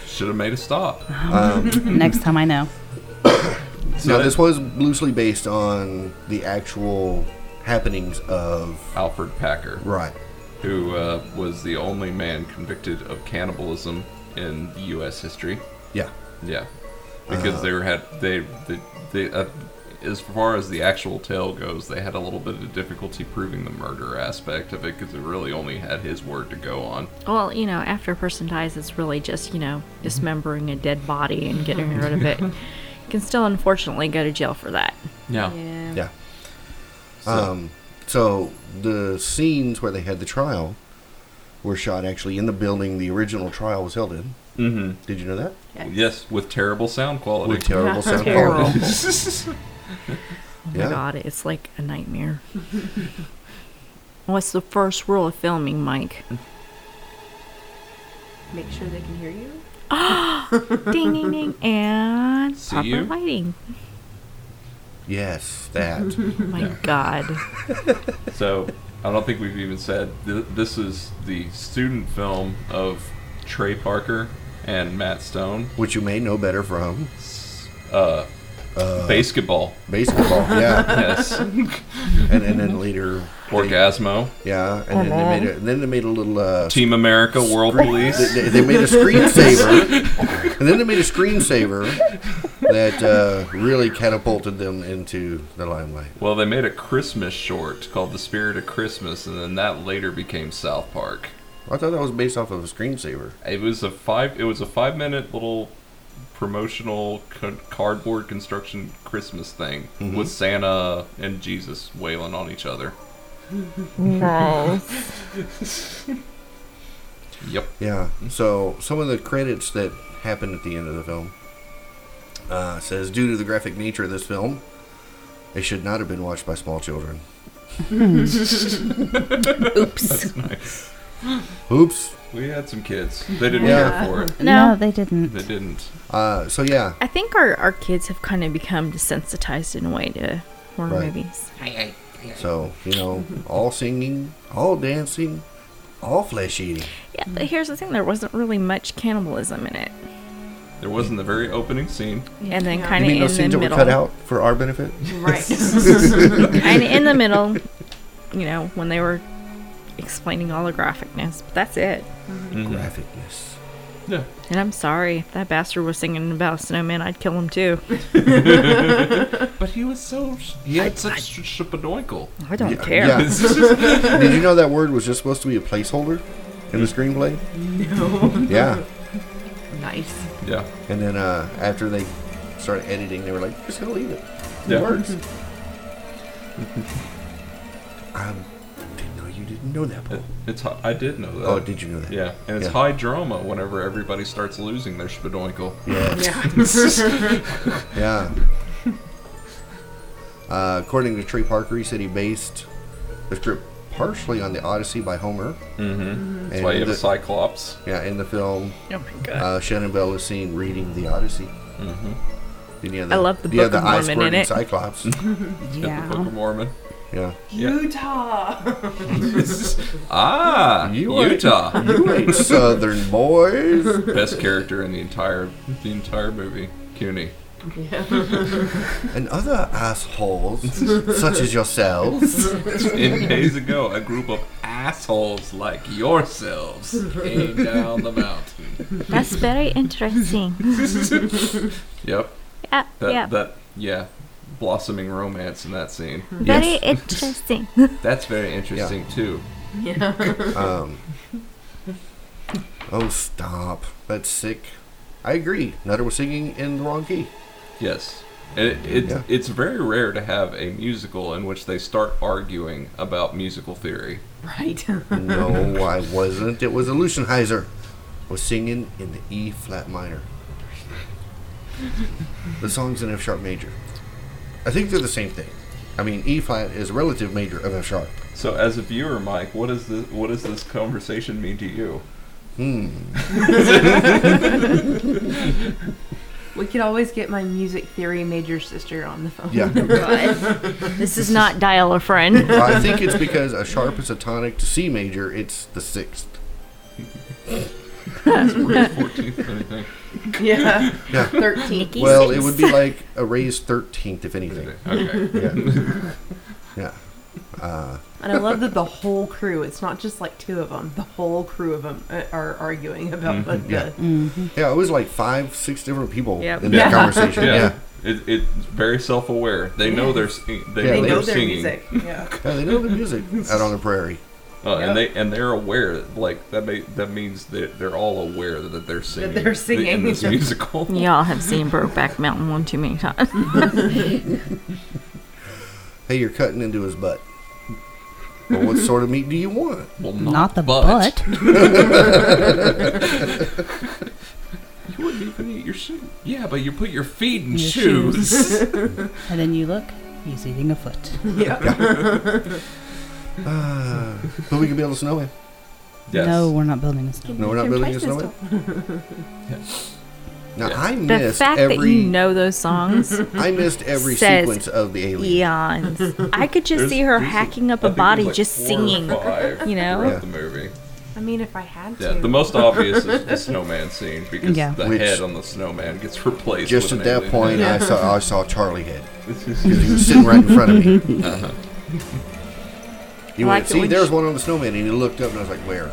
Speaker 5: should have made a stop.
Speaker 6: Uh-huh. Next time I know.
Speaker 5: So
Speaker 3: Now,
Speaker 5: that-
Speaker 3: this was loosely based on the actual happenings of.
Speaker 5: Alfred Packer,
Speaker 3: Right.
Speaker 5: who uh, was the only man convicted of cannibalism in U.S. history.
Speaker 3: Yeah.
Speaker 5: Yeah, because they were had they they, they uh, as far as the actual tale goes, they had a little bit of difficulty proving the murder aspect of it because it really only had his word to go on.
Speaker 4: well, you know, after a person dies, it's really just you know dismembering a dead body and getting rid of it. You can still unfortunately go to jail for that.
Speaker 5: Yeah.
Speaker 7: Yeah.
Speaker 3: Yeah. Um, so the scenes where they had the trial were shot actually in the building the original trial was held in.
Speaker 5: Mm-hmm.
Speaker 3: Did you know that?
Speaker 5: Yes, with terrible sound quality.
Speaker 3: With terrible sound
Speaker 4: Terrible.
Speaker 3: quality.
Speaker 4: Oh
Speaker 3: Yeah.
Speaker 4: my god, it's like a nightmare. What's the first rule of filming, Mike?
Speaker 7: Make sure they can hear you.
Speaker 4: ding ding ding and
Speaker 5: See
Speaker 4: proper
Speaker 5: you.
Speaker 4: lighting.
Speaker 3: Yes, that.
Speaker 4: Oh my god.
Speaker 5: So I don't think we've even said th- this is the student film of Trey Parker and Matt Stone.
Speaker 3: Which you may know better from
Speaker 5: S- Uh, basketball,
Speaker 3: basketball. Yeah.
Speaker 5: yes.
Speaker 3: And, and then later. They,
Speaker 5: Orgasmo,
Speaker 3: yeah.
Speaker 4: Oh,
Speaker 3: And then they made a, then they made a little. Uh,
Speaker 5: Team America, World Police.
Speaker 3: they, they made a screensaver. and then they made a screensaver that uh, really catapulted them into the limelight.
Speaker 5: Well, they made a Christmas short called The Spirit of Christmas, and then that later became South Park.
Speaker 3: I thought that was based off of a screensaver.
Speaker 5: It was a five. It was a five-minute little promotional c- cardboard construction Christmas thing
Speaker 3: Mm-hmm.
Speaker 5: with Santa and Jesus wailing on each other. Yep.
Speaker 3: Yeah. So some of the credits that happened at the end of the film uh, says due to the graphic nature of this film, it should not have been watched by small children.
Speaker 6: Oops.
Speaker 5: Nice.
Speaker 3: Oops.
Speaker 5: We had some kids. They didn't
Speaker 3: Yeah.
Speaker 5: care for it.
Speaker 4: No.
Speaker 6: No, they didn't.
Speaker 5: They didn't.
Speaker 3: Uh, so yeah,
Speaker 4: I think our, our kids have kind of become desensitized in a way to horror
Speaker 3: Right.
Speaker 4: movies.
Speaker 3: so you know, all singing, all dancing, all flesh eating.
Speaker 4: Yeah, but here's the thing there wasn't really much cannibalism in it.
Speaker 5: There was in the very opening scene.
Speaker 4: And then
Speaker 7: Yeah.
Speaker 4: kind
Speaker 3: You
Speaker 4: of
Speaker 3: mean
Speaker 4: in
Speaker 3: those
Speaker 4: the
Speaker 3: scenes that were
Speaker 4: middle.
Speaker 3: cut out for our
Speaker 5: Mm-hmm.
Speaker 3: benefit?
Speaker 7: Right.
Speaker 4: And in the middle, you know, when they were explaining all the graphicness, but that's it.
Speaker 3: Graphicness.
Speaker 5: Yeah.
Speaker 4: And I'm sorry if that bastard was singing about a snowman, I'd kill him too.
Speaker 5: But he was so. He had such sh- shapadoinkle.
Speaker 4: I don't
Speaker 3: Yeah,
Speaker 4: care.
Speaker 3: yeah. Did you know that word was just supposed to be a placeholder in the screenplay? No. Yeah.
Speaker 7: Nice.
Speaker 5: Yeah.
Speaker 3: And then uh, after they started editing, they were like, just gonna leave it. It
Speaker 5: Yeah.
Speaker 3: works. I Um, didn't know you didn't know that, Paul.
Speaker 5: It, it's. hi- I did know that.
Speaker 3: Oh, did you know that?
Speaker 5: Uh, Yeah, and it's
Speaker 3: Yeah.
Speaker 5: high drama whenever everybody starts losing their spadoinkle.
Speaker 3: Yeah. uh, according to Trey Parker, he said he based the script partially on the Odyssey by Homer.
Speaker 5: Mm-hmm. That's
Speaker 3: And
Speaker 5: why you have
Speaker 3: the-
Speaker 5: a cyclops.
Speaker 3: Yeah, in the film,
Speaker 4: Oh my god.
Speaker 3: uh, Shannon Bell is seen reading the Odyssey.
Speaker 5: Mm-hmm.
Speaker 3: Then you have
Speaker 4: I love the
Speaker 3: you have
Speaker 4: Book of
Speaker 3: eye
Speaker 4: Mormon
Speaker 3: squirting
Speaker 4: in it.
Speaker 3: Cyclops.
Speaker 5: Got the Book of Mormon.
Speaker 3: yeah.
Speaker 5: Yeah.
Speaker 7: Utah.
Speaker 5: Ah,
Speaker 3: You are-
Speaker 5: Utah,
Speaker 3: You ain't Southern boys.
Speaker 5: best character in the entire the entire movie. CUNY.
Speaker 3: and other assholes such as yourselves.
Speaker 5: In days ago, a group of assholes like yourselves came down the mountain.
Speaker 4: That's very interesting.
Speaker 5: Yep.
Speaker 4: Yeah,
Speaker 5: That,
Speaker 4: yeah.
Speaker 5: That yeah. Blossoming romance in that scene.
Speaker 4: very interesting.
Speaker 5: That's very interesting too.
Speaker 3: Um, oh, stop. That's sick. I agree. Nutter was singing in the wrong key.
Speaker 5: Yes. And it, it's,
Speaker 3: Yeah.
Speaker 5: it's very rare to have a musical in which they start arguing about musical theory.
Speaker 7: Right.
Speaker 3: No, I wasn't. It was a Lucianheiser. Was singing in the E flat minor. The song's in F sharp major. I think they're the same thing. I mean, E flat is a relative major of F sharp.
Speaker 5: So, as a viewer, Mike, what does this, what does this conversation mean to you?
Speaker 7: We could always get my music theory major sister on the phone.
Speaker 3: Yeah.
Speaker 4: this is not dial a friend.
Speaker 3: I think it's because a sharp is a tonic to C major. It's the sixth.
Speaker 5: It's Maria 14th, if anything.
Speaker 7: Yeah.
Speaker 3: Yeah.
Speaker 7: Thirteen.
Speaker 3: Well, it would be like a raised thirteenth, if anything.
Speaker 5: Okay.
Speaker 3: Yeah. Yeah.
Speaker 7: And I love that the whole crew, it's not just like two of them, the whole crew of them are arguing about the.
Speaker 3: Mm-hmm. Yeah.
Speaker 7: the
Speaker 3: Yeah, it was like five, six different people
Speaker 4: Yep.
Speaker 3: in that
Speaker 5: Yeah.
Speaker 3: conversation.
Speaker 5: Yeah.
Speaker 3: Yeah. yeah.
Speaker 5: It, it's very self aware. They know they're, s- they
Speaker 3: Yeah,
Speaker 5: know
Speaker 7: they know
Speaker 5: they're
Speaker 7: their
Speaker 5: singing.
Speaker 7: music. Yeah.
Speaker 3: they know the music out on the prairie.
Speaker 5: Uh,
Speaker 7: Yeah.
Speaker 5: And they and they're aware, like that. May, that means that they're all aware that they're singing.
Speaker 7: they're
Speaker 5: th- in
Speaker 7: singing.
Speaker 5: this musical.
Speaker 4: Y'all have seen Brokeback Mountain one too many times.
Speaker 3: Hey, you're cutting into his butt. Well, what sort of meat do you want?
Speaker 5: Well,
Speaker 6: Not the
Speaker 5: but.
Speaker 6: butt.
Speaker 5: You wouldn't even eat your shoes. Yeah, but you put your feet in
Speaker 6: Your
Speaker 5: shoes.
Speaker 6: And then you look, he's eating a foot.
Speaker 3: Uh, but we can build a snowman.
Speaker 5: yes.
Speaker 6: No, we're not building a snowman.
Speaker 3: No, we're not building a snowman. Now
Speaker 5: Yeah.
Speaker 3: I
Speaker 4: The
Speaker 3: missed
Speaker 4: fact
Speaker 3: every
Speaker 4: that you know those songs,
Speaker 3: I missed every
Speaker 4: says
Speaker 3: sequence of the alien.
Speaker 4: eons. I could just
Speaker 5: There's-
Speaker 4: see her
Speaker 5: there's-
Speaker 4: hacking up
Speaker 5: I
Speaker 4: a
Speaker 5: think
Speaker 4: body,
Speaker 5: there's like
Speaker 4: just
Speaker 5: four or
Speaker 4: singing.
Speaker 5: five
Speaker 4: you know?
Speaker 5: throughout
Speaker 3: Yeah.
Speaker 5: the movie.
Speaker 7: I mean, if I had to.
Speaker 5: Yeah, the most obvious is the snowman scene because
Speaker 6: Yeah.
Speaker 5: the
Speaker 3: Which-
Speaker 5: head on the snowman gets replaced.
Speaker 3: Just
Speaker 5: with
Speaker 3: at
Speaker 5: an
Speaker 3: that
Speaker 5: alien
Speaker 3: point,
Speaker 5: head.
Speaker 3: I saw I saw Charlie head. He was sitting right in front of me.
Speaker 5: Uh-huh.
Speaker 3: You
Speaker 4: I like
Speaker 3: went,
Speaker 4: it
Speaker 3: see,
Speaker 4: when
Speaker 3: there's
Speaker 4: she-
Speaker 3: one on the snowman, and he looked up, and I was like, where?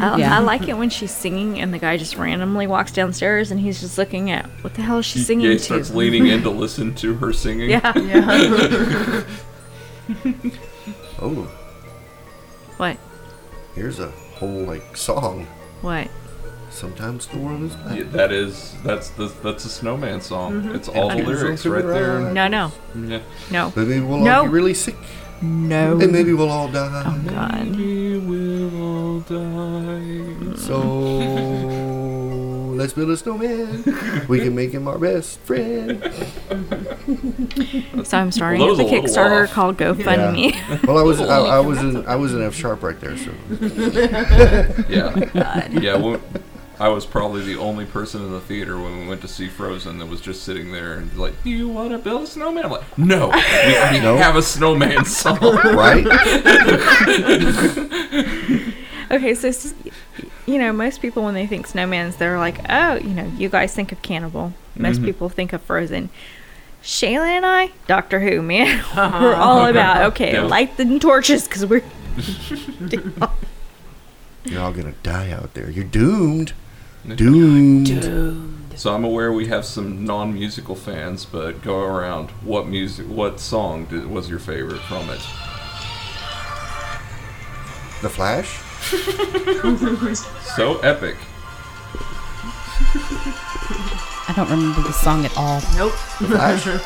Speaker 4: I,
Speaker 6: Yeah.
Speaker 4: I like it when she's singing and the guy just randomly walks downstairs and he's just looking at what the hell is she
Speaker 5: yeah,
Speaker 4: singing
Speaker 5: he starts
Speaker 4: to?
Speaker 5: leaning in to listen to her singing.
Speaker 4: Yeah.
Speaker 7: Yeah.
Speaker 3: Oh,
Speaker 4: What?
Speaker 3: here's a whole like song.
Speaker 4: What?
Speaker 3: Sometimes the world is black.
Speaker 5: Yeah, that is that's the that's a snowman song. Mm-hmm. It's all the
Speaker 4: Okay.
Speaker 5: lyrics right there.
Speaker 4: No, no,
Speaker 5: Yeah.
Speaker 4: no,
Speaker 3: But maybe we'll all
Speaker 4: No.
Speaker 3: be really sick,
Speaker 4: no.
Speaker 3: and maybe we'll all
Speaker 6: Oh,
Speaker 3: die.
Speaker 4: God.
Speaker 5: We will all die.
Speaker 3: So let's build a snowman. We can make him our best friend.
Speaker 4: So I'm starting
Speaker 5: Well,
Speaker 4: with
Speaker 5: that
Speaker 4: a
Speaker 5: was a little
Speaker 4: Kickstarter
Speaker 5: off.
Speaker 4: called GoFundMe.
Speaker 3: Well, I was I, I was in I was in F sharp right there. So
Speaker 5: Yeah.
Speaker 4: God.
Speaker 5: Yeah, well, I was probably the only person in the theater when we went to see Frozen that was just sitting there and like, "Do you want to build a snowman?" I'm like, "No, we already
Speaker 3: No.
Speaker 5: have a snowman song."
Speaker 3: right?
Speaker 4: Okay, so s- you know, most people when they think snowmans, they're like, oh, you know, you guys think of Cannibal. Most people think of Frozen. Shayla and I, Doctor Who, man, we're all about okay,
Speaker 5: Yeah.
Speaker 4: light the torches because we're
Speaker 3: You're all gonna die out there. You're doomed. Doomed.
Speaker 5: So I'm aware we have some non-musical fans, but go around. What music? What song did, was your favorite from it?
Speaker 3: The Flash.
Speaker 5: So epic.
Speaker 6: I don't remember the song at all.
Speaker 7: Nope.
Speaker 3: The Flash.
Speaker 6: No,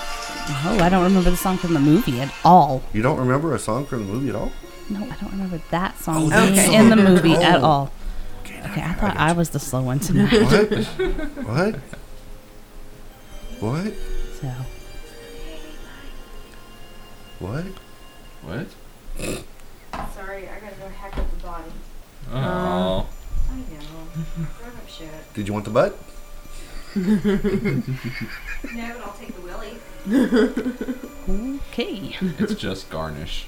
Speaker 6: I don't remember the song from the movie at all.
Speaker 3: you don't remember a song from the movie at all?
Speaker 6: No, I don't remember that song
Speaker 5: Oh,
Speaker 3: that
Speaker 6: being
Speaker 7: song.
Speaker 6: in the movie at
Speaker 3: Oh.
Speaker 6: all. Okay, I thought I was the slow one tonight.
Speaker 3: What? what? What?
Speaker 6: So
Speaker 3: What?
Speaker 5: What?
Speaker 4: Sorry, I gotta go hack up the body.
Speaker 5: Oh,
Speaker 4: I know. Grown up shit.
Speaker 3: Did you want the butt?
Speaker 4: No, but I'll take the willy.
Speaker 6: okay,
Speaker 5: it's just garnish.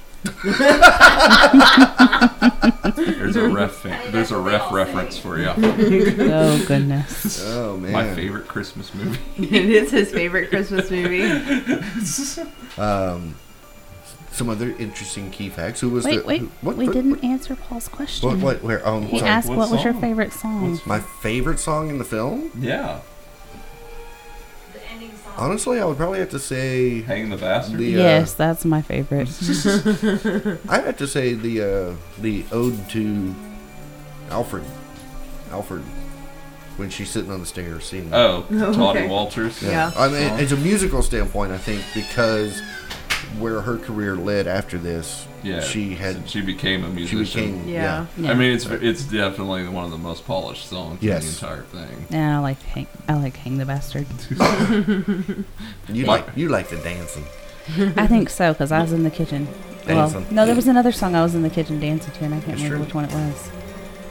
Speaker 5: there's a ref. Fan, there's a ref reference for you.
Speaker 6: oh goodness,
Speaker 3: Oh man.
Speaker 5: My favorite Christmas movie.
Speaker 7: it is his favorite Christmas movie.
Speaker 3: Um, some other interesting key facts. Who was
Speaker 6: wait,
Speaker 3: the?
Speaker 6: wait,
Speaker 3: who- what,
Speaker 6: we
Speaker 3: what-
Speaker 6: didn't answer Paul's question.
Speaker 3: What? What? Where? Um,
Speaker 6: He
Speaker 3: sorry.
Speaker 6: asked,
Speaker 5: what
Speaker 6: "What was your
Speaker 5: song?
Speaker 6: favorite song?"
Speaker 5: What's-
Speaker 3: My favorite song in the film.
Speaker 5: Yeah,
Speaker 4: The ending song.
Speaker 3: Honestly, I would probably have to say.
Speaker 5: hang the bastard.
Speaker 3: The, uh,
Speaker 6: Yes, that's my favorite.
Speaker 3: I have to say the uh, the ode to Alfred. Alfred, when she's sitting on the stairs, seeing.
Speaker 5: oh, Toddy
Speaker 7: okay.
Speaker 5: Walters.
Speaker 7: Yeah.
Speaker 3: I mean, it's a musical standpoint, I think, because where her career led after this,
Speaker 5: Yeah,
Speaker 3: she had
Speaker 5: she became a
Speaker 3: she
Speaker 5: musician.
Speaker 3: became yeah.
Speaker 7: Yeah.
Speaker 5: I mean, it's it's definitely one of the most polished songs
Speaker 3: Yes.
Speaker 5: in the entire thing.
Speaker 6: Yeah, I like hang, I like hang the bastard.
Speaker 3: You
Speaker 5: What?
Speaker 3: like you like the dancing.
Speaker 6: I think so because I was in the kitchen. Well,
Speaker 3: Dancing.
Speaker 6: no, there was another song I was in the kitchen dancing to, and I can't
Speaker 3: That's
Speaker 6: remember
Speaker 3: true.
Speaker 6: which one it was.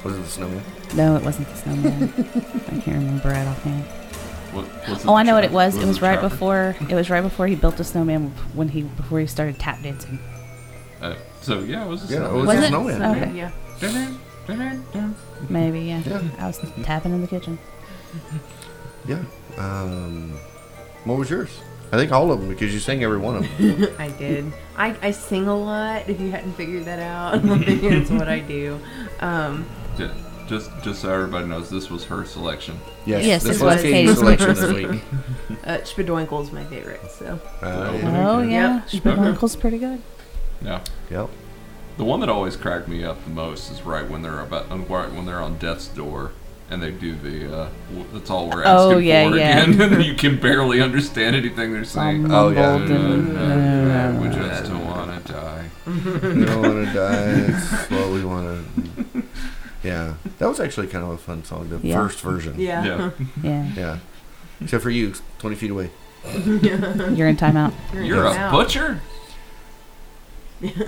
Speaker 3: Was it the snowman?
Speaker 6: No, it wasn't the snowman. I can't remember right offhand.
Speaker 5: What, was
Speaker 6: Oh, I know what it
Speaker 5: Trapper?
Speaker 6: was. It was right
Speaker 5: Trapper?
Speaker 6: before. It was right before he built a snowman. When he before he started tap dancing.
Speaker 5: Uh, so yeah, it was.
Speaker 3: Yeah, it was
Speaker 6: Was
Speaker 3: a
Speaker 6: it?
Speaker 3: snowman.
Speaker 6: Okay,
Speaker 7: Yeah.
Speaker 6: maybe yeah.
Speaker 3: Yeah.
Speaker 6: I was tapping in the kitchen.
Speaker 3: Yeah. Um, what was yours? I think all of them because you sang every one of them.
Speaker 7: I did. I, I sing a lot. If you hadn't figured that out, that's what I do. Um,
Speaker 5: Ju- Just, just so everybody knows, this was her selection.
Speaker 6: Yes,
Speaker 3: this
Speaker 6: it was
Speaker 3: Katie's
Speaker 6: Katie's
Speaker 3: selection this
Speaker 6: selection.
Speaker 3: week.
Speaker 7: uh, Spadoinkle's my favorite. So
Speaker 3: Uh, yeah.
Speaker 6: Oh
Speaker 7: Yep.
Speaker 6: yeah,
Speaker 7: Okay.
Speaker 6: Spinacle's pretty good.
Speaker 5: Yeah.
Speaker 3: Yep.
Speaker 5: The one that always cracked me up the most is right when they're about right when they're on death's door and they do the uh, w- that's all we're asking
Speaker 6: Oh, yeah,
Speaker 5: for
Speaker 6: yeah.
Speaker 5: again, and you can barely understand anything they're saying.
Speaker 6: Um,
Speaker 3: Oh, yeah.
Speaker 6: mumbled and-
Speaker 5: Uh, we just don't want to die.
Speaker 3: We don't want to die. It's what we want to. Yeah, that was actually kind of a fun song. The
Speaker 6: Yeah.
Speaker 3: first version.
Speaker 7: yeah,
Speaker 5: Yeah.
Speaker 6: Yeah,
Speaker 3: Yeah. Except for you, twenty feet away.
Speaker 6: you're in timeout.
Speaker 5: You're a
Speaker 7: out.
Speaker 5: butcher.
Speaker 3: Yeah.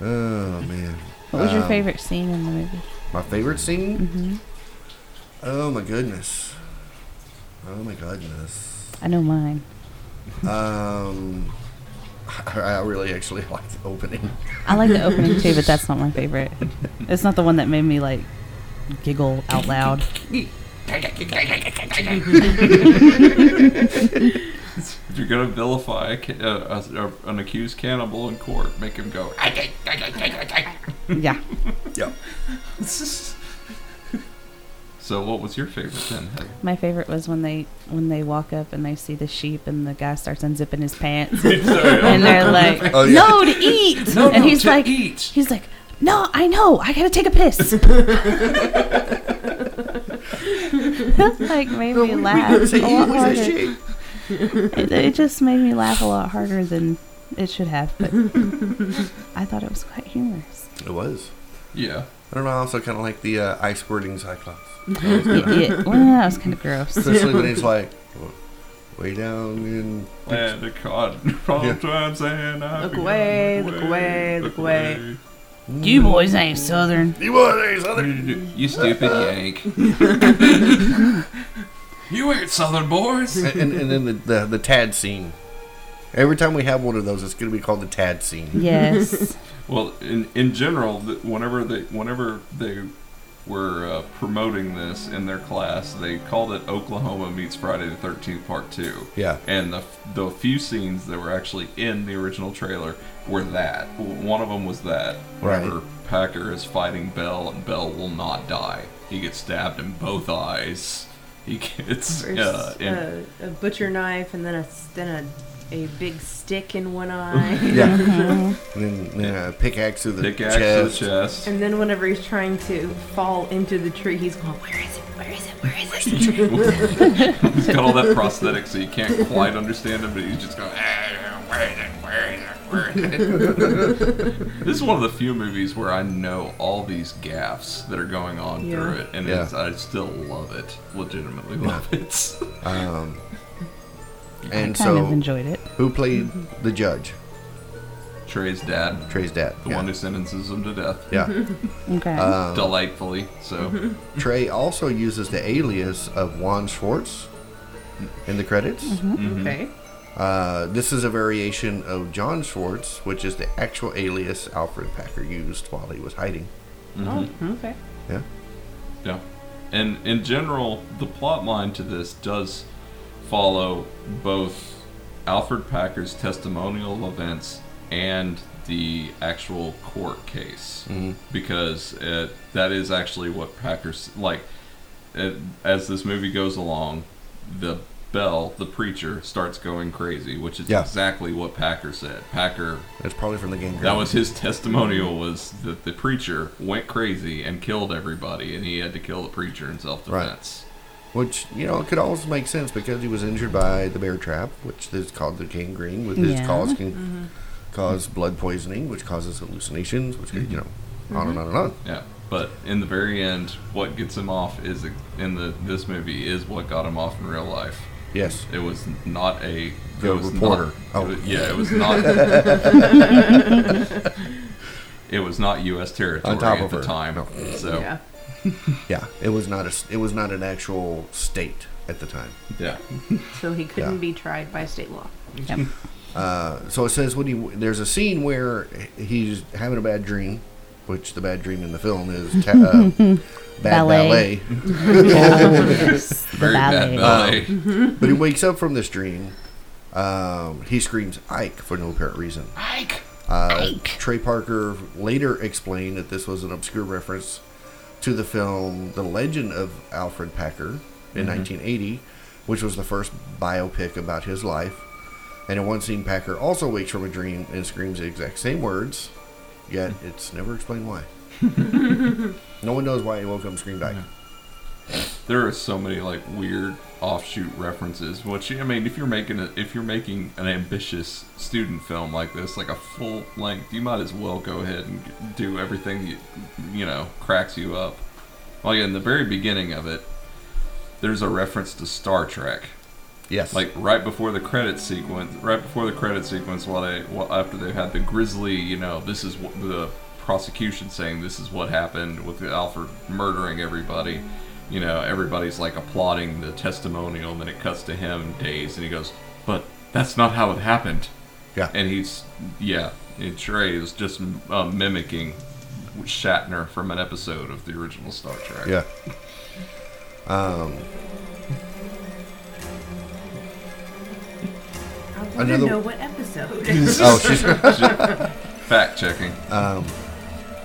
Speaker 3: oh man.
Speaker 6: What was your
Speaker 3: Um,
Speaker 6: favorite scene in the movie?
Speaker 3: My favorite scene?
Speaker 6: hmm
Speaker 3: Oh my goodness. Oh my goodness.
Speaker 6: I know mine.
Speaker 3: Um, I, I really actually like the opening.
Speaker 6: I like the opening too, but that's not my favorite. It's not the one that made me like giggle out loud.
Speaker 5: If you're gonna vilify a, ca- uh, a, a, an accused cannibal in court, make him go.
Speaker 6: Yeah.
Speaker 3: Yeah.
Speaker 5: So, what was your favorite then? Heather?
Speaker 6: My favorite was when they when they walk up and they see the sheep and the guy starts unzipping his pants and they're like,
Speaker 3: Oh, yeah.
Speaker 6: "No to eat,"
Speaker 5: No,
Speaker 6: and
Speaker 5: no,
Speaker 6: he's
Speaker 5: to
Speaker 6: like,
Speaker 5: eat.
Speaker 6: "He's like, no, I know, I gotta take a piss." That's like made me laugh a lot harder. It, it just made me laugh a lot harder than it should have, but I thought it was quite humorous.
Speaker 3: It was.
Speaker 5: Yeah.
Speaker 3: I don't know. I also kind of like the uh, ice squirting cyclops,
Speaker 6: It, it- well, that was kind of gross.
Speaker 3: especially when he's like way down in.
Speaker 5: Land of cotton from
Speaker 3: Yeah.
Speaker 5: times and I
Speaker 7: Look
Speaker 5: began.
Speaker 7: away, look away, look away.
Speaker 6: You boys ain't southern.
Speaker 3: You want these other?
Speaker 5: You stupid yank. you ain't southern boys.
Speaker 3: and, and then the, the the tad scene. Every time we have one of those, it's going to be called the tad scene.
Speaker 6: Yes.
Speaker 5: Well, in in general, th- whenever they whenever they were uh, promoting this in their class, they called it Oklahoma meets Friday the Thirteenth Part Two.
Speaker 3: Yeah.
Speaker 5: And the the few scenes that were actually in the original trailer were that. W- One of them was that.
Speaker 3: Right.
Speaker 5: Whenever Packer is fighting Bell, and Bell will not die. He gets stabbed in both eyes. He gets
Speaker 7: There's
Speaker 5: uh, in,
Speaker 7: a, a butcher knife and then a s- then a, a big stick in one eye.
Speaker 3: Yeah. and
Speaker 6: Mm-hmm.
Speaker 3: then uh, pickaxe to the
Speaker 5: pickaxe
Speaker 3: chest.
Speaker 5: to the chest.
Speaker 7: And then whenever he's trying to fall into the tree, he's going, "Where is it? Where is it? Where is it?"
Speaker 5: he's got all that prosthetic, so you can't quite understand him, but he's just going, "Ah, where is it? Where is it? Where is it?" this is one of the few movies where I know all these gaffes that are going on
Speaker 7: Yeah.
Speaker 5: through it, and
Speaker 3: Yeah.
Speaker 5: it's, I still love it. Legitimately love it.
Speaker 3: Um,
Speaker 6: I
Speaker 3: and
Speaker 6: kind
Speaker 3: so,
Speaker 6: of Mm-hmm. enjoyed it.
Speaker 3: who played the judge?
Speaker 5: Trey's dad,
Speaker 3: Trey's dad.
Speaker 5: the
Speaker 3: yeah.
Speaker 5: one who sentences him to death,
Speaker 3: yeah.
Speaker 6: Okay.
Speaker 5: uh, delightfully. So
Speaker 3: Trey also uses the alias of Juan Schwartz in the credits.
Speaker 6: Mm-hmm.
Speaker 5: Mm-hmm.
Speaker 7: Okay.
Speaker 3: Uh, this is a variation of John Schwartz, which is the actual alias Alfred Packer used while he was hiding.
Speaker 5: Mm-hmm.
Speaker 6: Oh, okay.
Speaker 3: Yeah.
Speaker 5: Yeah. And in general, the plot line to this does follow both Alfred Packer's testimonial events and the actual court case. Because it, that is actually what Packer's. Like, it, as this movie goes along, the bell, the preacher, starts going crazy, which is
Speaker 3: Yeah.
Speaker 5: exactly what Packer said. Packer
Speaker 3: That's probably from the game.
Speaker 5: that was his testimonial was that the preacher went crazy and killed everybody and he had to kill the preacher in self-defense.
Speaker 3: Which, you know, it could also make sense because he was injured by the bear trap, which is called the gangrene, which is
Speaker 6: Yeah.
Speaker 3: cause can cause blood poisoning, which causes hallucinations, which could, you know, on and on and on.
Speaker 5: Yeah. But in the very end what gets him off is in the this movie is what got him off in real life.
Speaker 3: Yes.
Speaker 5: It was not a
Speaker 3: The
Speaker 5: it was
Speaker 3: reporter.
Speaker 5: Not,
Speaker 3: Oh.
Speaker 5: it was- yeah, it was not It was not US territory
Speaker 3: On top
Speaker 5: at
Speaker 3: of
Speaker 5: the
Speaker 3: her.
Speaker 5: time.
Speaker 3: No.
Speaker 5: So
Speaker 7: Yeah.
Speaker 3: Yeah. It was not a s- it was not an actual state at the time.
Speaker 5: yeah.
Speaker 7: So he couldn't
Speaker 3: Yeah.
Speaker 7: be tried by state law.
Speaker 6: Yep.
Speaker 3: Uh, so it says when he there's a scene where he's having a bad dream, which the bad dream in the film is ta- uh, bad
Speaker 6: Ballet.
Speaker 3: ballet.
Speaker 6: yes. The
Speaker 5: Very bad
Speaker 6: ballet.
Speaker 5: ballet.
Speaker 3: Uh, But he wakes up from this dream. Um, he screams Ike for no apparent reason.
Speaker 5: Ike.
Speaker 3: Uh, Trey Parker later explained that this was an obscure reference to the film The Legend of Alfred Packer in 1980, which was the first biopic about his life. And in one scene, Packer also wakes from a dream and screams the exact same words, yet it's never explained why. no one knows why he woke up and screamed Ike.
Speaker 5: there are so many like weird offshoot references which i mean if you're making a, if you're making an ambitious student film like this like a full length you might as well go ahead and do everything you you know cracks you up like in the very beginning of it there's a reference to star trek
Speaker 3: Yes.
Speaker 5: like right before the credit sequence, right before the credit sequence, while they while, after they had the grisly, you know, this is what the prosecution saying this is what happened with Alfred murdering everybody. You know, everybody's like applauding the testimonial, and then it cuts to him dazed, and he goes, "But that's not how it happened."
Speaker 3: yeah.
Speaker 5: And he's yeah, and Trey is just uh, mimicking Shatner from an episode of the original Star Trek.
Speaker 3: Yeah. Um.
Speaker 7: Um, I want
Speaker 3: Another-
Speaker 7: to know what episode.
Speaker 3: Oh, she's
Speaker 5: Fact checking.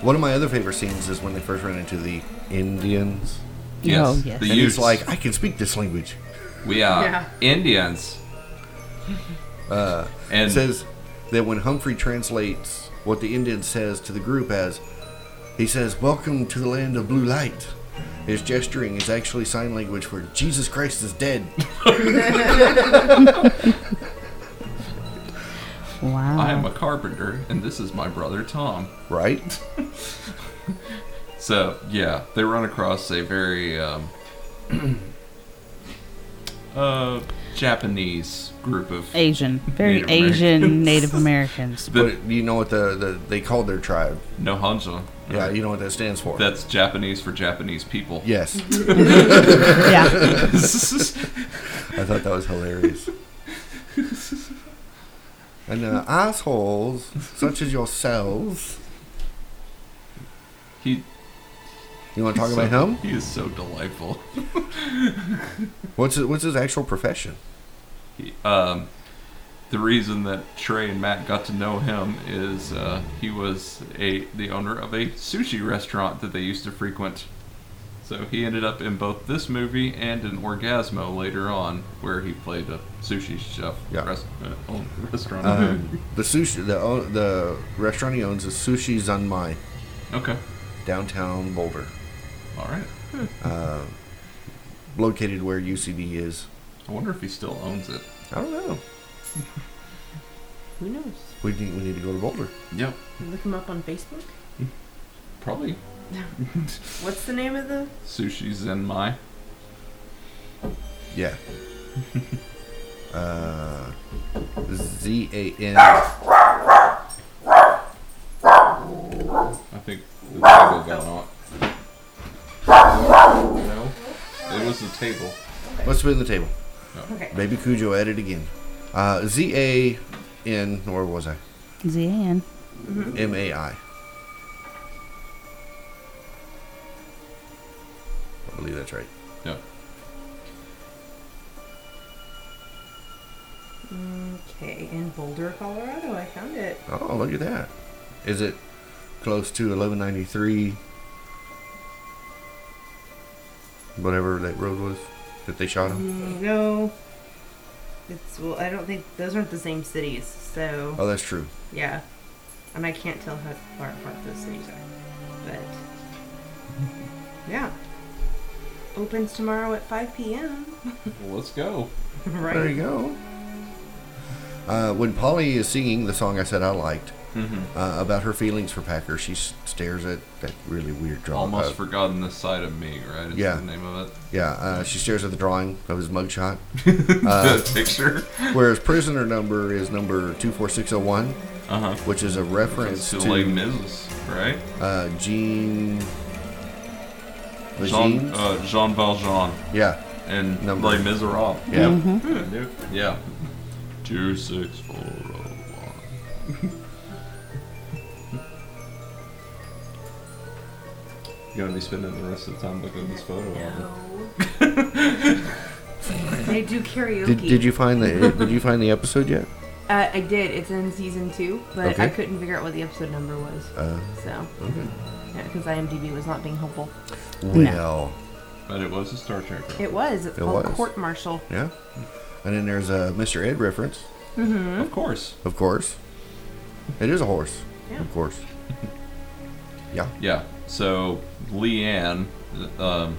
Speaker 3: one of my other favorite scenes is when they first run into the Indians.
Speaker 5: yes.
Speaker 6: Oh, yes.
Speaker 5: The
Speaker 3: And he's
Speaker 5: youths.
Speaker 3: like, I can speak this language.
Speaker 5: We are
Speaker 7: Yeah.
Speaker 5: Indians. Uh, and
Speaker 3: It says that when Humphrey translates what the Indian says to the group as, he says, Welcome to the land of blue light. His gesturing is actually sign language for Jesus Christ is dead.
Speaker 6: Wow.
Speaker 5: I am a carpenter, and this is my brother Tom.
Speaker 3: Right?
Speaker 5: So yeah, they run across a very um, uh, Japanese group of
Speaker 6: Asian. Very
Speaker 5: Native
Speaker 6: Asian
Speaker 5: Americans.
Speaker 6: Native Americans.
Speaker 5: the
Speaker 3: But you know what the, the they called their tribe.
Speaker 5: Nohanja.
Speaker 3: Yeah, you know what that stands for.
Speaker 5: That's Japanese for Japanese people.
Speaker 3: yes.
Speaker 6: yeah.
Speaker 3: I thought that was hilarious. and uh, assholes such as yourselves.
Speaker 5: he
Speaker 3: You want to talk
Speaker 5: He's
Speaker 3: about
Speaker 5: so-
Speaker 3: him?
Speaker 5: He is so delightful.
Speaker 3: What's his, what's his actual profession?
Speaker 5: He, um, the reason that Trey and Matt got to know him is uh, he was a the owner of a sushi restaurant that they used to frequent. So he ended up in both this movie and in Orgasmo later on, where he played a sushi chef
Speaker 3: Yeah.
Speaker 5: rest, uh, owned restaurant.
Speaker 3: Um, the sushi the o- the restaurant he owns is Sushi Zanmai
Speaker 5: okay,
Speaker 3: downtown Boulder,
Speaker 5: all right.
Speaker 3: located where UCB is.
Speaker 5: I wonder if he still owns it.
Speaker 3: I don't know.
Speaker 7: Who knows?
Speaker 3: We need we need to go to Boulder.
Speaker 5: Yep,
Speaker 7: Look him up on Facebook.
Speaker 5: probably
Speaker 7: What's the name of the?
Speaker 5: sushi's in my.
Speaker 3: Yeah. uh, Z A N.
Speaker 5: I think the table got on. No, it was the table.
Speaker 3: What's been the table?
Speaker 7: Okay.
Speaker 3: Baby Cujo at it again. Uh, Z A N. Where was I?
Speaker 6: Zan.
Speaker 3: M A I. I believe that's right.
Speaker 5: Yeah.
Speaker 7: Okay, in Boulder, Colorado. I found it.
Speaker 3: Oh, look at that. Is it close to 1193? Whatever that road was that they shot him.
Speaker 7: Mm, No. It's well. I don't think those aren't the same cities. So
Speaker 3: Oh, that's true.
Speaker 7: yeah, and I can't tell how far apart those cities are. But yeah, opens tomorrow at 5 p.m.
Speaker 5: Well, let's go.
Speaker 7: right.
Speaker 3: There you go. Uh, when Polly is singing the song I said I liked uh, about her feelings for Packer, she s- stares at that really weird drawing.
Speaker 5: Almost
Speaker 3: uh,
Speaker 5: forgotten the side of me, right? Is
Speaker 3: yeah.
Speaker 5: the name of it.
Speaker 3: yeah, uh, she stares at the drawing of his mugshot. Uh,
Speaker 5: the picture.
Speaker 3: Whereas prisoner number is number 24601,
Speaker 5: Uh huh.
Speaker 3: which is a reference
Speaker 5: It's
Speaker 3: to.
Speaker 5: to Les Mis, right?
Speaker 3: uh, Jean. Oh.
Speaker 5: Jean
Speaker 3: Jean,
Speaker 5: uh, Jean Valjean
Speaker 3: yeah,
Speaker 5: and
Speaker 3: Number.
Speaker 5: Les Miserables.
Speaker 3: yeah.
Speaker 5: Yeah. Two six four oh one. You're gonna be spending the rest of the time looking at this photo album.
Speaker 7: they do karaoke.
Speaker 3: Did, did you find the Did you find the episode yet?
Speaker 7: Uh, I did. It's in season two, but
Speaker 3: Okay.
Speaker 7: I couldn't figure out what the episode number was.
Speaker 3: Uh,
Speaker 7: so, because IMDb was not being helpful.
Speaker 3: well,
Speaker 5: But it was a Star Trek. reference.
Speaker 7: It was. It's
Speaker 3: It
Speaker 7: called
Speaker 3: was.
Speaker 7: court martial.
Speaker 3: yeah. And then there's a Mr. Ed reference,
Speaker 5: Of course.
Speaker 3: of course. It is a horse,
Speaker 7: Yeah.
Speaker 3: of course. Yeah.
Speaker 5: Yeah. So Leanne, um,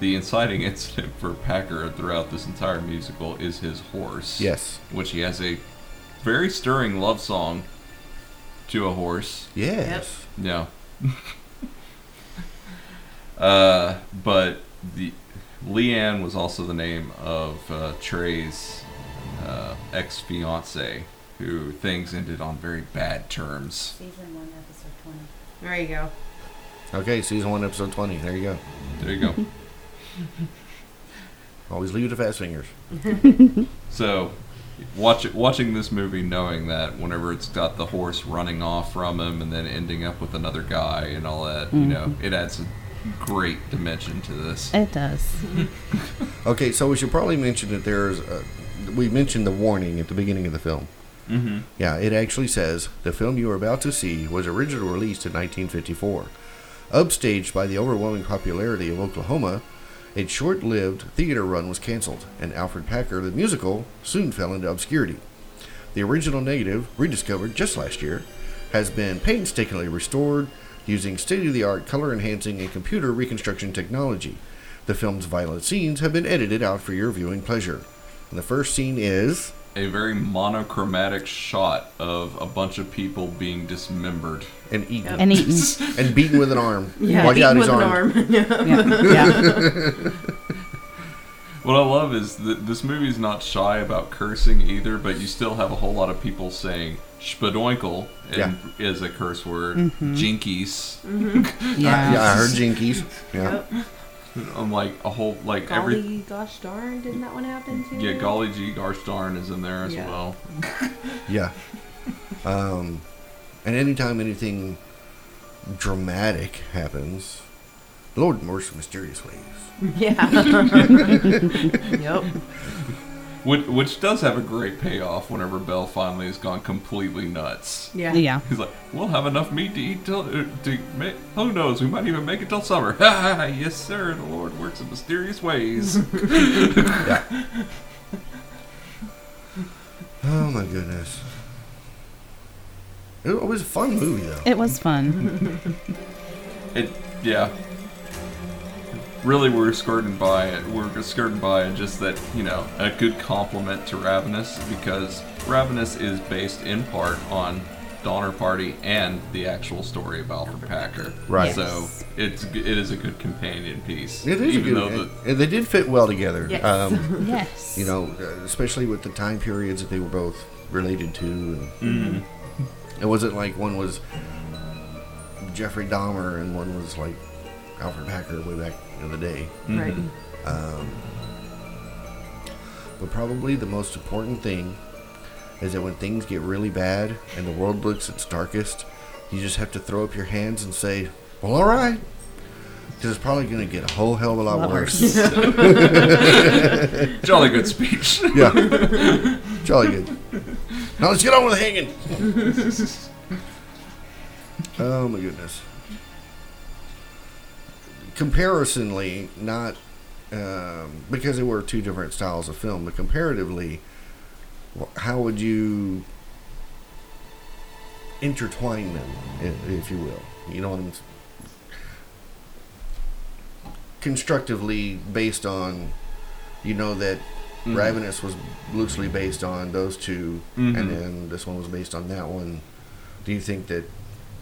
Speaker 5: the inciting incident for Packer throughout this entire musical is his horse.
Speaker 3: Yes.
Speaker 5: Which he has a very stirring love song to a horse.
Speaker 3: Yes.
Speaker 5: Yeah. uh, but the Leanne was also the name of uh, Trey's uh, ex fiance, who things ended on very bad terms.
Speaker 6: Season 1, episode 20.
Speaker 7: There you go.
Speaker 3: Okay, season one, episode twenty. There you go.
Speaker 5: There you go.
Speaker 3: Always leave the fast fingers.
Speaker 5: So, watch, watching this movie, knowing that whenever it's got the horse running off from him and then ending up with another guy and all that, you know, it adds a great dimension to this.
Speaker 6: It does.
Speaker 3: Okay, so we should probably mention that there's a, we mentioned the warning at the beginning of the film.
Speaker 5: Mm-hmm.
Speaker 3: Yeah, it actually says the film you are about to see was originally released in 1954. Upstaged by the overwhelming popularity of Oklahoma, its short lived theater run was canceled, and Alfred Packer, the musical, soon fell into obscurity. The original negative, rediscovered just last year, has been painstakingly restored using state of the art color enhancing and computer reconstruction technology. The film's violent scenes have been edited out for your viewing pleasure. And the first scene is.
Speaker 5: a very monochromatic shot of a bunch of people being dismembered.
Speaker 3: And eaten.
Speaker 6: And eaten.
Speaker 3: and beaten with an arm.
Speaker 7: Yeah,
Speaker 3: Watch out,
Speaker 7: eaten
Speaker 3: he's
Speaker 7: with an
Speaker 3: armed.
Speaker 7: arm. Yeah.
Speaker 6: Yeah. yeah.
Speaker 5: What I love is that this movie's not shy about cursing either, but you still have a whole lot of people saying spadoinkle and is a curse word, jinkies,
Speaker 6: Yeah.
Speaker 3: Yeah, I heard jinkies. Yeah.
Speaker 7: Yep.
Speaker 5: on like a whole like
Speaker 7: Golly
Speaker 5: every
Speaker 7: gosh darn, didn't that one happen too?
Speaker 5: yeah golly gee gosh darn is in there as
Speaker 7: Yeah.
Speaker 5: well.
Speaker 3: Yeah. Um, and anytime anything dramatic happens, Lord Morse mysterious ways.
Speaker 7: Yeah. yep.
Speaker 5: Which, which does have a great payoff whenever Bell finally has gone completely nuts.
Speaker 7: Yeah.
Speaker 6: Yeah.
Speaker 5: He's like, we'll have enough meat to eat till. uh, To make, who knows? We might even make it till summer. Ah, yes, sir. The Lord works in mysterious ways.
Speaker 3: Oh my goodness. It was a fun movie though.
Speaker 6: It was fun.
Speaker 5: It, yeah. Really, we're skirting by it. We're skirting by it. Just that, you know, a good compliment to Ravenous because Ravenous is based in part on Donner Party and the actual story of Alfred Packer.
Speaker 3: Right.
Speaker 5: So it's it is a good companion piece.
Speaker 3: It is a
Speaker 5: even
Speaker 3: good.
Speaker 5: though the,
Speaker 3: and they did fit well together.
Speaker 7: Yes.
Speaker 3: Um,
Speaker 6: yes.
Speaker 3: you know, uh, especially with the time periods that they were both related to. And It wasn't like one was Jeffrey Dahmer and one was like Alfred Packer way back in the day. Um,
Speaker 7: Right.
Speaker 3: But probably the most important thing is that when things get really bad and the world looks its darkest, you just have to throw up your hands and say, "Well, all right," because it's probably going to get a whole hell of a lot
Speaker 6: Lot
Speaker 3: worse.
Speaker 5: jolly good speech.
Speaker 3: Yeah. Jolly good. Now let's get on with hanging. oh my goodness. Comparisonly, not um, because they were two different styles of film, but comparatively, wh- how would you intertwine them, i- if you will? You know what I'm s- constructively based on you know that Ravenous was loosely based on those 2
Speaker 5: Mhm.
Speaker 3: and then this one was based on that one. Do you think that?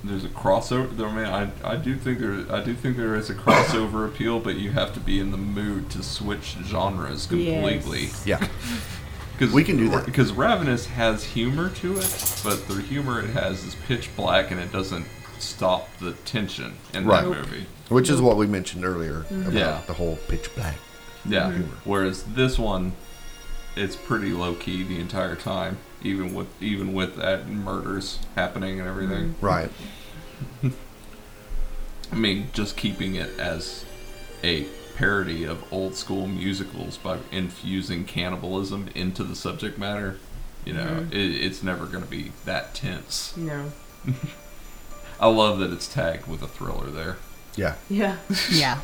Speaker 5: There's a crossover. There, man, I, I do think there I do think there is a crossover appeal, but you have to be in the mood to switch genres completely.
Speaker 7: Yes.
Speaker 3: Yeah.
Speaker 5: Cause,
Speaker 3: We can do that.
Speaker 5: Because Ravenous has humor to it, but the humor it has is pitch black and it doesn't stop the tension in
Speaker 3: Right.
Speaker 5: that
Speaker 3: Nope.
Speaker 5: movie.
Speaker 3: Which is what we mentioned earlier about
Speaker 5: Yeah.
Speaker 3: the whole pitch black.
Speaker 5: Yeah.
Speaker 3: Humor.
Speaker 5: Whereas this one, it's pretty low key the entire time, even with even with that murders happening and everything.
Speaker 3: Right. Mm-hmm.
Speaker 5: I mean, just keeping it as a parody of old school musicals by infusing cannibalism into the subject matter. You know,
Speaker 3: Mm-hmm.
Speaker 5: it, it's never going to be that tense.
Speaker 7: No.
Speaker 5: I love that it's tagged with a thriller there.
Speaker 3: Yeah.
Speaker 7: Yeah.
Speaker 6: Yeah.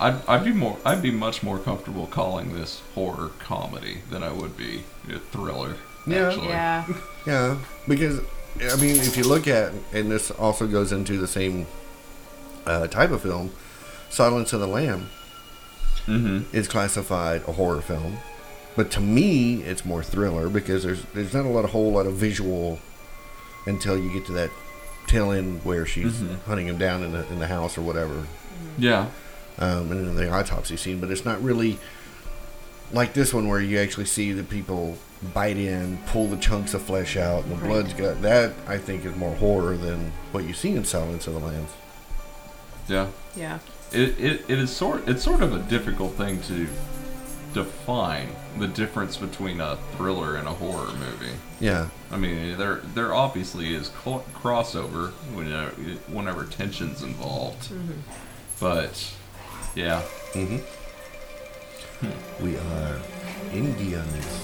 Speaker 5: I'd, I'd be more I'd be much more comfortable calling this horror comedy than I would be a thriller.
Speaker 3: Yeah.
Speaker 5: actually.
Speaker 7: Yeah.
Speaker 3: Yeah. Because I mean, if you look at, and this also goes into the same uh, type of film, Silence of the Lamb
Speaker 5: Mhm.
Speaker 3: is classified a horror film, but to me, it's more thriller because there's there's not a lot a whole lot of visual until you get to that tail end where she's hunting him down in the in the house or whatever,
Speaker 5: Yeah.
Speaker 3: um, and then the autopsy scene. But it's not really like this one where you actually see the people bite in, pull the chunks of flesh out, and the blood's got that. I think is more horror than what you see in Silence of the Lambs.
Speaker 5: Yeah.
Speaker 7: Yeah.
Speaker 5: It, it, it is sort it's sort of a difficult thing to define the difference between a thriller and a horror movie.
Speaker 3: Yeah,
Speaker 5: I mean, there there obviously is cl- crossover when, uh, whenever tension's involved,
Speaker 7: Mm-hmm.
Speaker 5: but yeah,
Speaker 3: we are Indians.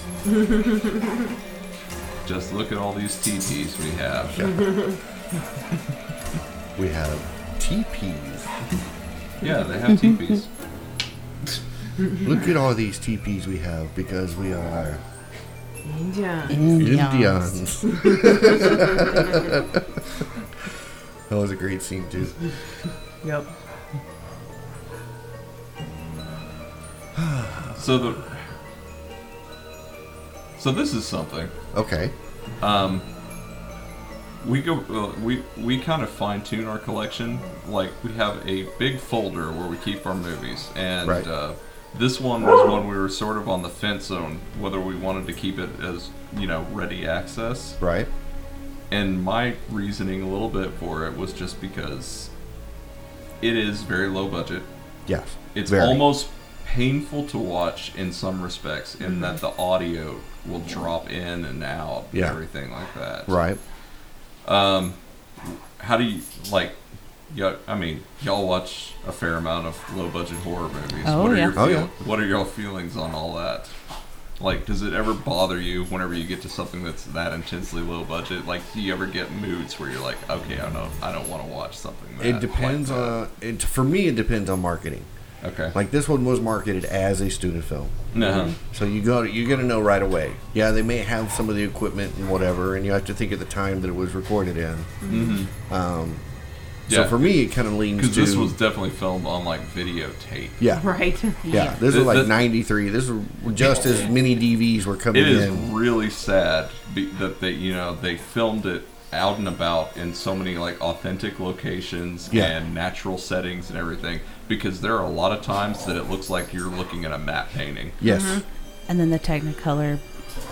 Speaker 5: just look at all these TTs we have.
Speaker 7: Mm-hmm.
Speaker 3: We have teepees.
Speaker 5: Yeah, they have
Speaker 3: Mm-hmm.
Speaker 5: teepees.
Speaker 3: Look at all these teepees we have because we are
Speaker 7: India.
Speaker 6: Indians.
Speaker 3: Indians. that was a great scene too.
Speaker 7: Yep.
Speaker 5: So the so this is something
Speaker 3: Okay.
Speaker 5: we go uh, we we kind of fine tune our collection. Like we have a big folder where we keep our movies, and
Speaker 3: Right.
Speaker 5: uh, this one was one we were sort of on the fence on whether we wanted to keep it as you know ready access.
Speaker 3: Right.
Speaker 5: and my reasoning a little bit for it was just because it is very low budget.
Speaker 3: Yes.
Speaker 5: It's
Speaker 3: Very.
Speaker 5: almost painful to watch in some respects, in that the audio will drop in and out,
Speaker 3: Yeah.
Speaker 5: everything like that.
Speaker 3: right.
Speaker 5: How do you like? Yeah, I mean, y'all watch a fair amount of low-budget horror movies.
Speaker 6: Oh,
Speaker 5: what are
Speaker 6: yeah.
Speaker 5: Your feel-
Speaker 3: Oh, yeah.
Speaker 5: What are y'all feelings on all that? Like, does it ever bother you whenever you get to something that's that intensely low budget? Like, do you ever get moods where you're like, okay, I don't, I don't want to watch something. That
Speaker 3: It depends
Speaker 5: like
Speaker 3: on it. For me, it depends on marketing.
Speaker 5: that. Okay.
Speaker 3: Like this one was marketed as a student film,
Speaker 5: no.
Speaker 3: so you go you're gonna know right away. Yeah, they may have some of the equipment and whatever, and you have to think of the time that it was recorded in.
Speaker 5: Yeah.
Speaker 3: So for me, it kind of leans
Speaker 5: because
Speaker 3: to
Speaker 5: this was definitely filmed on like videotape.
Speaker 3: yeah,
Speaker 7: Right.
Speaker 3: yeah. This
Speaker 5: Th-
Speaker 3: was like
Speaker 5: th-
Speaker 3: '93. This was just as many DVs were coming
Speaker 5: It is
Speaker 3: in.
Speaker 5: really sad be, that they, you know, they filmed it out and about in so many like authentic locations
Speaker 3: Yeah.
Speaker 5: and natural settings and everything. Because there are a lot of times that it looks like you're looking at a map painting.
Speaker 3: Yes,
Speaker 6: And then the Technicolor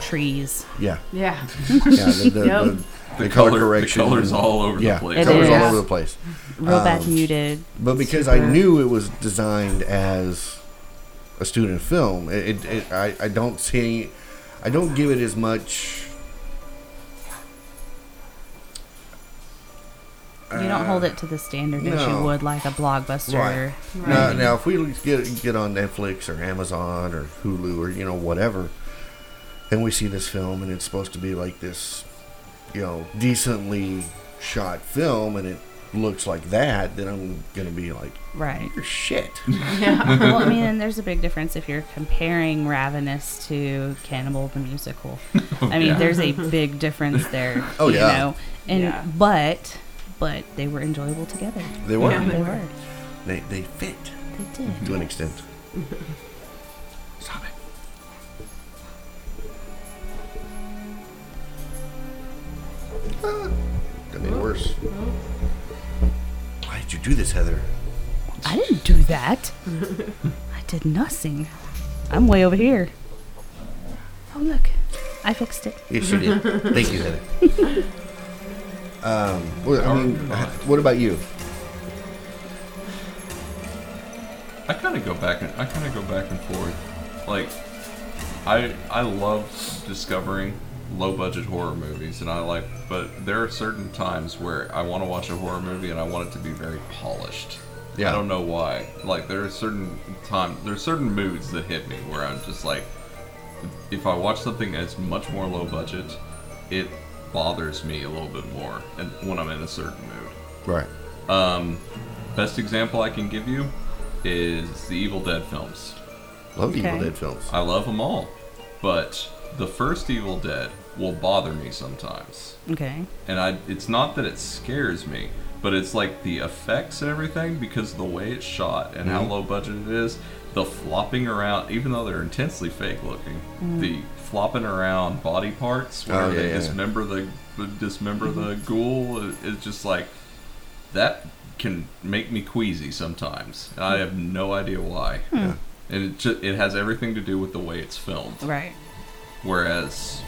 Speaker 6: trees.
Speaker 3: yeah,
Speaker 7: Yeah.
Speaker 3: yeah. The, the,
Speaker 7: Yep.
Speaker 3: the,
Speaker 5: The,
Speaker 3: the
Speaker 5: color,
Speaker 3: color correction,
Speaker 5: the colors
Speaker 3: and-
Speaker 5: all over
Speaker 3: yeah,
Speaker 5: the place.
Speaker 6: It
Speaker 3: colors all
Speaker 6: is.
Speaker 3: over the place.
Speaker 6: Real back
Speaker 3: Um,
Speaker 6: muted.
Speaker 3: But because I
Speaker 6: super-
Speaker 3: knew it was designed as a student film, it, it, it I, I don't see, I don't give it as much.
Speaker 6: You don't hold it to the standard as
Speaker 3: no.
Speaker 6: you would like a blockbuster.
Speaker 3: Right. Now, now, if we get get on Netflix or Amazon or Hulu or you know whatever, and we see this film and it's supposed to be like this, you know, decently shot film, and it looks like that, then I'm gonna be like,
Speaker 6: Right.
Speaker 3: "You're shit.
Speaker 6: well, I mean, and there's a big difference if you're comparing Ravenous to Cannibal the Musical. I mean, there's a big difference there.
Speaker 3: Oh,
Speaker 6: you
Speaker 3: yeah.
Speaker 6: know? And
Speaker 7: Yeah.
Speaker 6: but but they were enjoyable together.
Speaker 3: They were,
Speaker 6: They were.
Speaker 3: they they fit
Speaker 6: They did.
Speaker 3: to an extent." That made it worse. Why did you do this, Heather?
Speaker 6: I didn't do that. I did nothing. I'm way over here. Oh look, I fixed it.
Speaker 3: Yes, you did. Thank you, Heather. um, well, I mean, h- what about you?
Speaker 5: I kind of go back and I kind of go back and forth. Like, I I love discovering low budget horror movies, and I like, but there are certain times where I want to watch a horror movie and I want it to be very polished.
Speaker 3: Yeah.
Speaker 5: I don't know why. Like, there are certain time there are certain moods that hit me where I'm just like, if I watch something that's much more low budget, it bothers me a little bit more, and when I'm in a certain mood.
Speaker 3: Right.
Speaker 5: Best example I can give you is the Evil Dead films.
Speaker 3: Love the Evil
Speaker 6: Okay.
Speaker 3: Dead films.
Speaker 5: I love them all, but the first Evil Dead will bother me sometimes.
Speaker 6: Okay.
Speaker 5: And I it's not that it scares me, but it's like the effects and everything because of the way it's shot and
Speaker 3: Mm-hmm.
Speaker 5: how low budget it is, the flopping around, even though they're intensely fake looking, the flopping around body parts where
Speaker 3: Oh, yeah,
Speaker 5: they
Speaker 3: yeah.
Speaker 5: dismember the dismember the ghoul, it- it's just like that can make me queasy sometimes. And I have no idea why. And it, ju- it has everything to do with the way it's filmed.
Speaker 6: Right.
Speaker 5: Whereas,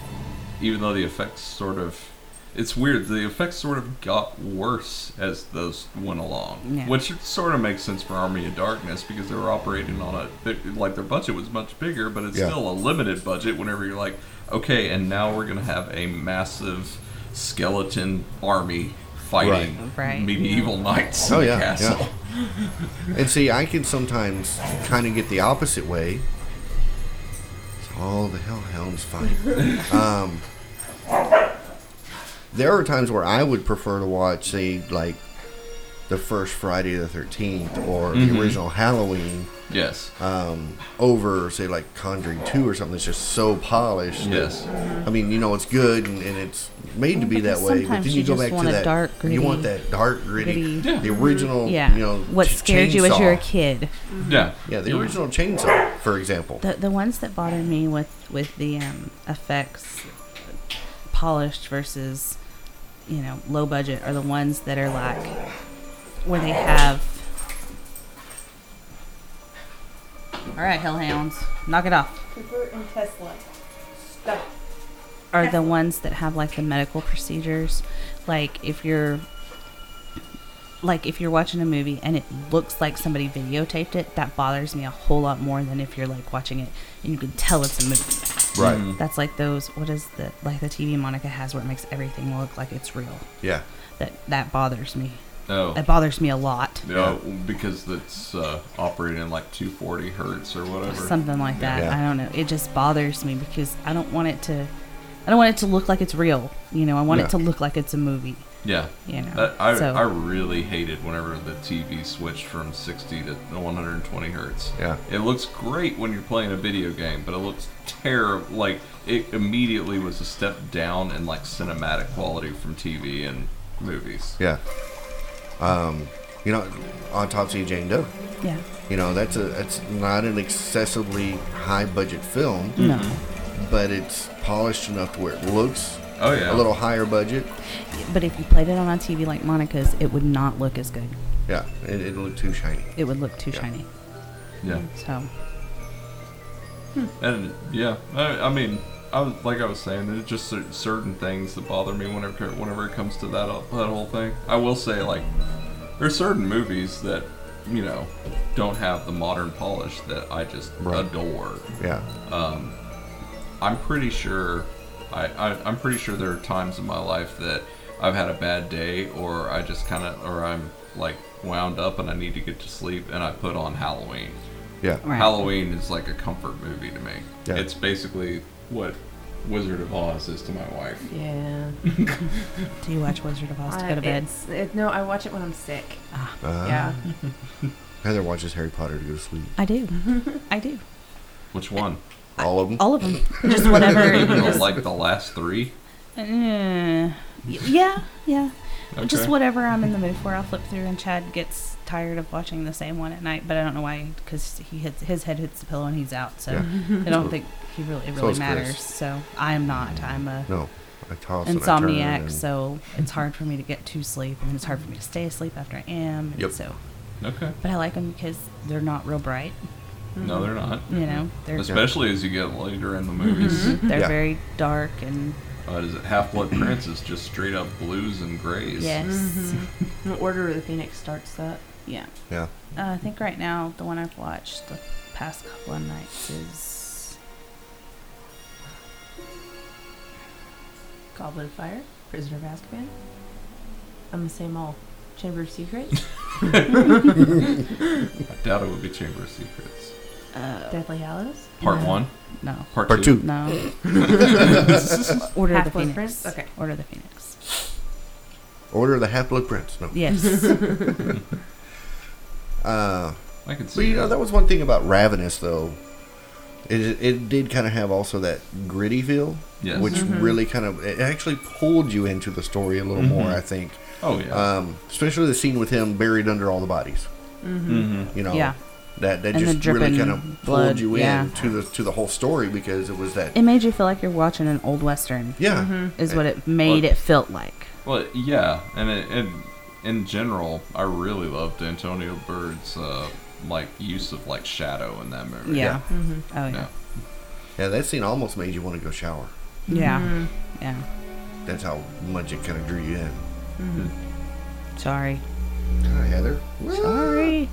Speaker 5: even though the effects sort of, it's weird. The effects sort of got worse as those went along,
Speaker 6: Yeah.
Speaker 5: which sort of makes sense for Army of Darkness because they were operating on a they- like their budget was much bigger, but it's
Speaker 3: Yeah.
Speaker 5: still a limited budget. Whenever you're like, okay, and now we're gonna have a massive skeleton army fighting
Speaker 6: Right.
Speaker 5: medieval knights
Speaker 3: Oh,
Speaker 5: in
Speaker 3: yeah,
Speaker 5: the castle.
Speaker 3: And see, I can sometimes kind of get the opposite way. Oh, the hellhound's fine. um, there are times where I would prefer to watch, say, like the first Friday the 13th or the original Halloween
Speaker 5: Yes.
Speaker 3: Uh, over, say, like Conjuring 2 or something that's just so polished. that-
Speaker 5: yes.
Speaker 3: I mean, you know, it's good and, and it's made to be that
Speaker 6: Because
Speaker 3: way, but
Speaker 6: sometimes
Speaker 3: then you,
Speaker 6: you
Speaker 3: go
Speaker 6: just
Speaker 3: back
Speaker 6: want
Speaker 3: to
Speaker 6: a
Speaker 3: that
Speaker 6: dark,
Speaker 3: You want
Speaker 6: gritty-
Speaker 3: that dark, gritty,
Speaker 6: gritty-
Speaker 3: the original.
Speaker 6: Yeah.
Speaker 3: Oh, You know,
Speaker 6: what
Speaker 3: ch-
Speaker 6: scared you as you were a
Speaker 3: chainsaw.
Speaker 6: kid?
Speaker 5: Yeah.
Speaker 3: Yeah, the original chainsaw, for example.
Speaker 6: The the ones that bother me with with the um, effects, polished versus, you know, low budget are the ones that are like where they have. All right, hellhounds, knock it off.
Speaker 7: Cooper and Tesla. Stop.
Speaker 6: Are the ones that have like the medical procedures, like if you're. Like if you're watching a movie and it looks like somebody videotaped it, that bothers me a whole lot more than if you're like watching it and you can tell it's a movie.
Speaker 3: Right.
Speaker 5: Mm.
Speaker 6: That's like those. What is the like the TV Monica has where it makes everything look like it's real.
Speaker 3: Yeah.
Speaker 6: That that bothers me.
Speaker 5: Oh.
Speaker 6: It bothers me a lot.
Speaker 5: Yeah, because it's uh, operating like 240 hertz or whatever.
Speaker 6: Something like that.
Speaker 3: Yeah.
Speaker 6: I don't know. It just bothers me because I don't want it to. I don't want it to look like it's real. You know, I want
Speaker 3: No.
Speaker 6: it to look like it's a movie.
Speaker 5: Yeah.
Speaker 6: You know,
Speaker 5: That- Uh, I,
Speaker 6: so-
Speaker 5: I really hated whenever the TV switched from 60 to 120 hertz.
Speaker 3: Yeah.
Speaker 5: It looks great when you're playing a video game, but it looks terrible. Like, it immediately was a step down in, like, cinematic quality from TV and movies.
Speaker 3: Yeah. Um, you know, Autopsy of Jane Doe.
Speaker 6: Yeah.
Speaker 3: You know, that's a that's not an excessively high budget film,
Speaker 5: Mm-hmm. Mm.
Speaker 6: No.
Speaker 3: but it's polished enough to where it looks
Speaker 5: Oh, yeah.
Speaker 3: a little higher budget.
Speaker 6: But if you played it on a TV like Monica's, it would not look as good.
Speaker 3: Yeah, it, it'll look too shiny.
Speaker 6: It would look too shiny.
Speaker 5: Yeah.
Speaker 6: So
Speaker 5: And, yeah. I, I mean, I was, like I was saying, there's just cer- certain things that bother me whenever, whenever it comes to that, uh, that whole thing. I will say, like, there's certain movies that, you know, don't have the modern polish that I just
Speaker 3: Right.
Speaker 5: adore.
Speaker 3: Yeah.
Speaker 5: I'm pretty sure I, I I'm pretty sure there are times in my life that I've had a bad day or I just kind of or I'm like wound up and I need to get to sleep and I put on Halloween.
Speaker 3: Yeah.
Speaker 6: Right.
Speaker 5: Halloween is like a comfort movie to me.
Speaker 3: Yeah.
Speaker 5: It's basically what Wizard of Oz is to my wife.
Speaker 7: Yeah.
Speaker 6: do you watch Wizard of Oz to go to bed?
Speaker 7: Uh, it's, it, no, I watch it when I'm sick.
Speaker 3: Uh,
Speaker 7: yeah.
Speaker 3: Heather watches Harry Potter to go to sleep.
Speaker 6: I do. I do.
Speaker 5: Which one?
Speaker 3: All of them.
Speaker 6: All of them. Just whatever.
Speaker 5: You don't
Speaker 6: just-
Speaker 5: like the last three?
Speaker 6: Uh, y- yeah, yeah. Just
Speaker 5: Okay.
Speaker 6: whatever I'm in the mood for, I'll flip through. And Chad gets tired of watching the same one at night, but I don't know why, because he hits his head hits the pillow and he's out. So
Speaker 3: Yeah.
Speaker 6: I don't think he really it
Speaker 3: So
Speaker 6: really
Speaker 3: is Chris.
Speaker 6: matters. So I am not. I'm a
Speaker 3: No, I toss And I turn
Speaker 6: insomniac,
Speaker 3: and-
Speaker 6: so it's hard for me to get to sleep, and it's hard for me to stay asleep after I am. and
Speaker 3: Yep.
Speaker 6: So,
Speaker 5: Okay.
Speaker 6: but I like them because they're not real bright. Mm-hmm.
Speaker 5: No, they're not.
Speaker 6: You know, they're
Speaker 5: Especially as you get later in the movies.
Speaker 6: they're
Speaker 3: Yeah.
Speaker 6: very dark and
Speaker 5: Uh, is it Half Blood Prince is just straight up blues and grays.
Speaker 6: yes,
Speaker 7: The Order of the Phoenix starts that.
Speaker 6: yeah.
Speaker 3: Yeah.
Speaker 6: Uh, I think right now the one I've watched the past couple of nights is
Speaker 7: Goblet of Fire, Prisoner of Azkaban. I'm the same all. Chamber of Secrets,
Speaker 5: I doubt it would be Chamber of Secrets.
Speaker 6: uh,
Speaker 7: Deathly Hallows,
Speaker 5: Part
Speaker 6: No.
Speaker 5: one.
Speaker 6: no,
Speaker 5: Part,
Speaker 3: Part two.
Speaker 6: no. Order of the
Speaker 7: Half-Blood
Speaker 6: Phoenix.
Speaker 7: Prince? Okay.
Speaker 6: Order of the Phoenix.
Speaker 3: Order of the Half Blood Prince. No.
Speaker 6: Yes.
Speaker 3: Uh,
Speaker 5: I can
Speaker 3: but
Speaker 5: see
Speaker 3: you
Speaker 5: that.
Speaker 3: know that was one thing about Ravenous though. It, it did kind of have also that gritty feel,
Speaker 5: Yes.
Speaker 3: which
Speaker 6: Mm-hmm.
Speaker 3: really kind of it actually pulled you into the story a little more. I think,
Speaker 5: Oh yeah.
Speaker 3: um, especially the scene with him buried under all the bodies.
Speaker 5: hmm
Speaker 3: You know,
Speaker 6: Mm-hmm. Yeah.
Speaker 3: that that
Speaker 6: And the
Speaker 3: just really
Speaker 6: dripping
Speaker 3: kind of pulled
Speaker 6: blood,
Speaker 3: you in
Speaker 6: yeah.
Speaker 3: to the to the whole story because it was that.
Speaker 6: it made you feel like you're watching an old western.
Speaker 3: yeah,
Speaker 6: Is what it made
Speaker 5: Well-
Speaker 6: it felt like.
Speaker 5: Well, yeah, and it, and in general, I really loved Antonio Bird's uh, like use of like shadow in that movie.
Speaker 6: Yeah. Oh yeah.
Speaker 5: Yeah.
Speaker 3: yeah, that scene almost made you want to go shower.
Speaker 6: Yeah. Yeah.
Speaker 3: That's how much it kind of drew you in.
Speaker 6: Sorry.
Speaker 3: Hi, Heather.
Speaker 6: Sorry.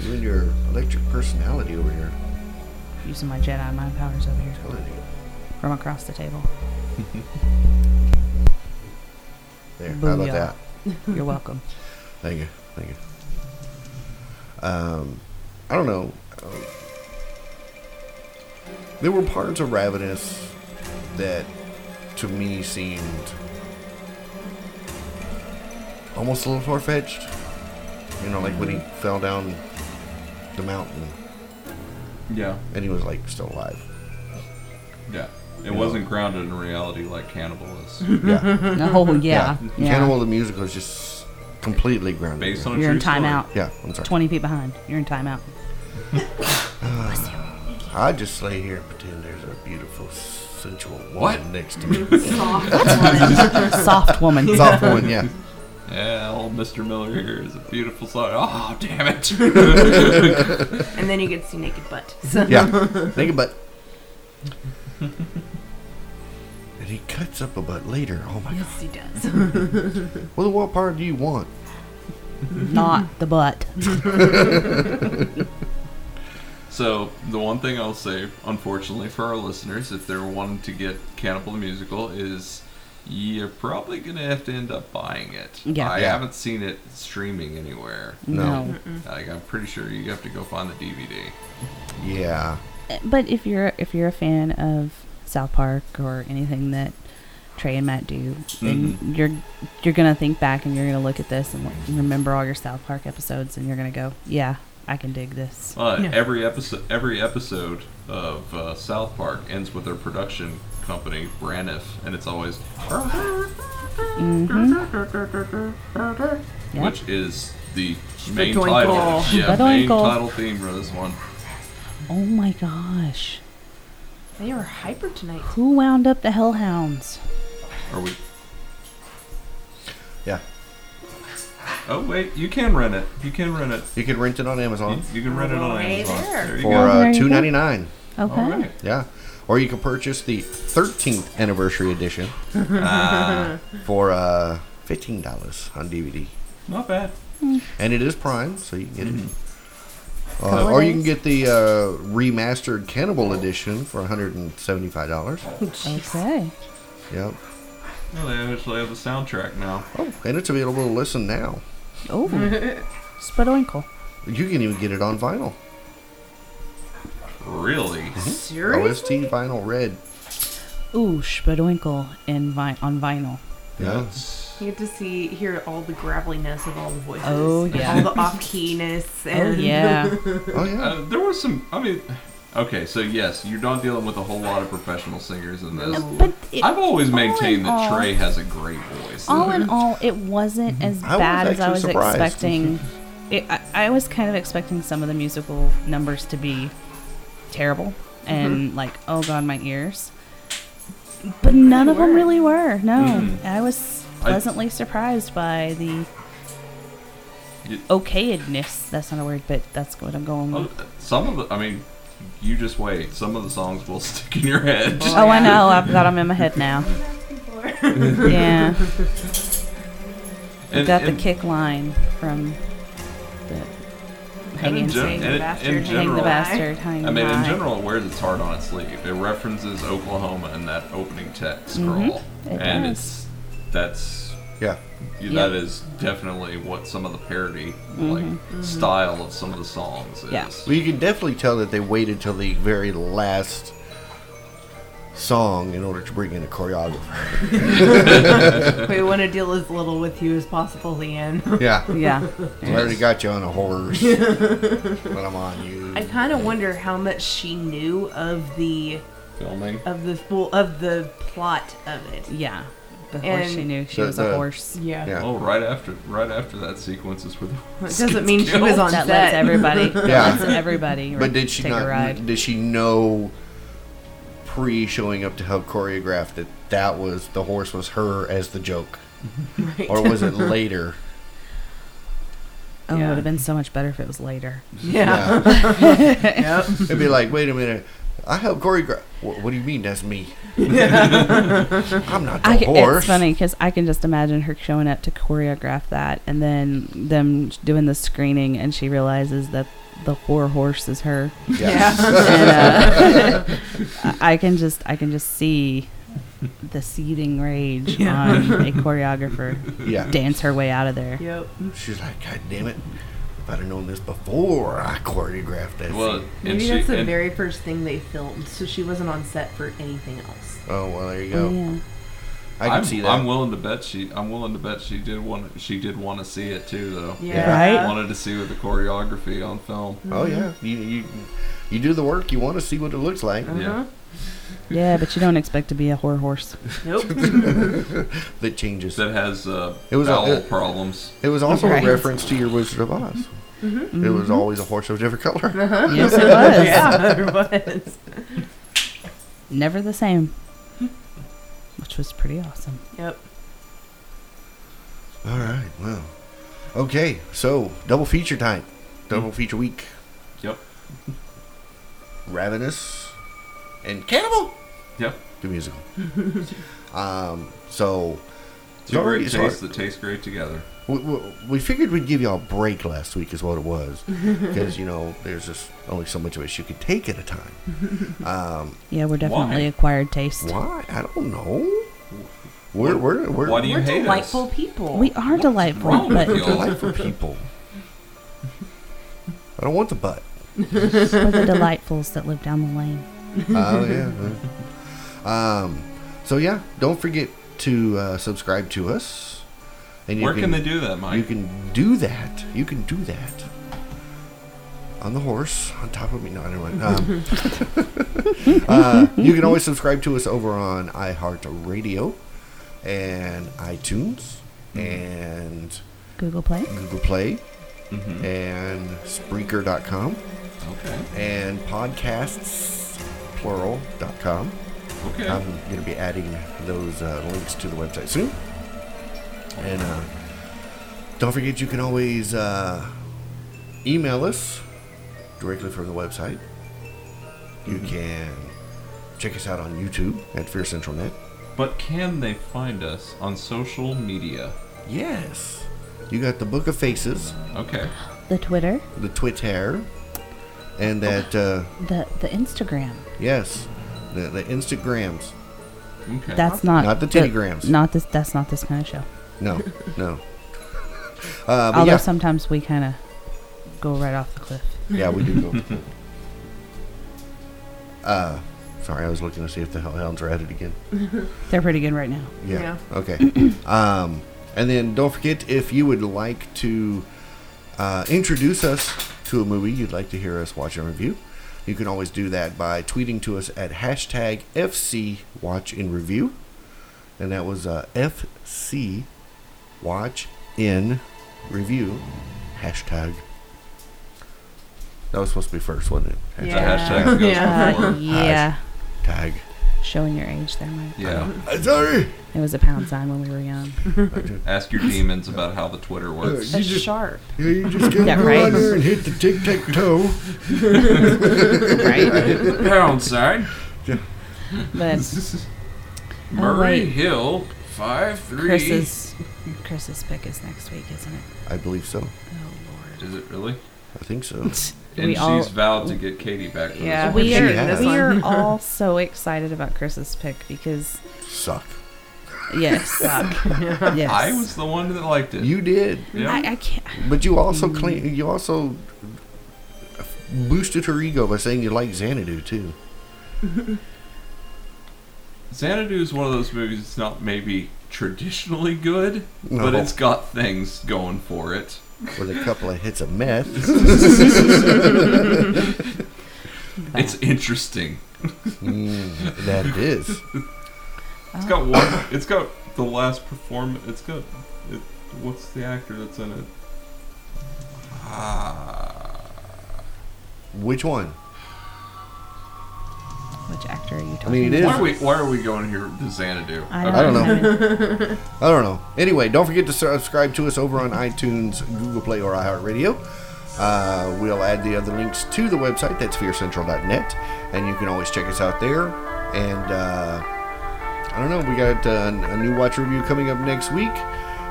Speaker 3: You and your electric personality over here.
Speaker 6: Using my Jedi mind powers over here
Speaker 3: I'm telling you.
Speaker 6: from across the table.
Speaker 3: There. How about
Speaker 6: Booyah.
Speaker 3: that?
Speaker 6: You're welcome.
Speaker 3: Thank you. Thank you. Um, I don't know. Uh, There were parts of Ravenous that, to me, seemed almost a little far fetched. You know, like when he fell down the mountain
Speaker 5: Yeah.
Speaker 3: and he was like still alive.
Speaker 5: Yeah. It wasn't grounded in reality like Cannibal is.
Speaker 3: Yeah.
Speaker 6: Oh yeah. Yeah.
Speaker 3: Cannibal the musical is just completely grounded.
Speaker 5: Based
Speaker 3: in-
Speaker 5: on a
Speaker 6: You're
Speaker 5: true
Speaker 6: in
Speaker 5: story.
Speaker 6: timeout.
Speaker 3: Yeah, I'm sorry.
Speaker 6: Twenty feet behind. You're in timeout.
Speaker 3: I just lay here and pretend there's a beautiful, sensual woman
Speaker 5: What?
Speaker 3: next to me.
Speaker 6: Soft woman.
Speaker 3: Soft one, yeah.
Speaker 5: Yeah, old Mr. Miller here is a beautiful song. Oh, damn it.
Speaker 7: and then you get to see naked butt. So
Speaker 3: Yeah. Think about. And he cuts up a butt later. Oh my god.
Speaker 7: yes, he does.
Speaker 3: Well, what part do you want?
Speaker 6: Not the butt.
Speaker 5: So the one thing I'll say, unfortunately for our listeners, if they're wanting to get Cannibal the Musical, is you're probably going to have to end up buying it.
Speaker 6: Yeah.
Speaker 5: I
Speaker 3: Yeah.
Speaker 5: haven't seen it streaming anywhere.
Speaker 3: No.
Speaker 6: Mm.
Speaker 5: Like, I'm pretty sure you have to go find the DVD.
Speaker 3: Yeah.
Speaker 6: But if you're if you're a fan of South Park or anything that Trey and Matt do, then
Speaker 5: Mm-hmm.
Speaker 6: you're you're gonna think back and you're gonna look at this and like, remember all your South Park episodes, and you're gonna go, yeah, I can dig this.
Speaker 5: But
Speaker 7: Yeah.
Speaker 5: every episode, every episode of uh, South Park ends with their production company Braniff, and it's always,
Speaker 6: Yeah.
Speaker 5: which is the main
Speaker 7: Spadoinkle.
Speaker 5: title, yeah, main
Speaker 6: Spadoinkle.
Speaker 5: title theme for this one.
Speaker 6: oh my gosh,
Speaker 7: They are hyper tonight.
Speaker 6: who wound up the Hellhounds?
Speaker 5: Are we?
Speaker 3: Yeah.
Speaker 5: Oh wait, you can rent it. You can rent it.
Speaker 3: You can rent it on
Speaker 5: You,
Speaker 3: Amazon
Speaker 5: you can rent it on
Speaker 7: Hey
Speaker 5: Amazon.
Speaker 7: there.
Speaker 5: There you
Speaker 3: for
Speaker 5: go.
Speaker 6: there
Speaker 3: uh,
Speaker 6: you go.
Speaker 3: two ninety nine.
Speaker 6: Okay,
Speaker 5: All right.
Speaker 3: Yeah. Or you can purchase the thirteenth anniversary edition
Speaker 5: Ah,
Speaker 3: for uh, fifteen dollars on DVD.
Speaker 5: not bad.
Speaker 3: and it is Prime, so you can get it. Uh,
Speaker 6: Couple
Speaker 3: or you can
Speaker 6: days.
Speaker 3: get the uh, remastered Cannibal Edition for $175.
Speaker 6: okay,
Speaker 3: Yep.
Speaker 5: Well, they actually have the soundtrack now.
Speaker 3: Oh, and it's available to listen now.
Speaker 6: oh, Spadoinkle.
Speaker 3: You can even get it on vinyl.
Speaker 5: Really?
Speaker 7: Serious?
Speaker 3: OST vinyl red.
Speaker 6: Ooh, Spadoinkle in vi- on vinyl.
Speaker 3: Yeah.
Speaker 5: That's
Speaker 7: You get to see, hear all the graveliness of all the voices.
Speaker 6: Oh,
Speaker 7: and
Speaker 6: yeah.
Speaker 7: All the off keyness.
Speaker 6: Oh
Speaker 7: And
Speaker 6: yeah,
Speaker 3: Oh, yeah.
Speaker 5: Uh, there was some. I mean, okay, so yes, you're not dealing with a whole lot of professional singers in this.
Speaker 6: Uh, but it,
Speaker 5: I've always
Speaker 6: all in
Speaker 5: maintained that
Speaker 6: all-
Speaker 5: Trey has a great voice.
Speaker 6: all in all, it wasn't as
Speaker 3: I was
Speaker 6: bad as I
Speaker 3: actually
Speaker 6: was
Speaker 3: surprised.
Speaker 6: expecting. It, I, I was kind of expecting some of the musical numbers to be terrible and like, oh god, my ears. But none of them
Speaker 7: were.
Speaker 6: really were. No, I was
Speaker 5: Mm-hmm. I-
Speaker 6: pleasantly surprised by the
Speaker 5: You-
Speaker 6: okayedness. That's not a word, but that's what I'm going
Speaker 5: Oh,
Speaker 6: with.
Speaker 5: Some of the. I mean, you just wait. Some of the songs will stick in your head.
Speaker 6: Oh, I know. I've got them in my head now. yeah,
Speaker 5: and,
Speaker 6: got the
Speaker 5: and-
Speaker 6: kick line from the
Speaker 5: and
Speaker 6: hang
Speaker 5: in,
Speaker 6: and
Speaker 5: gen-
Speaker 6: sing.
Speaker 5: and in-
Speaker 7: bastard,
Speaker 5: in
Speaker 6: Hang
Speaker 7: hang the
Speaker 6: the
Speaker 5: general,
Speaker 6: bastard, hang
Speaker 5: I mean, in
Speaker 6: high.
Speaker 5: general, it wears its heart on its sleeve. It references Oklahoma in that opening text scroll,
Speaker 6: Mm-hmm. It
Speaker 5: and
Speaker 6: does.
Speaker 5: it's that's
Speaker 3: Yeah.
Speaker 5: you-
Speaker 6: Yeah.
Speaker 5: that is definitely what some of the parody like style of some of the songs is.
Speaker 6: Mm-hmm. Yeah.
Speaker 3: Well, you can definitely tell that they waited till the very last song in order to bring in a choreographer.
Speaker 7: we want to deal as little with you as possible, Leanne.
Speaker 3: Yeah.
Speaker 6: Yeah.
Speaker 3: I already got you on a horse, but I'm on you.
Speaker 7: I kind of wonder how much she knew of the
Speaker 5: Filming.
Speaker 7: of the well, of the plot of it.
Speaker 6: Yeah. Before
Speaker 7: And-
Speaker 6: she knew she
Speaker 3: The-
Speaker 6: was
Speaker 3: the-
Speaker 6: a horse.
Speaker 7: Yeah.
Speaker 3: Yeah.
Speaker 5: Oh, right after right after that sequence is where the
Speaker 7: It doesn't mean she was on
Speaker 6: That lets
Speaker 7: set.
Speaker 6: everybody.
Speaker 3: Yeah.
Speaker 6: That lets everybody.
Speaker 3: But did she
Speaker 6: take
Speaker 3: not?
Speaker 6: A ride.
Speaker 3: Did she know pre showing up to help choreograph that that was the horse was her as the joke,
Speaker 7: Right.
Speaker 3: or was it later?
Speaker 6: Oh, it
Speaker 7: Yeah.
Speaker 6: would have been so much better if it was later.
Speaker 7: yeah.
Speaker 3: Yeah. It'd be like, wait a minute, I helped choreograph. What, what do you mean that's me? I'm not the
Speaker 6: I, can-
Speaker 3: horse.
Speaker 6: it's funny because I can just imagine her showing up to choreograph that, and then them doing the screening, and she realizes that the poor horse is her.
Speaker 3: Yeah.
Speaker 6: And, uh, I I can just, I can just see the seething rage on a choreographer
Speaker 3: Yeah.
Speaker 6: dance her way out of there.
Speaker 7: Yep.
Speaker 3: She's like, God damn it! If I'd have known this before I choreographed that.
Speaker 5: well,
Speaker 3: scene."
Speaker 5: and
Speaker 7: Maybe
Speaker 5: she,
Speaker 7: that's the
Speaker 5: and-
Speaker 7: very first thing they filmed, so she wasn't on set for anything else.
Speaker 3: Oh well, there you go.
Speaker 6: Yeah.
Speaker 3: I can
Speaker 5: I'm,
Speaker 3: see that.
Speaker 5: I'm willing to bet she. I'm willing to bet she did want. She did want to see it too, though.
Speaker 6: Right?
Speaker 5: Wanted to see with the choreography on film.
Speaker 3: oh yeah, you, you you do the work. You want to see what it looks like.
Speaker 7: Uh-huh.
Speaker 5: Yeah.
Speaker 6: Yeah, but you don't expect to be a whore horse.
Speaker 7: Nope.
Speaker 3: That changes.
Speaker 5: That has uh,
Speaker 3: It was a-
Speaker 5: bowel
Speaker 3: it-
Speaker 5: problems.
Speaker 3: It was also
Speaker 6: Right. Mm-hmm.
Speaker 3: a reference to your Wizard of Oz. It was always a horse of a different color.
Speaker 6: yes, it was.
Speaker 7: yeah, it was.
Speaker 6: Never the same. Which was pretty awesome.
Speaker 7: Yep.
Speaker 3: All right, well, okay. So double feature time, double feature week.
Speaker 5: Mm. Yep.
Speaker 3: Ravenous and Cannibal,
Speaker 5: Yep.
Speaker 3: the musical. um, so
Speaker 5: Two
Speaker 3: Sorry,
Speaker 5: great
Speaker 3: sorry.
Speaker 5: tastes that taste great together.
Speaker 3: we, we, we figured we'd give y'all a break last week, is what it was, because you know there's just only so much of it you could take at a time. Um,
Speaker 6: Yeah, we're definitely
Speaker 5: Why?
Speaker 6: acquired taste.
Speaker 3: why? I don't know. We're we're we're,
Speaker 5: Why do you
Speaker 7: We're
Speaker 5: hate
Speaker 7: delightful
Speaker 5: us?
Speaker 7: people.
Speaker 6: We are delightful,
Speaker 5: wrong with
Speaker 6: but
Speaker 5: y'all?
Speaker 3: delightful people. I don't want the butt.
Speaker 6: we're the delightfuls that live down the lane.
Speaker 3: Oh yeah. yeah. um. So yeah, don't forget to uh, subscribe to us. And
Speaker 5: Where can, they do that, Mike?
Speaker 3: You can do that. You can do that. On the horse, on top of me. No, anyway. Um, uh, you can always subscribe to us over on iHeartRadio and iTunes and
Speaker 6: Google Play.
Speaker 3: Google Play and Spreaker.com
Speaker 5: Okay.
Speaker 3: and podcasts, plural.com.
Speaker 5: Okay.
Speaker 3: I'm going to be adding those uh, links to the website soon. And uh, don't forget, you can always uh, email us directly from the website. You can check us out on YouTube at Fear Central Net.
Speaker 5: but can they find us on social media?
Speaker 3: Yes. You got the Book of Faces,
Speaker 5: Okay.
Speaker 6: the Twitter,
Speaker 3: the Twitter, and that, uh,
Speaker 6: the the Instagram.
Speaker 3: yes, the, the Instagrams.
Speaker 5: Okay.
Speaker 6: That's not
Speaker 3: Not the tittygrams.
Speaker 6: Not this. That's not this kind of show.
Speaker 3: No, no. Uh, but
Speaker 6: Although
Speaker 3: yeah,
Speaker 6: sometimes we kind of go right off the cliff.
Speaker 3: yeah, we do go. uh, sorry, I was looking to see if the hellhounds are at it again.
Speaker 6: They're pretty good right now.
Speaker 3: Yeah. Okay. um, and then don't forget if you would like to uh, introduce us to a movie you'd like to hear us watch and review, you can always do that by tweeting to us at hashtag FC Watch and Review, and that was uh, FC Watch in Review hashtag. That was supposed to be first, wasn't it?
Speaker 5: The hashtag goes
Speaker 7: Yeah.
Speaker 5: before.
Speaker 6: Uh, yeah,
Speaker 3: Tag.
Speaker 6: showing your age there, Mike.
Speaker 5: Yeah.
Speaker 3: Sorry.
Speaker 6: It was a pound sign when we were young.
Speaker 5: Ask your demons about how the Twitter works.
Speaker 7: a shark.
Speaker 3: You just get
Speaker 6: Yeah, right. around there
Speaker 3: and hit the tic tac toe.
Speaker 6: right?
Speaker 5: Pound sign.
Speaker 6: But
Speaker 5: Murray
Speaker 6: wait.
Speaker 5: Hill. Five three.
Speaker 6: Chris's Chris's pick is next week, isn't it?
Speaker 3: I believe so.
Speaker 6: Oh
Speaker 5: Is it really?
Speaker 3: I think so.
Speaker 6: lord.
Speaker 5: And
Speaker 6: we
Speaker 5: she's
Speaker 6: all
Speaker 5: vowed to get Katie back. For
Speaker 7: Yeah.
Speaker 5: This.
Speaker 6: we
Speaker 3: She
Speaker 6: are
Speaker 3: has.
Speaker 6: we are all so excited about Chris's pick because
Speaker 3: Suck.
Speaker 6: yes, yes.
Speaker 5: I was the one that liked it.
Speaker 3: You did,
Speaker 5: Yeah.
Speaker 6: I, I can't.
Speaker 3: but you also clean. You also boosted her ego by saying you like Xanadu too.
Speaker 5: Xanadu is one of those movies that's not maybe traditionally good,
Speaker 3: No.
Speaker 5: but it's got things going for it.
Speaker 3: With a couple of hits of meth.
Speaker 5: It's interesting.
Speaker 3: Mm, that it is.
Speaker 5: It's
Speaker 6: Oh.
Speaker 5: got one. It's got the last performance. It's got. It, what's the actor that's in it? Ah,
Speaker 3: Which one?
Speaker 6: Which actor are you talking?
Speaker 3: I mean, it is.
Speaker 5: why are we? Why are we going here to Xanadu?
Speaker 6: I don't,
Speaker 3: I don't know.
Speaker 6: know.
Speaker 3: I don't know. Anyway, don't forget to subscribe to us over on iTunes, Google Play, or iHeartRadio. Uh, we'll add the other links to the website. That's fearcentral.net, and you can always check us out there. And uh, I don't know. We got uh, a new watch review coming up next week,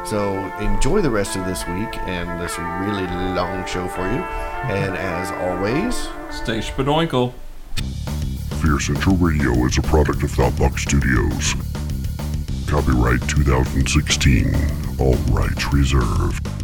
Speaker 3: so enjoy the rest of this week and this really long show for you. And as always,
Speaker 5: Stay spadoinkle.
Speaker 2: Fear Central Radio is a product of Thoughtbox Studios. Copyright 2016. All rights reserved.